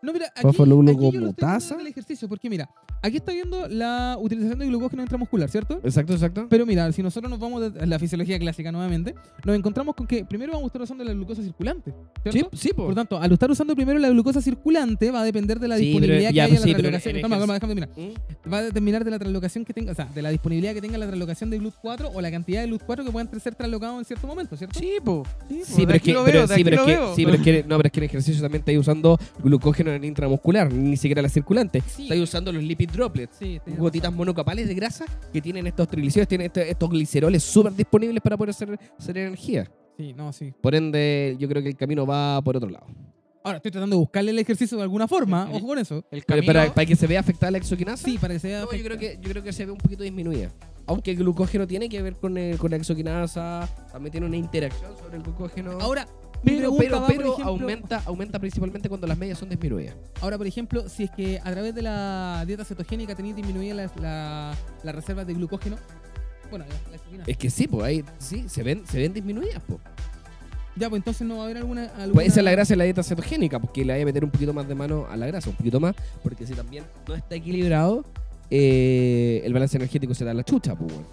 Speaker 4: No, mira, aquí, aquí yo
Speaker 5: Fósforo
Speaker 4: lo estoy
Speaker 5: glucomutasa.
Speaker 4: viendo en el ejercicio, porque mira, aquí está viendo la utilización de glucógeno intramuscular, ¿cierto?
Speaker 5: Exacto, exacto.
Speaker 4: Pero mira, si nosotros nos vamos de- a la fisiología clásica nuevamente, nos encontramos con que primero vamos a estar usando la glucosa circulante, ¿cierto?
Speaker 5: Sí, sí, po. Mm.
Speaker 4: Por tanto, al estar usando primero la glucosa circulante, va a depender de la
Speaker 5: Sí,
Speaker 4: disponibilidad
Speaker 5: pero ya,
Speaker 4: que haya
Speaker 5: sí,
Speaker 4: la
Speaker 5: pero
Speaker 4: translocación.
Speaker 5: en
Speaker 4: Calma, calma,
Speaker 5: ejerc-
Speaker 4: déjame terminar.
Speaker 5: ¿Mm?
Speaker 4: Va a determinar de la translocación que tenga, o sea, de la disponibilidad que tenga la translocación de GLUT4 o la cantidad de GLUT4 que puedan ser traslocados en cierto momento, ¿cierto?
Speaker 3: sí, po.
Speaker 5: Sí,
Speaker 3: de
Speaker 5: pero es
Speaker 3: aquí
Speaker 5: que,
Speaker 3: lo
Speaker 5: pero
Speaker 3: veo, de
Speaker 5: sí,
Speaker 3: aquí
Speaker 5: pero
Speaker 3: lo
Speaker 5: es que-
Speaker 3: veo.
Speaker 5: sí, pero es que- no, pero es que en ejercicio también estáis usando glucógeno en el intramuscular, ni siquiera la circulante.
Speaker 4: Sí.
Speaker 5: Estáis usando los lipid droplets,
Speaker 4: Sí, tenés
Speaker 5: gotitas monocapales de grasa que tienen estos triglicéridos, tienen este- estos gliceroles súper disponibles para poder hacer, hacer energía.
Speaker 4: razón. Sí, no, sí.
Speaker 5: Por ende, yo creo que el camino va por otro lado. Eh,
Speaker 4: Ahora, estoy tratando de buscarle el ejercicio de alguna forma,
Speaker 3: Sí.
Speaker 4: ojo con eso.
Speaker 3: El
Speaker 5: Pero
Speaker 3: camino-
Speaker 5: para, para que se vea afectada la exoquinasa,
Speaker 4: Sí, para que sea
Speaker 5: no, yo,
Speaker 4: afecta.
Speaker 5: creo que, yo creo que se ve un poquito disminuida. Aunque el glucógeno tiene que ver con, el- con la exoquinasa, también tiene una interacción sobre el glucógeno.
Speaker 4: Ahora, mi pregunta
Speaker 5: pero, pero,
Speaker 4: va, por
Speaker 5: pero
Speaker 4: ejemplo-
Speaker 5: aumenta, aumenta principalmente cuando las medias son disminuidas.
Speaker 4: Ahora, por ejemplo, si es que a través de la dieta cetogénica tenéis disminuida las la, las reservas de glucógeno, bueno, la, la glucina.
Speaker 5: Es que sí, pues ahí sí, se ven, se ven disminuidas, pues.
Speaker 4: ya, pues entonces no va a haber alguna. alguna
Speaker 5: Pues esa es la gracia de la dieta pues, cetogénica, porque le hay a meter un poquito más de mano a la grasa, un poquito más, porque si también no está equilibrado, eh, el balance energético se da a la chucha, pues, weón.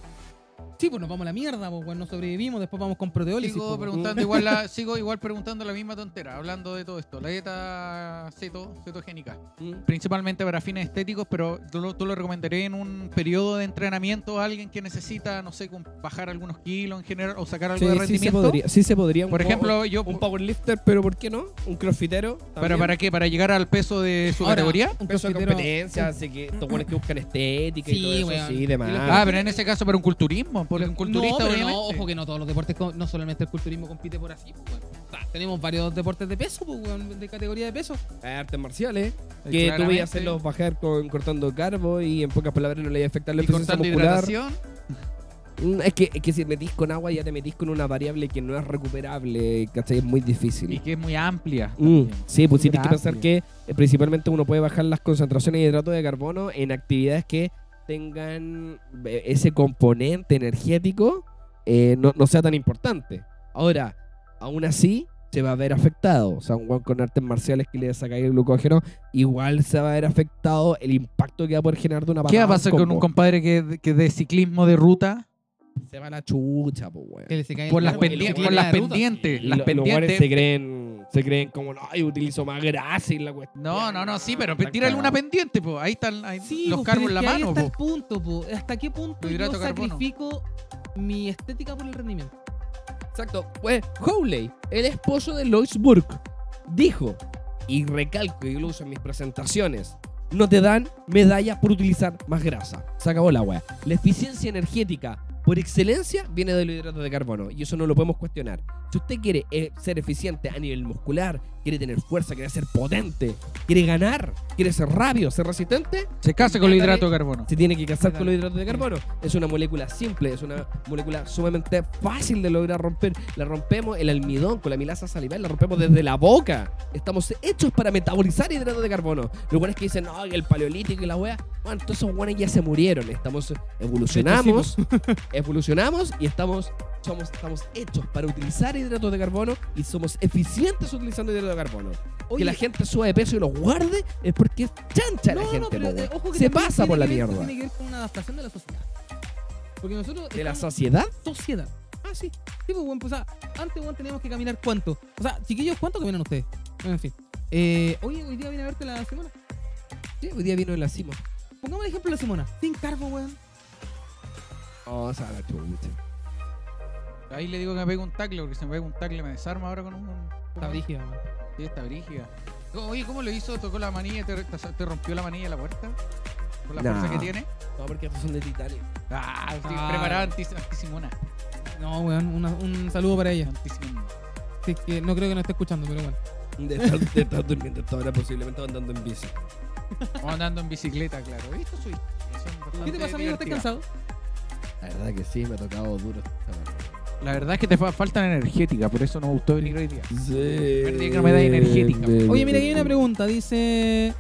Speaker 4: Sí, pues nos vamos a la mierda, pues, weón, no sobrevivimos, después vamos con proteólisis.
Speaker 3: Sigo
Speaker 4: pues, weón.
Speaker 3: preguntando, igual la, sigo igual preguntando la misma tontera, hablando de todo esto. La dieta ceto, cetogénica. Principalmente para fines estéticos, pero tú lo, tú lo recomendarías en un periodo de entrenamiento a alguien que necesita, no sé, con- bajar algunos kilos en general o sacar algo de
Speaker 5: Sí, sí se
Speaker 3: rendimiento.
Speaker 5: podría. Sí se podría. un
Speaker 3: Por
Speaker 5: po-
Speaker 3: ejemplo, yo...
Speaker 5: un powerlifter, pero ¿por qué no? Un crossfitero.
Speaker 3: ¿Para,
Speaker 5: también.
Speaker 3: ¿Para qué? ¿Para llegar al peso de su
Speaker 4: Ahora,
Speaker 3: categoría?
Speaker 4: un
Speaker 5: peso de
Speaker 4: crossfitero-
Speaker 5: competencia, así que estos buenos que buscan estética
Speaker 4: Sí,
Speaker 5: y todo eso,
Speaker 4: weón.
Speaker 5: sí, demás.
Speaker 3: Ah, pero en ese caso para un culturismo, porque un
Speaker 4: no,
Speaker 3: culturista
Speaker 4: pero
Speaker 3: obviamente.
Speaker 4: no, ojo que no todos los deportes, co- no solamente el culturismo compite por así, pues, weón. O sea, Tenemos varios deportes de peso, pues, weón, de categoría de peso.
Speaker 5: artes marciales,
Speaker 3: Eh,
Speaker 5: que tú voy
Speaker 3: claramente.
Speaker 5: a hacerlos bajar con, cortando carbo y en pocas palabras no le va a afectar la
Speaker 3: Y
Speaker 5: presencia
Speaker 3: cortando
Speaker 5: muscular.
Speaker 3: hidratación.
Speaker 5: Mm, Es que, es que si metís con agua ya te metís con una variable que no es recuperable, ¿cachai? Es muy difícil.
Speaker 3: Y que es muy amplia.
Speaker 5: Mm, sí, pues sí, tienes que
Speaker 3: Gracias.
Speaker 5: pensar que eh, principalmente uno puede bajar las concentraciones de hidrato de carbono en actividades que tengan eh, ese componente energético eh, no, no sea tan importante. Ahora, aún así, se va a ver afectado. O sea, un guan con artes marciales que le saca el glucógeno, igual se va a ver afectado el impacto que va a poder generar de una
Speaker 3: ¿Qué va
Speaker 5: patada
Speaker 3: a pasar con
Speaker 5: combo.
Speaker 3: un compadre que, que de ciclismo de ruta?
Speaker 5: Se va la chucha, pues, weón.
Speaker 4: Que se cae
Speaker 3: Por
Speaker 4: el-
Speaker 3: las,
Speaker 4: el-
Speaker 3: pendi-
Speaker 4: el-
Speaker 3: por
Speaker 4: el-
Speaker 3: las
Speaker 4: la ruta.
Speaker 3: pendientes.
Speaker 5: Y
Speaker 3: Las
Speaker 5: lo- los guanes se
Speaker 3: pendientes.
Speaker 5: creen, se creen como, no, yo utilizo más grasa y la cuestión.
Speaker 3: No, no, no, sí, pero
Speaker 5: Están
Speaker 3: tírale una
Speaker 5: cagados.
Speaker 3: pendiente, pues. Ahí están ahí
Speaker 16: Sí,
Speaker 3: los
Speaker 16: pues,
Speaker 3: cargos en
Speaker 16: pero
Speaker 3: la
Speaker 16: es que
Speaker 3: mano,
Speaker 16: Ahí está el
Speaker 3: pues.
Speaker 16: punto, po. ¿Hasta qué punto yo
Speaker 3: Hidrato de carbono.
Speaker 16: sacrifico mi estética por el rendimiento?
Speaker 5: Exacto. Pues Howley, el esposo de Lois Burke, dijo, y recalco y lo uso en mis presentaciones, no te dan medalla por utilizar más grasa. Se acabó la wea. La eficiencia energética por excelencia viene de los hidratos de carbono y eso no lo podemos cuestionar. Si usted quiere eh, ser eficiente a nivel muscular, quiere tener fuerza, quiere ser potente, quiere ganar, quiere ser rápido, ser resistente,
Speaker 3: Se casa con el hidrato de carbono.
Speaker 5: se tiene que casar con los hidratos de carbono. Es una molécula simple, es una molécula sumamente fácil de lograr romper. La rompemos el almidón con la milasa salival, la rompemos desde la boca. Estamos hechos para metabolizar hidratos de carbono. Los buenos que dicen, no, que el paleolítico y la wea. Bueno, todos esos buenos ya se murieron. Estamos, evolucionamos, evolucionamos y estamos. Somos, estamos hechos para utilizar hidratos de carbono y somos eficientes utilizando hidratos de carbono. que la gente suba de peso y los guarde es porque es chancha la gente. po,
Speaker 16: eh,
Speaker 5: weón.
Speaker 16: ojo que
Speaker 5: Se
Speaker 16: también
Speaker 5: pasa
Speaker 16: tiene
Speaker 5: por la
Speaker 16: que ver-
Speaker 5: mierda.
Speaker 16: Tiene que ver con una adaptación de la sociedad. Porque nosotros
Speaker 5: ¿De la
Speaker 16: estamos-
Speaker 5: sociedad?
Speaker 16: sociedad. Ah, sí. Sí, pues, weón, pues, o sea, antes, weón, teníamos que caminar cuánto. O sea, chiquillos, ¿cuánto caminan ustedes? En fin. Eh, oye, hoy día vine a verte la semana.
Speaker 5: Sí, hoy día vino de la cima.
Speaker 16: Pongamos el ejemplo de la semana. Sin cargo, weón.
Speaker 5: Oh, o sea, la chucha.
Speaker 3: Ahí le digo que me pegue un tackle, porque si me pega un tackle me desarma ahora con un.
Speaker 4: Está brígido, weón.
Speaker 3: Sí, está brígida. Co- Oye, ¿cómo lo hizo? ¿Tocó la manilla? y ¿Te, te- te rompió la manilla de la puerta? ¿Con la
Speaker 5: Nah.
Speaker 3: fuerza que tiene?
Speaker 5: No, porque estos son de titanio.
Speaker 3: Ah, estoy
Speaker 4: Ah.
Speaker 3: preparado anti, antisimona.
Speaker 4: No, weón, una- un saludo para ella.
Speaker 3: Antisimona.
Speaker 4: Sí, que no creo que nos esté escuchando, pero bueno.
Speaker 5: De estar, de estar durmiendo hasta ahora, posiblemente andando en bici.
Speaker 3: O andando en bicicleta, claro. ¿Viste? Soy- son
Speaker 16: ¿Qué te pasa, amigo? ¿Estás
Speaker 3: bastante divertidas.
Speaker 16: cansado?
Speaker 5: La verdad que sí, me ha tocado duro.
Speaker 3: La verdad es que te fa- faltan energética, por eso no me gustó venir hoy día.
Speaker 5: Sí.
Speaker 3: Perdí que no me da energética.
Speaker 16: Oye, mira, aquí hay una pregunta. Dice.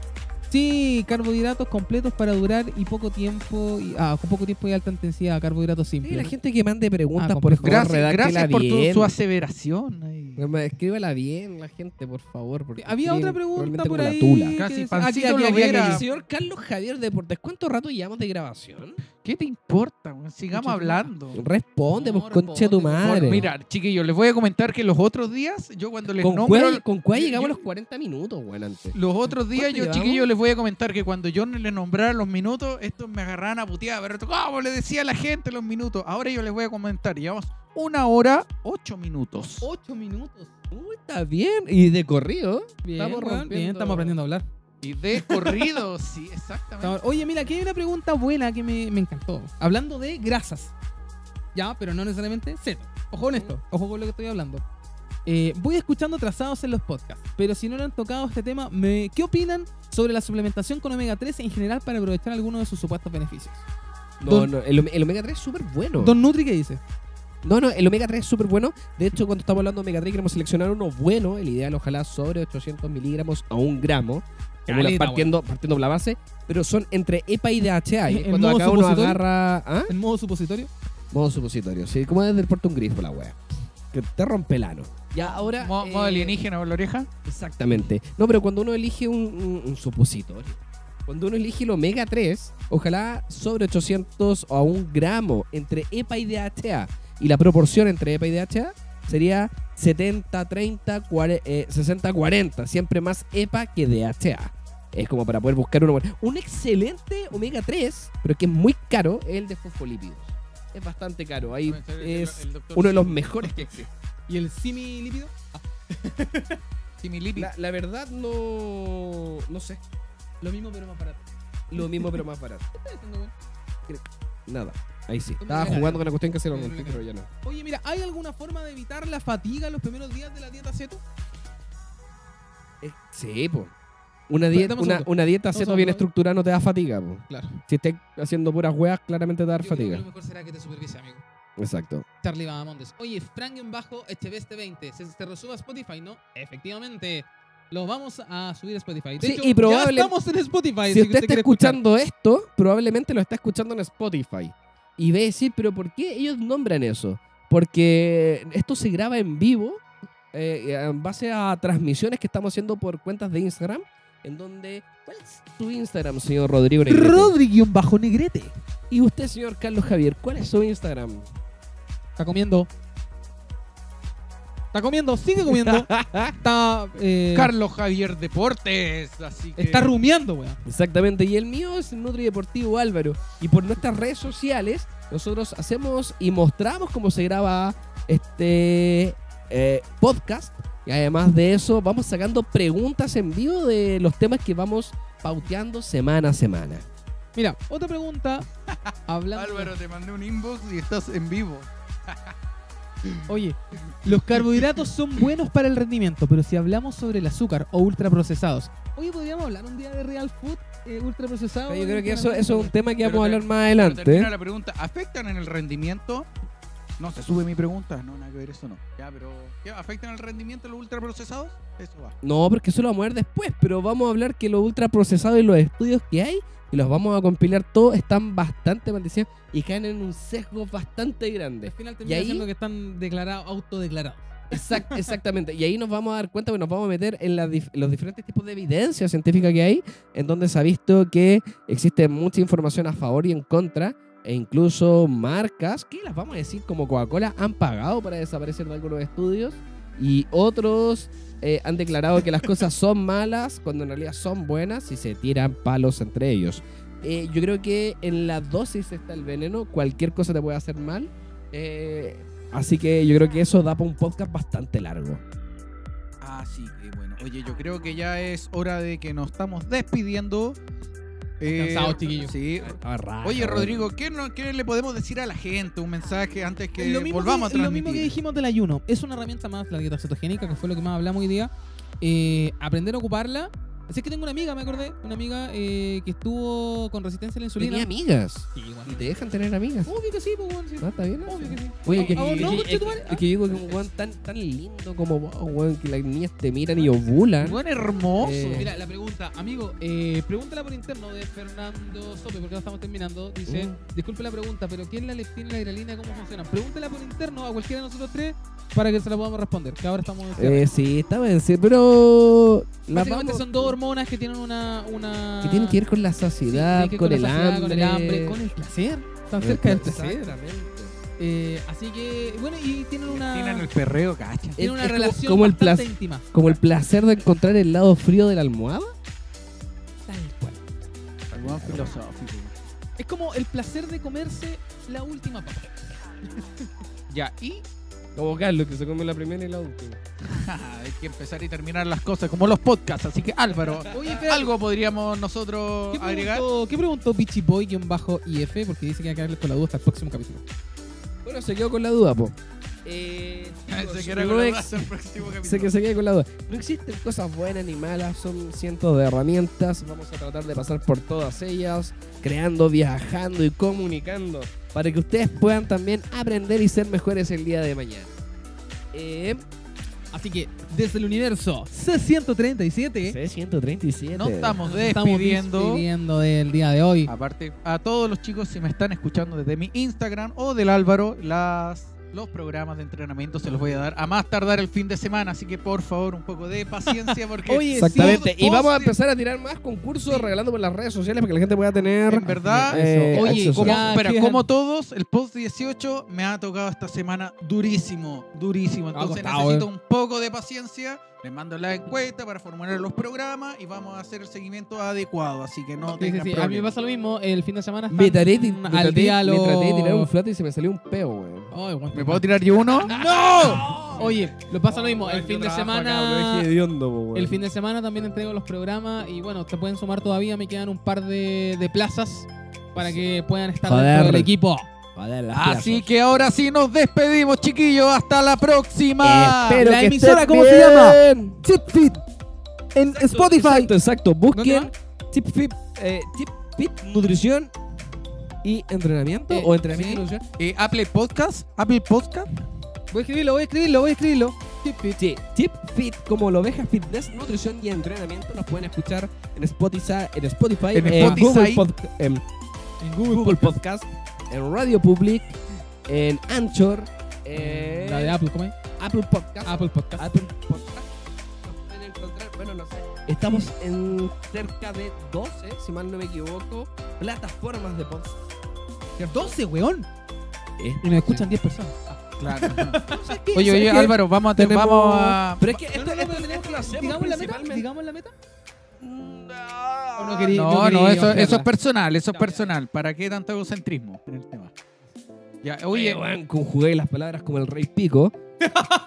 Speaker 16: Sí, carbohidratos completos para durar y poco tiempo. Y, ah, con poco tiempo y alta intensidad. Carbohidratos simples.
Speaker 5: Sí, la gente que mande preguntas,
Speaker 4: Ah,
Speaker 5: ¿Eh? por
Speaker 4: complejo.
Speaker 5: favor,
Speaker 3: Gracias,
Speaker 5: redáctela
Speaker 3: gracias por tu,
Speaker 5: bien.
Speaker 3: su aseveración. ahí.
Speaker 5: Escríbala bien, la gente, por favor. porque
Speaker 16: Había
Speaker 5: escriben
Speaker 16: otra pregunta
Speaker 5: realmente
Speaker 16: por
Speaker 5: con
Speaker 16: ahí.
Speaker 5: La
Speaker 16: que
Speaker 5: tula.
Speaker 3: Casi
Speaker 16: decía-
Speaker 3: Pancito
Speaker 16: aquí, aquí, aquí,
Speaker 3: Lovera.
Speaker 16: aquí, aquí.
Speaker 5: Señor Carlos Javier Deportes, ¿cuánto rato llevamos de grabación?
Speaker 3: ¿Qué te importa? weón? Sigamos
Speaker 4: Mucho
Speaker 3: hablando.
Speaker 5: Responde,
Speaker 4: No,
Speaker 5: pues, concha de tu
Speaker 4: responde, por favor.
Speaker 5: madre.
Speaker 3: Mira, chiquillos, les voy a comentar que los otros días, yo cuando les
Speaker 5: con
Speaker 3: nombro.
Speaker 5: cuál, con cuál llegamos a
Speaker 3: yo-
Speaker 5: los 40 minutos, weón, antes.
Speaker 3: Los otros días,
Speaker 5: ¿Cuánto
Speaker 3: yo,
Speaker 5: llevamos?
Speaker 3: chiquillos, les voy a comentar que cuando yo le nombrara los minutos, estos me agarraban a putear. Pero, ¿cómo le decía a la gente los minutos? Ahora yo les voy a comentar. Llevamos una hora, ocho minutos.
Speaker 16: Ocho minutos.
Speaker 5: Uy, está bien. Y de corrido.
Speaker 4: Bien, estamos,
Speaker 5: Estamos
Speaker 4: bien,
Speaker 5: rompiendo-
Speaker 4: estamos aprendiendo a hablar.
Speaker 3: Y de corrido, sí, exactamente.
Speaker 4: Estamos- Oye, mira, aquí hay una pregunta buena que me, me encantó. Hablando de grasas. Ya, pero no necesariamente ceto. Ojo con esto, ojo con lo que estoy hablando. Eh, voy escuchando trazados en los podcasts, pero si no le han tocado este tema, me- ¿qué opinan sobre la suplementación con omega 3 en general para aprovechar algunos de sus supuestos beneficios?
Speaker 5: No,
Speaker 4: Don-
Speaker 5: no, el, ome- el omega 3 es súper bueno.
Speaker 4: Don Nutri, ¿qué dice?
Speaker 5: No, no, el omega 3 es súper bueno. De hecho, cuando estamos hablando de omega 3, queremos seleccionar uno bueno. El ideal, ojalá, sobre 800 miligramos a un gramo. Como la-
Speaker 4: Caleta,
Speaker 5: partiendo, partiendo por la base. Pero son entre EPA y DHA. Y es
Speaker 4: ¿En
Speaker 5: cuando
Speaker 4: modo
Speaker 5: acá uno
Speaker 4: supositorio?
Speaker 5: agarra. ¿Ah?
Speaker 4: ¿En modo supositorio?
Speaker 5: Modo supositorio, sí. Como desde el puerto un grifo, la wea. Que te rompe el ano. Ya, ahora.
Speaker 3: Mo-
Speaker 5: eh,
Speaker 3: modo alienígena por la oreja.
Speaker 5: Exactamente. No, pero cuando uno elige un, un- un supositorio, Cuando uno elige el omega 3, ojalá sobre 800 o a un gramo entre EPA y DHA. Y la proporción entre EPA y DHA sería 70, 30, 40, eh, 60, 40. Siempre más EPA que DHA. Es como para poder buscar uno. bueno. Un excelente omega 3, pero que es muy caro, es el de fosfolípidos. Es bastante caro. Ahí es uno de los mejores que existe.
Speaker 16: ¿Y el similípido?
Speaker 3: Similipi.
Speaker 5: La, la verdad, no, no sé.
Speaker 16: Lo mismo pero más barato.
Speaker 5: Lo mismo, pero más barato. Nada. Ahí sí.
Speaker 16: Estaba
Speaker 5: Estaba
Speaker 16: jugando
Speaker 5: jugando con la cuestión que hacían
Speaker 16: los montes, pero
Speaker 5: pero ya no.
Speaker 16: Oye, mira, ¿hay alguna forma de evitar la fatiga en los primeros días de la dieta ceto?
Speaker 5: Eh, Sí, po. Una, dieta
Speaker 16: dame un
Speaker 5: una,
Speaker 16: segundo.
Speaker 5: una dieta
Speaker 16: Dame un
Speaker 5: ceto
Speaker 16: segundo.
Speaker 5: bien estructurada no te da fatiga, po.
Speaker 16: Claro.
Speaker 5: Si estés haciendo puras hueas, claramente te va a dar
Speaker 16: Yo creo que
Speaker 5: fatiga.
Speaker 16: lo mejor será que te supervise, amigo.
Speaker 5: Exacto.
Speaker 16: Charlie Bamondes. Oye, Frankenbajo, este 20 se, se resuba a Spotify, ¿no? Efectivamente. Lo vamos a subir a Spotify. De
Speaker 5: Sí,
Speaker 16: hecho,
Speaker 5: y probable-
Speaker 16: ya estamos en Spotify. así
Speaker 5: Si
Speaker 16: que
Speaker 5: usted está
Speaker 16: quiere escuchar.
Speaker 5: escuchando esto, probablemente lo está escuchando en Spotify. Y ve a decir, pero ¿por qué ellos nombran eso? Porque esto se graba en vivo eh, en base a transmisiones que estamos haciendo por cuentas de Instagram. En donde. ¿Cuál es tu Instagram, señor Rodrigo? Negrete?
Speaker 16: bajo negrete.
Speaker 5: Y usted, señor Carlos Javier, ¿cuál es su Instagram?
Speaker 4: Está comiendo.
Speaker 16: Está comiendo, sigue comiendo.
Speaker 4: Está. eh,
Speaker 3: Carlos Javier Deportes. Así que.
Speaker 16: está rumiando, weón.
Speaker 5: Exactamente, y el mío es Nutri Deportivo Álvaro. Y por nuestras redes sociales, nosotros hacemos y mostramos cómo se graba este eh, podcast. Y además de eso, vamos sacando preguntas en vivo de los temas que vamos pauteando semana a semana.
Speaker 4: mira, otra pregunta. Hablando.
Speaker 3: Álvaro, te mandé un inbox y estás en vivo.
Speaker 4: Oye,
Speaker 16: Los carbohidratos son buenos para el rendimiento, pero si hablamos sobre el azúcar o ultraprocesados. Oye, podríamos hablar un día de real food eh, ultraprocesado.
Speaker 5: Yo creo que eso, eso es un tema que
Speaker 3: Pero
Speaker 5: vamos a
Speaker 3: te-
Speaker 5: hablar más
Speaker 3: Pero
Speaker 5: adelante.
Speaker 3: termina la pregunta. ¿Afectan en el rendimiento? No, se sube mi pregunta. No, nada que ver eso no. Ya, pero. ¿qué? ¿Afectan el rendimiento los ultraprocesados? Eso va.
Speaker 5: No, porque eso lo vamos a ver después, pero vamos a hablar que los ultraprocesados y los estudios que hay, y los vamos a compilar todos, están bastante maldecidos y caen en un sesgo bastante grande.
Speaker 4: al final
Speaker 5: Y
Speaker 4: termina
Speaker 5: ahí-
Speaker 4: siendo que están declarados, autodeclarados.
Speaker 5: Exact- exactamente. Y ahí nos vamos a dar cuenta, que nos vamos a meter en las dif- los diferentes tipos de evidencia científica que hay, en donde se ha visto que existe mucha información a favor y en contra, e incluso marcas que las vamos a decir como Coca-Cola han pagado para desaparecer de algunos estudios y otros eh, han declarado que las cosas son malas cuando en realidad son buenas y se tiran palos entre ellos. Eh, yo creo que en la dosis está el veneno, cualquier cosa te puede hacer mal. Eh, Así que yo creo que eso da para un podcast bastante largo.
Speaker 3: Así que Ah, bueno, oye, yo creo que ya es hora de que nos estamos despidiendo. Eh,
Speaker 4: Cansados, chiquillos.
Speaker 3: Sí. Oye, Rodrigo, ¿qué, no- qué le podemos decir a la gente? Un mensaje antes que
Speaker 16: lo mismo,
Speaker 3: volvamos
Speaker 16: que,
Speaker 3: a
Speaker 16: lo mismo que
Speaker 3: transmitir.
Speaker 16: dijimos del ayuno.
Speaker 4: Es una herramienta más la dieta cetogénica, que fue lo que más hablamos hoy día. Eh, aprender a ocuparla. Así que tengo una amiga, me acordé, una amiga eh, que estuvo con resistencia a la insulina.
Speaker 5: Tenía amigas.
Speaker 4: Sí, igual.
Speaker 5: Y te dejan tener amigas.
Speaker 16: Obvio que sí, pues, weón, sí.
Speaker 5: ¿No está bien? eso?
Speaker 16: Obvio que sí.
Speaker 5: Oye, que,
Speaker 16: ¿A vos no,
Speaker 5: que-
Speaker 16: conchetumare?
Speaker 5: es que yo digo que un weón tan, tan lindo como vos, weón, que las niñas te miran y ovulan.
Speaker 3: Buen hermoso.
Speaker 5: Eh,
Speaker 4: Mira, la pregunta, amigo, eh, pregúntala por interno de Fernando Sope, porque no estamos terminando. Dice,
Speaker 5: Mm.
Speaker 4: disculpe la pregunta, pero ¿qué es la leptina y la grelina? ¿Cómo funcionan? Pregúntala por interno a cualquiera de nosotros tres para que se la podamos responder, que ahora estamos... en cierre.
Speaker 5: Eh, sí, está bien, sí, pero... las
Speaker 4: Básicamente
Speaker 5: vamos-
Speaker 4: son dos hormonas que tienen una... una...
Speaker 5: Que tienen que ir con la
Speaker 4: Sí,
Speaker 5: saciedad,
Speaker 4: tienen que ir
Speaker 5: con,
Speaker 4: la
Speaker 5: el
Speaker 4: saciedad,
Speaker 5: hambre.
Speaker 4: con el hambre, con el placer. Están
Speaker 5: Eh,
Speaker 4: cerca del placer.
Speaker 5: Exactamente.
Speaker 4: Eh, así que, bueno, y tienen una...
Speaker 3: Tienen el perreo, cacha.
Speaker 5: Es-
Speaker 4: tienen una
Speaker 5: es como-
Speaker 4: relación
Speaker 5: como el
Speaker 4: bastante
Speaker 5: placer-
Speaker 4: íntima.
Speaker 5: Como el placer de encontrar el lado frío de la almohada.
Speaker 4: Tal cual.
Speaker 3: Algo más filosófico.
Speaker 4: Es como el placer de comerse la última papa.
Speaker 3: Ya, y
Speaker 5: Como Carlos, que se come la primera y la última.
Speaker 3: hay que empezar y terminar las cosas, como los podcasts. Así que, Álvaro,
Speaker 4: Oye, espera,
Speaker 3: algo podríamos nosotros
Speaker 4: ¿Qué
Speaker 3: agregar.
Speaker 4: preguntó, ¿Qué preguntó Pichiboy-IF? Porque dice que hay que quedarles con la duda hasta el próximo capítulo.
Speaker 5: Bueno, se quedó con la duda, po.
Speaker 4: Eh,
Speaker 3: Se queda
Speaker 5: no
Speaker 3: con la
Speaker 5: ex-
Speaker 3: base al próximo capítulo.
Speaker 5: Sé que se quede con la duda. No existen cosas buenas ni malas, son cientos de herramientas. Vamos a tratar de pasar por todas ellas, creando, viajando y comunicando para que ustedes puedan también aprender y ser mejores el día de mañana. Eh,
Speaker 4: Así que, desde el universo C137,
Speaker 5: C137.
Speaker 3: Nos estamos
Speaker 4: nos estamos
Speaker 3: despidiendo.
Speaker 4: despidiendo del día de
Speaker 3: Ah,
Speaker 4: hoy.
Speaker 3: Aparte, a todos los chicos si me están escuchando desde mi Instagram o del Álvaro, las Los programas de entrenamiento se los voy a dar a más tardar el fin de semana, así que por favor, un poco de paciencia porque
Speaker 16: Oye,
Speaker 5: Exactamente.
Speaker 3: sí,
Speaker 5: Y vamos a
Speaker 3: poste-
Speaker 5: empezar a tirar más concursos regalando por las redes sociales para que la gente pueda tener.
Speaker 3: En verdad,
Speaker 5: eh,
Speaker 3: oye,
Speaker 5: acceso.
Speaker 3: como,
Speaker 4: Ya,
Speaker 3: espera,
Speaker 4: Cristian.
Speaker 3: como todos, el post 18 me ha tocado esta semana durísimo, durísimo.
Speaker 4: Ha
Speaker 3: Entonces
Speaker 4: costado, eh.
Speaker 3: necesito un poco de paciencia. Les mando la encuesta para formular los programas y vamos a hacer el seguimiento adecuado. Así que no
Speaker 4: Sí, sí,
Speaker 3: tengan
Speaker 4: sí, A mí me
Speaker 3: problema.
Speaker 4: pasa lo mismo. El fin de semana están
Speaker 5: Me traté, de- me
Speaker 4: al
Speaker 5: traté-
Speaker 4: día
Speaker 5: me
Speaker 4: los-
Speaker 5: traté de tirar un flate y se me salió un peo, weón.
Speaker 4: Ay, Oh, aguanta.
Speaker 3: ¿Me puedo tirar yo uno?
Speaker 4: Oye, lo pasa lo mismo. El fin de semana. El
Speaker 5: Ah, El
Speaker 4: fin de semana también entrego los programas y bueno, te pueden sumar todavía. Me quedan un par de, de plazas para que puedan estar
Speaker 5: Joder.
Speaker 4: dentro del equipo.
Speaker 5: Ah,
Speaker 3: Así que ahora sí nos despedimos, chiquillos. Hasta la próxima.
Speaker 5: Espero
Speaker 17: ¿La
Speaker 5: que
Speaker 17: emisora
Speaker 5: estén
Speaker 17: cómo se llama?
Speaker 5: bien.
Speaker 17: Tipfit en Spotify.
Speaker 5: Exacto, exacto. Busquen
Speaker 3: ¿Dónde
Speaker 5: Tipfit, eh, Tipfit Nutrición y Entrenamiento.
Speaker 3: Eh,
Speaker 5: o Entrenamiento
Speaker 3: sí.
Speaker 5: y Nutrición.
Speaker 3: Eh, Apple Podcast. Apple Podcast.
Speaker 17: Voy a escribirlo, voy a escribirlo, voy a escribirlo.
Speaker 5: Tipfit. Sí, Tipfit, como la oveja fitness, nutrición y entrenamiento. Los pueden escuchar en Spotify, en, Spotify,
Speaker 3: En Spotify.
Speaker 5: Google, Pod- en Google Podcast, en Radio Public, en Anchor, en
Speaker 4: La de Apple, ¿cómo es?
Speaker 5: Apple Podcast.
Speaker 4: Apple Podcast.
Speaker 5: Apple Podcast. Nos pueden encontrar, bueno, no sé. Estamos en cerca de 12, si mal no me equivoco, plataformas de podcast.
Speaker 16: 12, weón.
Speaker 4: Y me escuchan 10 personas.
Speaker 3: Claro.
Speaker 5: ¿sabes
Speaker 3: oye, oye,
Speaker 5: qué?
Speaker 3: Álvaro, vamos a, tener
Speaker 5: Tenemos-
Speaker 3: vamos a
Speaker 5: Pero es que esto,
Speaker 16: No, no, no,
Speaker 5: esto-
Speaker 16: pero
Speaker 5: esto lo hacemos
Speaker 16: Digamos la meta,
Speaker 5: principalmente-
Speaker 16: digamos la meta.
Speaker 5: No.
Speaker 16: no querí-
Speaker 3: No, no,
Speaker 16: quería
Speaker 3: eso,
Speaker 16: hacerla.
Speaker 3: eso es personal, eso
Speaker 16: Ya,
Speaker 3: es
Speaker 16: ya.
Speaker 3: personal. ¿Para qué tanto egocentrismo en el tema? Ya, oye,
Speaker 5: Eh, weón, conjugué las palabras como el rey pico.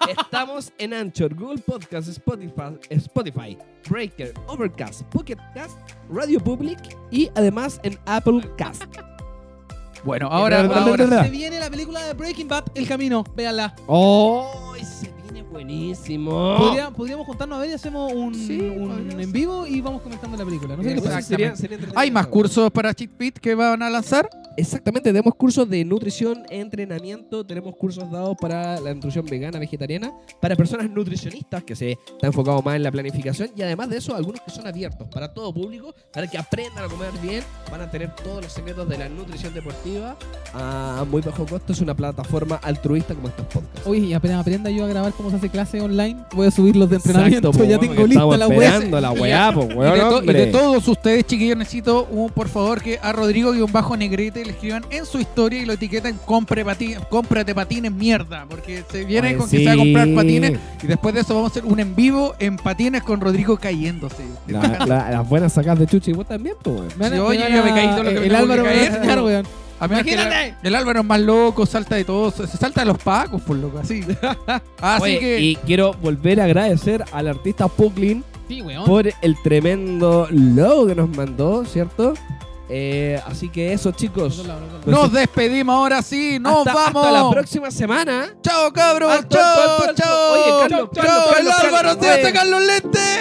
Speaker 5: Estamos en Anchor, Google Podcast, Spotify, Spotify, Breaker, Overcast, Pocket Cast, Radio Public y además en Apple Cast.
Speaker 3: bueno, ahora,
Speaker 5: Pero-
Speaker 3: ahora-
Speaker 5: pero-
Speaker 16: Se viene la película de Breaking Bad, El Camino. Véanla.
Speaker 5: ¡Oh! Se viene buenísimo.
Speaker 16: Podría- podríamos juntarnos a ver y hacemos un,
Speaker 5: Sí,
Speaker 16: un
Speaker 5: podríamos.
Speaker 16: en vivo y vamos comentando la película. No sé qué les
Speaker 3: Exacto.
Speaker 16: parece.
Speaker 3: Sería- hay más cursos para Chitpit que van a lanzar.
Speaker 5: Exactamente, tenemos cursos de nutrición, entrenamiento, tenemos cursos dados para la nutrición vegana, vegetariana, para personas nutricionistas que se están enfocados más en la planificación y además de eso algunos que son abiertos para todo público, para que aprendan a comer bien, van a tener todos los secretos de la nutrición deportiva a muy bajo costo, es una plataforma altruista como estos podcasts.
Speaker 4: Oye, y apenas aprenda yo a grabar cómo se hace clase online, voy a subir los de entrenamiento. ya tengo lista la web.
Speaker 5: la pues,
Speaker 3: Y
Speaker 5: weá,
Speaker 3: de, to- y de todos ustedes, chiquillos, necesito un por favor que a Rodrigo y un bajo negrete le escriban en su historia y lo etiqueten compre pati- cómprate patines mierda. Porque se
Speaker 5: Pues
Speaker 3: viene con que se va a comprar patines. Y después de eso vamos a hacer un en vivo en patines con Rodrigo cayéndose.
Speaker 5: las buenas sacas de Chuchi, vos también, pues.
Speaker 4: Me van a-
Speaker 3: Sí, oye,
Speaker 4: me van
Speaker 3: yo
Speaker 4: a-
Speaker 3: me caí todo lo que me
Speaker 4: El
Speaker 3: tengo
Speaker 4: Álvaro
Speaker 3: que
Speaker 4: me va a
Speaker 3: caer.
Speaker 4: enseñar, weón.
Speaker 3: A menos que el-
Speaker 16: Imagínate.
Speaker 3: el Álvaro es más loco, salta de todos, se salta de los pacos, por loco, así. Así
Speaker 5: Oye,
Speaker 3: que
Speaker 5: Y quiero volver a agradecer al artista Puglin
Speaker 4: Sí,
Speaker 3: ¿Ah?
Speaker 4: weón.
Speaker 5: por el tremendo logo que nos mandó, ¿cierto? Eh, así que eso, chicos.
Speaker 3: nos despedimos ahora sí, nos
Speaker 5: pues Hasta-
Speaker 3: vamos.
Speaker 5: Hasta la próxima semana.
Speaker 3: Chao, cabros,
Speaker 5: Alto,
Speaker 3: chao,
Speaker 5: alto, alto.
Speaker 3: chao.
Speaker 5: Oye, Carlos,
Speaker 3: chao,
Speaker 5: Carlos,
Speaker 3: el
Speaker 5: Carlos,
Speaker 3: Álvaro
Speaker 5: Carlos,
Speaker 3: se va a
Speaker 5: oye.
Speaker 3: sacar los lentes.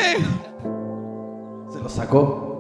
Speaker 2: Se lo sacó.